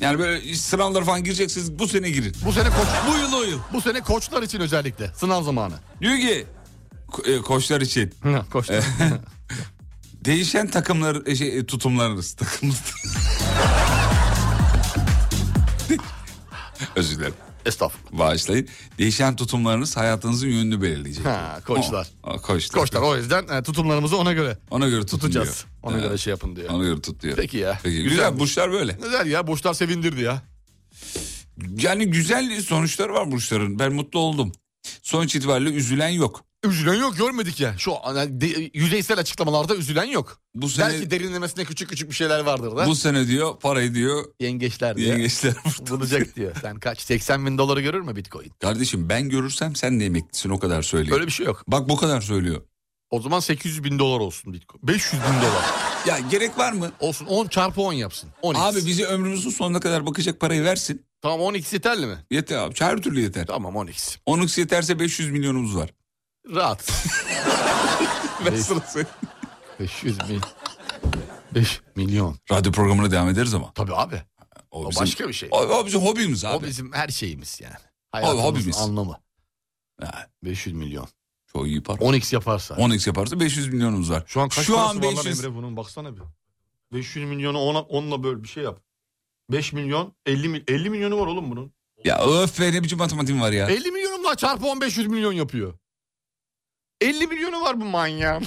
Yani böyle sınavlara falan gireceksiniz bu sene girin. Bu sene koç Bu yıl o yıl. bu sene koçlar için özellikle sınav zamanı. Diyor ki ko- e, [laughs] koçlar için Hı, koçlar. [laughs] değişen takımlar e, şey, e, tutumlarınız takımlar. [laughs] Özür dilerim. Estağfurullah. Bağışlayın. Değişen tutumlarınız hayatınızın yönünü belirleyecek. [laughs] Ha, koçlar. O, o koçlar. Koçlar o yüzden e, tutumlarımızı ona göre Ona göre tutun tutacağız. diyor. Ona Evet. göre şey yapın diyor. Ona göre tut diyor. Peki ya. Peki, Güzel, Güzelmiş. burçlar böyle. Güzel ya burçlar sevindirdi ya. Yani güzel sonuçlar var burçların. Ben mutlu oldum. Sonuç itibariyle üzülen yok. Üzülen yok görmedik ya. Şu an yani de- yüzeysel açıklamalarda üzülen yok. Bu sene- Belki derinlemesine küçük küçük bir şeyler vardır da. Bu sene [laughs] diyor parayı diyor. Yengeçler diyor. Yengeçler. Bulacak diyor. Sen kaç 80 bin doları görür mü bitcoin? Kardeşim ben görürsem sen de emeklisin o kadar söylüyor. Öyle bir şey yok. Bak bu kadar söylüyor. O zaman 800 bin dolar olsun bitcoin. 500 bin dolar. Ya gerek var mı? Olsun 10 çarpı 10 yapsın. 10 Abi bizi ömrümüzün sonuna kadar bakacak parayı versin. Tamam 10x yeterli mi? Yeter abi her türlü yeter. Tamam 10x. 10x yeterse 500 milyonumuz var. [laughs] Rahat. Ben sana söyleyeyim. 500 bin. 5 milyon. Radyo programına devam ederiz ama. Tabii abi. O, O bizim- başka bir şey. O, o bizim hobimiz abi. O bizim her şeyimiz yani. Abi Hayatımızın hobimiz. anlamı. Ha, 500 milyon. Çok iyi para. 10x yaparsa. 10x yaparsa 500 milyonumuz var. Şu an kaç parası var lan 500 Emre bunun baksana bir. 500 milyonu 10'a 10'la böl bir şey yap. 5 milyon 50 mil- 50 milyonu var oğlum bunun. Ya öf be ne biçim matematiğim var ya. 50 milyonum daha çarpı 10 500 milyon yapıyor. 50 milyonu var bu manyağın.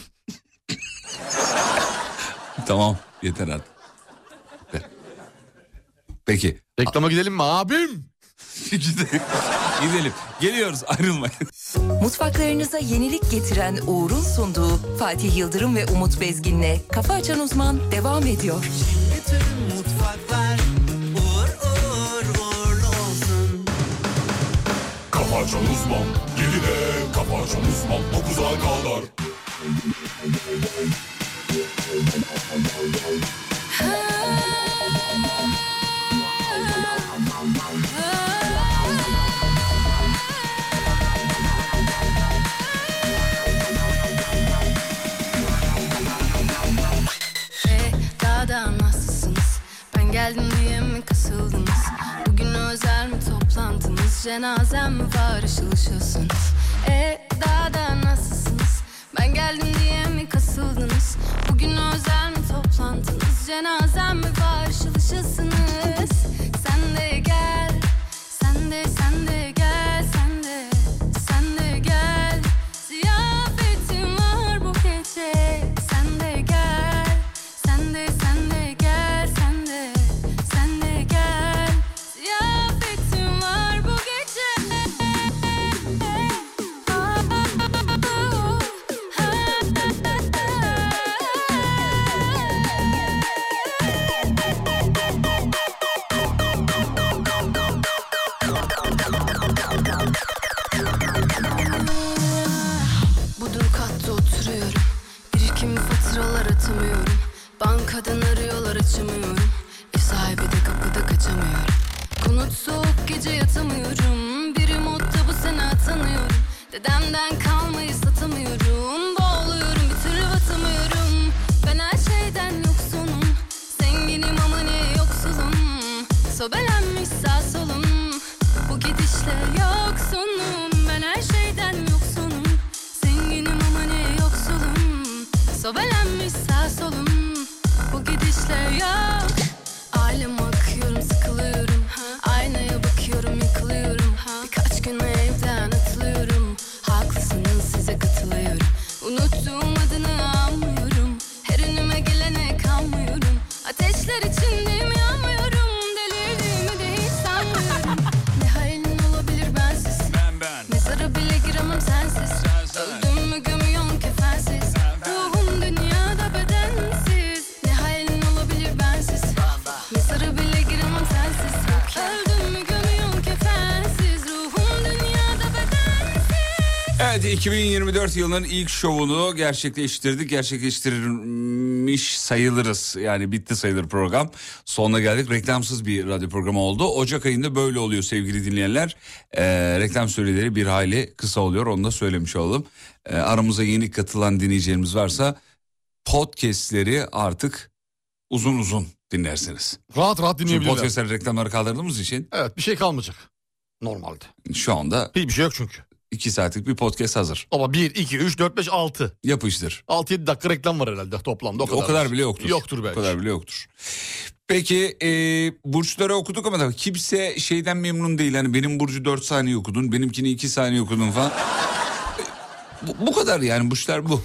Tamam yeter artık. Yeter. Peki. Reklama gidelim mi abim? [laughs] gidelim. gidelim. Geliyoruz ayrılmayın. Mutfaklarınıza yenilik getiren Uğur'un sunduğu Fatih Yıldırım ve Umut Bezgin'le Kafa Açan Uzman devam ediyor. Bütün mutfaklar uğur uğur uğurlu olsun. Kafa açan uzman, yedide kafa açan uzman, dokuza kadar. E daha da nasılsınız? Ben geldim diye mi kasıldınız? Bugün özel mi toplantınız? Cenazem mi var ışıl ışılsınız? E daha da nasılsınız? Ben geldim diye mi kasıldınız? Bugün özel mi toplantınız? Cenazem mi var ışıl ışılsınız? Sen de gel, sen de sen de gel, sen de sen de gel. Ziyafetim var bu gece. Sen de gel. Sen de sen de gel sen de sen de gel Ziyafetim var bu gece Bu dur katta oturuyorum Birikimi faturalar atamıyorum Bankadan arıyorlar açamıyorum Ev sahibi de kapıda kaçamıyorum Konut soğuk gece yatamıyorum Biri modda bu sene atanıyorum Dedemden kalmayı satamıyorum Boğuluyorum bir türlü batamıyorum Ben her şeyden yoksunum Zenginim ama ne yoksulum Sobelenmiş sağ solum Bu gidişle yoksunum Ben her şeyden yoksunum Zenginim ama ne yoksulum Sobelenmiş sağ solum Bu gidişle yok Alem akıyorum sıkılıyorum ha. Aynaya bakıyorum yıkılıyorum ha. Birkaç gün evden atılıyorum Haklısınız size katılıyorum Unuttuğum adını anmıyorum Her önüme gelene kanmıyorum Ateşler içindeyim yanmıyorum Delirdiğimi de hiç sanmıyorum [laughs] Ne halin olabilir bensiz Ben ben Mezara bile giremem sensiz Öldüm mü gömüyorsun kefensiz Ruhum dünyada bedensiz Ne halin olabilir bensiz Mezara bile giremem sensiz Öldüm mü gömüyorsun kefensiz Ruhum dünyada Evet 2024 yılının ilk şovunu gerçekleştirdik. Gerçekleştirilmiş sayılırız. Yani bitti sayılır program. Sonuna geldik. Reklamsız bir radyo programı oldu. Ocak ayında böyle oluyor sevgili dinleyenler. Ee, reklam süreleri bir hayli kısa oluyor. Onu da söylemiş olalım. Ee, aramıza yeni katılan dinleyicilerimiz varsa podcastleri artık uzun uzun dinlersiniz. Rahat rahat Çünkü dinleyebilirler. podcastleri reklamları kaldırdığımız için Evet bir şey kalmayacak. Normalde. şu anda... Hiçbir şey yok çünkü. 2 saatlik bir podcast hazır. Ama 1, 2, 3, 4, 5, 6. Yapıştır. 6-7 dakika reklam var herhalde toplamda. O kadar, bile yoktur. Yoktur belki. O kadar bile yoktur. Peki e, burçları okuduk ama tabii kimse şeyden memnun değil. Hani benim burcu 4 saniye okudun, benimkini 2 saniye okudun falan. [laughs] bu, bu kadar yani burçlar bu.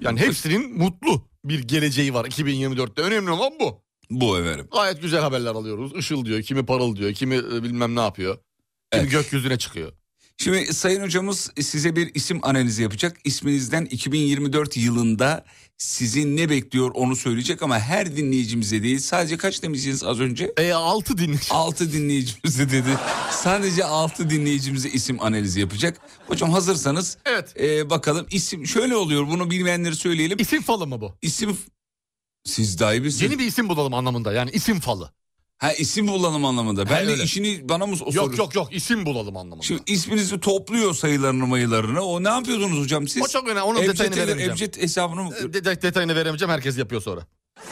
Yani hepsinin mutlu bir geleceği var 2024'te. Önemli olan bu. Bu efendim. Gayet güzel haberler alıyoruz. Işıl diyor, kimi parıl diyor, kimi e, bilmem ne yapıyor. Kimi gökyüzüne çıkıyor. Şimdi Sayın Hocamız size bir isim analizi yapacak. İsminizden 2024 yılında sizin ne bekliyor onu söyleyecek ama her dinleyicimize değil. Sadece kaç demiştiniz az önce? E, 6 dinleyici. 6 dinleyicimize dedi. Sadece 6 dinleyicimize isim analizi yapacak. Hocam hazırsanız e, evet. bakalım isim şöyle oluyor bunu bilmeyenleri söyleyelim. İsim falı mı bu? İsim siz daha iyi bilirsiniz. Yeni bir isim bulalım anlamında yani isim falı. Ha isim bulalım anlamında. Ben He, de öyle. işini bana mı o Yok yok yok isim bulalım anlamında. Şimdi isminizi topluyor sayılarını mayılarını. O ne yapıyordunuz hocam siz? O çok önemli onun Ebced detayını eder, veremeyeceğim. Ebced hesabını mı? E, de- detayını veremeyeceğim herkes yapıyor sonra.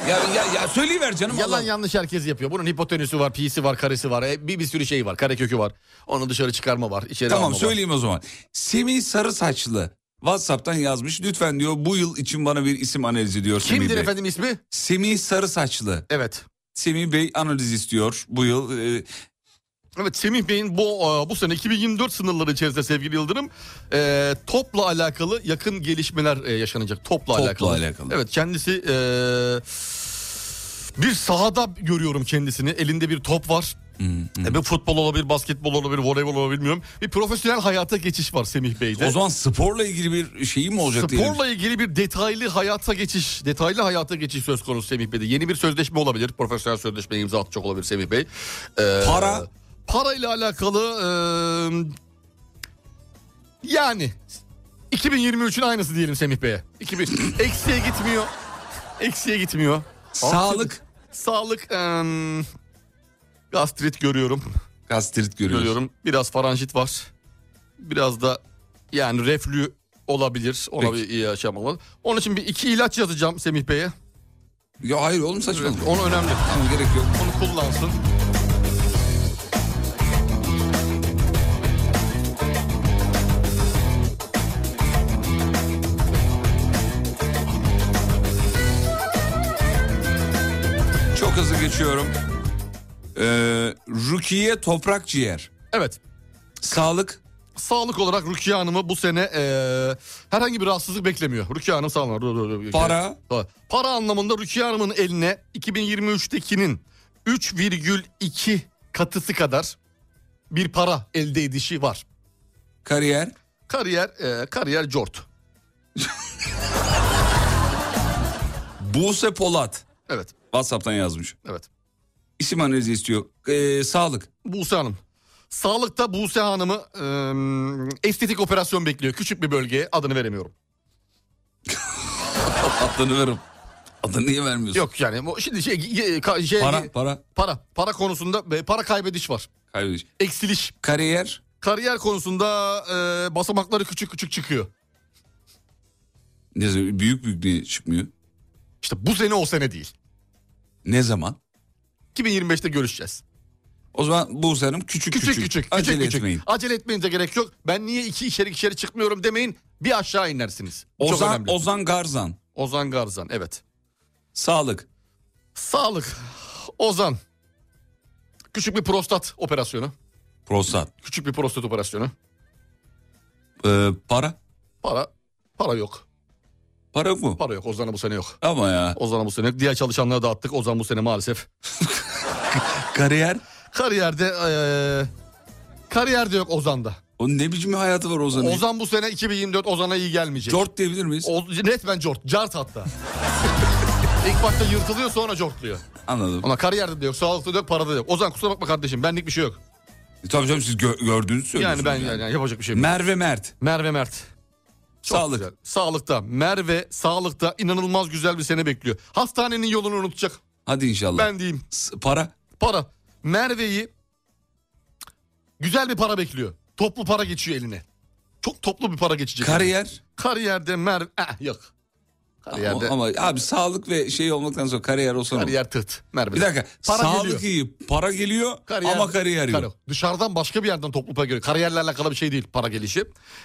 Ya, ya, ya söyleyiver canım. Yalan Allah'ım. yanlış herkes yapıyor. Bunun hipotenüsü var, pisi var, karesi var. e, bir, bir sürü şey var. Karekökü var. Onu dışarı çıkarma var. içeri Tamam alma var. söyleyeyim o zaman. Semih Sarı Saçlı WhatsApp'tan yazmış. Lütfen diyor bu yıl için bana bir isim analizi diyor Semih Kimdir Bey. efendim ismi? Semih Sarı Saçlı. Evet. Semih Bey analiz istiyor bu yıl. Ee, Evet Semih Bey'in bu e, bu sene 2024 sınırları içerisinde sevgili Yıldırım e, topla alakalı yakın gelişmeler e, yaşanacak. Topla, Topla alakalı. alakalı. Evet kendisi e, bir sahada görüyorum kendisini. Elinde bir top var. E, bir futbol olabilir, basketbol olabilir, voleybol olabilir bilmiyorum. Bir profesyonel hayata geçiş var Semih Bey'de. O zaman sporla ilgili bir şeyi mi olacak diyelim? Sporla ilgili bir detaylı hayata geçiş, detaylı hayata geçiş söz konusu Semih Bey'de. Yeni bir sözleşme olabilir. Profesyonel sözleşme imza atacak olabilir Semih Bey. Ee, Para? Para ile alakalı e, ee, yani 2023'ün aynısı diyelim Semih Bey'e. 2000 eksiye gitmiyor. Eksiye gitmiyor. Sağlık? Sağlık ee, gastrit görüyorum. Gastrit görüyoruz. Görüyorum. Biraz faranjit var. Biraz da yani reflü olabilir. Ona bir iyi yaşam olmalı. Onun için bir iki ilaç yazacağım Semih Bey'e. Ya hayır oğlum saçmalama. Onu önemli. gerek yok. Onu kullansın. Çok hızlı geçiyorum. Ee, Rukiye Toprak Ciğer. Evet. Sağlık? Sağlık olarak Rukiye Hanım'ı bu sene eee, herhangi bir rahatsızlık beklemiyor. Rukiye Hanım sağ olun. Dur, dur, dur. Para? Para. Para anlamında Rukiye Hanım'ın eline 2023'tekinin 3,2 katısı kadar bir para elde edişi var. Kariyer? Kariyer, eee, kariyer cort. Buse Polat. Evet. WhatsApp'tan yazmış. Evet. İsim analizi istiyor. Ee, sağlık. Buse Hanım. Sağlıkta Buse Hanım'ı eee, estetik operasyon bekliyor. Küçük bir bölgeye adını veremiyorum. [laughs] Adını veririm. Adını niye vermiyorsun? Yok yani bu- şimdi şey, ge- ka- şey- Para, para. para para konusunda e, para kaybediş var. Kaybediş. Eksiliş. Kariyer. Kariyer konusunda e, basamakları küçük küçük çıkıyor. Ne zaman- büyük büyük niye çıkmıyor? İşte bu sene o sene değil. Ne zaman? 2025'te görüşeceğiz. O zaman Buse Hanım küçük küçük. Küçük küçük. küçük Acele küçük. etmeyin. Acele etmenize gerek yok. Ben niye iki içeri içeri çıkmıyorum demeyin. Bir aşağı inersiniz. Bu Çok Ozan, önemli. Ozan Garzan. Ozan Garzan evet. Sağlık. Sağlık. Ozan. Küçük bir prostat operasyonu. Prostat. Küçük bir prostat operasyonu. Ee, para. Para para yok. Para yok mu? Para yok. Ozan'a bu sene yok. Ama ya. Ozan'a bu sene yok. Diğer çalışanlara dağıttık. Ozan bu sene maalesef. Kariyer. Kariyerde eee kariyerde ee, yok Ozan'da. O ne biçim bir hayatı var Ozan'ın? Ozan bu sene 2024 Ozan'a iyi gelmeyecek. Cort diyebilir miyiz? O, resmen Jort. Jart [laughs] hatta. İlk başta yırtılıyor sonra Jortluyor. Anladım. Ama kariyerde de yok, sağlıkta da yok, parada da yok. Ozan kusura bakma kardeşim benlik bir şey yok. E, Tabii canım siz gö- gördüğünüzü Yani söylüyorsunuz. ben yani. yapacak bir şey yok. Merve Mert. Merve Mert. Çok Sağlık. güzel. Sağlıkta. Merve sağlıkta inanılmaz güzel bir sene bekliyor. Hastanenin yolunu unutacak. Hadi inşallah. Ben diyeyim. S- Para. Para. Merve'yi güzel bir para bekliyor. Toplu para geçiyor eline. Çok toplu bir para geçecek. Kariyer. Kariyerde Merve... Eh, yok. Kariyerde... Ama, ama abi sağlık ve şey olmaktan sonra kariyer olsa ne olur? Kariyer tırt. Merve. Bir dakika. Para sağlık geliyor. iyi, para geliyor Kariyer- ama kariyer yok. Kar- Dışarıdan başka bir yerden toplu para geliyor. Kariyerle alakalı bir şey değil para gelişi.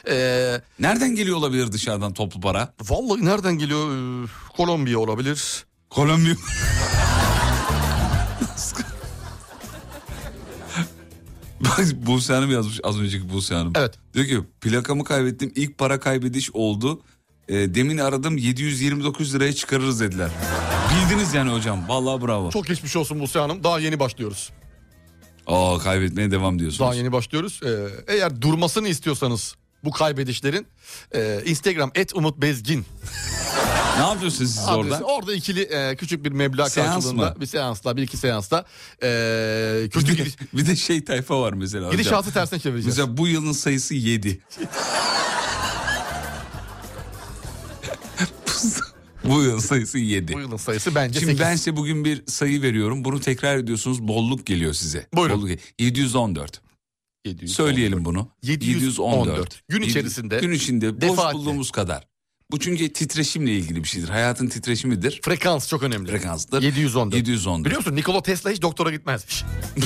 Ee, Nereden geliyor olabilir dışarıdan toplu para? [laughs] vallahi nereden geliyor? Ee, Kolombiya olabilir. Kolombiya. Bak Buse Hanım yazmış az önceki Buse Hanım. Evet. Diyor ki plakamı kaybettim ilk para kaybediş oldu. E, demin aradım 729 liraya çıkarırız dediler. Bildiniz yani hocam vallahi bravo. Çok geçmiş olsun Buse Hanım. Daha yeni başlıyoruz. Aa kaybetmeye devam diyorsunuz. Daha yeni başlıyoruz. Ee, eğer durmasını istiyorsanız bu kaybedişlerin e, Instagram et Umut Bezgin. Ne yapıyorsunuz siz orada? Orada ikili e, küçük bir meblağ Seans karşılığında mı? bir seansla bir iki seansla e, Bir kötü de, bir de şey tayfa var mesela. hocam. Gidişatı tersine çevireceğiz. Mesela bu yılın [laughs] sayısı 7. bu yılın sayısı 7. Bu yılın sayısı bence Şimdi sekiz. ben size bugün bir sayı veriyorum. Bunu tekrar ediyorsunuz. Bolluk geliyor size. Buyurun. Bolluk, 714. Söyleyelim bunu. 714. Gün Yedi- içerisinde Gün içinde boş defaatle. bulduğumuz kadar. Bu çünkü titreşimle ilgili bir şeydir. Hayatın titreşimidir. Frekans çok önemli. Frekanstır. 714. 714. Biliyor musun Nikola Tesla hiç doktora gitmezmiş. [laughs]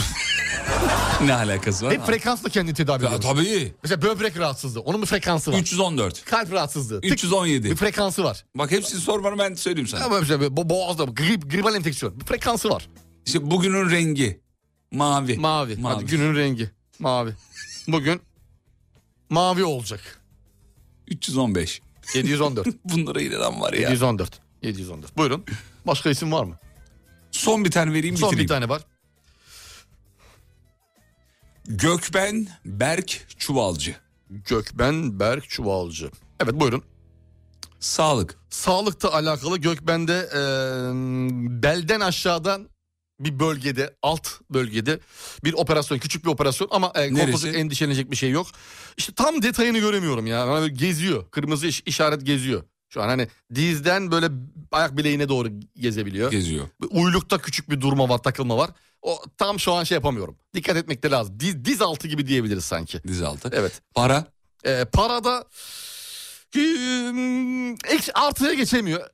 Ne alakası var? Hep frekansla kendini tedavi ediyor. tabii. Mesela böbrek rahatsızlığı. Onun bir frekansı var. 314. Kalp rahatsızlığı. Tık, 317. Bir frekansı var. Bak hepsini sor bana ben söyleyeyim sana. Ama mesela böyle bo- boğazda grip, gribal enfeksiyon. Bir frekansı var. İşte bugünün rengi mavi. Mavi. Hadi günün rengi mavi. Bugün mavi olacak. 315. 714. [laughs] Bunlara inanan var ya. 714. 714. Buyurun. Başka isim var mı? Son bir tane vereyim Son bitireyim. bir tane var. Gökben Berk Çuvalcı. Gökben Berk Çuvalcı. Evet buyurun. Sağlık. Sağlıkla alakalı Gökben'de e, belden aşağıdan bir bölgede alt bölgede bir operasyon küçük bir operasyon ama e, korkusu Neresi? endişelenecek bir şey yok. İşte tam detayını göremiyorum ya. Bana böyle geziyor. Kırmızı iş- işaret geziyor. Şu an hani dizden böyle ayak bileğine doğru gezebiliyor. Geziyor. Uylukta küçük bir durma var, takılma var. O tam şu an şey yapamıyorum. Dikkat etmek de lazım. Diz, diz altı gibi diyebiliriz sanki. Diz altı. Evet. Para? Ee, para da Hmm, eksi- artıya geçemiyor.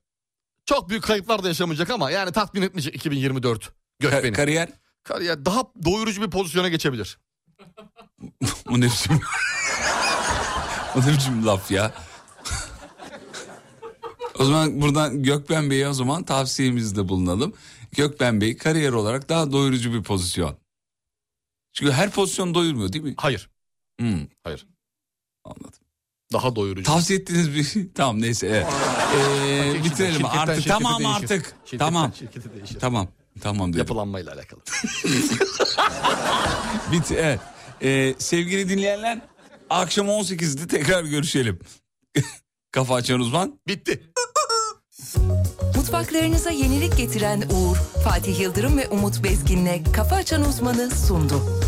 Çok büyük kayıplar da yaşamayacak ama yani tatmin etmeyecek 2024 Gökben'i. kariyer? Kariyer daha doyurucu bir pozisyona geçebilir. O ne biçim? o ne biçim laf ya? o zaman buradan Gökben Bey'e o zaman tavsiyemizde bulunalım. Gökben Bey kariyer olarak daha doyurucu bir pozisyon. Çünkü her pozisyon doyurmuyor değil mi? Hmm. Hayır. Hayır. Daha doyurucu. Tavsiye ettiğiniz bir [laughs] şey. Tamam neyse. Evet. Ee, Bak, bitirelim şirketten artık. şirkete Tamam değişir. artık. Şirketten tamam. şirkete değişir. Tamam. Tamam dedim. Yapılanmayla alakalı. [laughs] Bit evet. Ee, sevgili dinleyenler akşam 18'de tekrar görüşelim. [laughs] Kafa açan uzman. Bitti. Mutfaklarınıza yenilik getiren Uğur, Fatih Yıldırım ve Umut Bezgin'le Kafa Açan Uzman'ı sundu.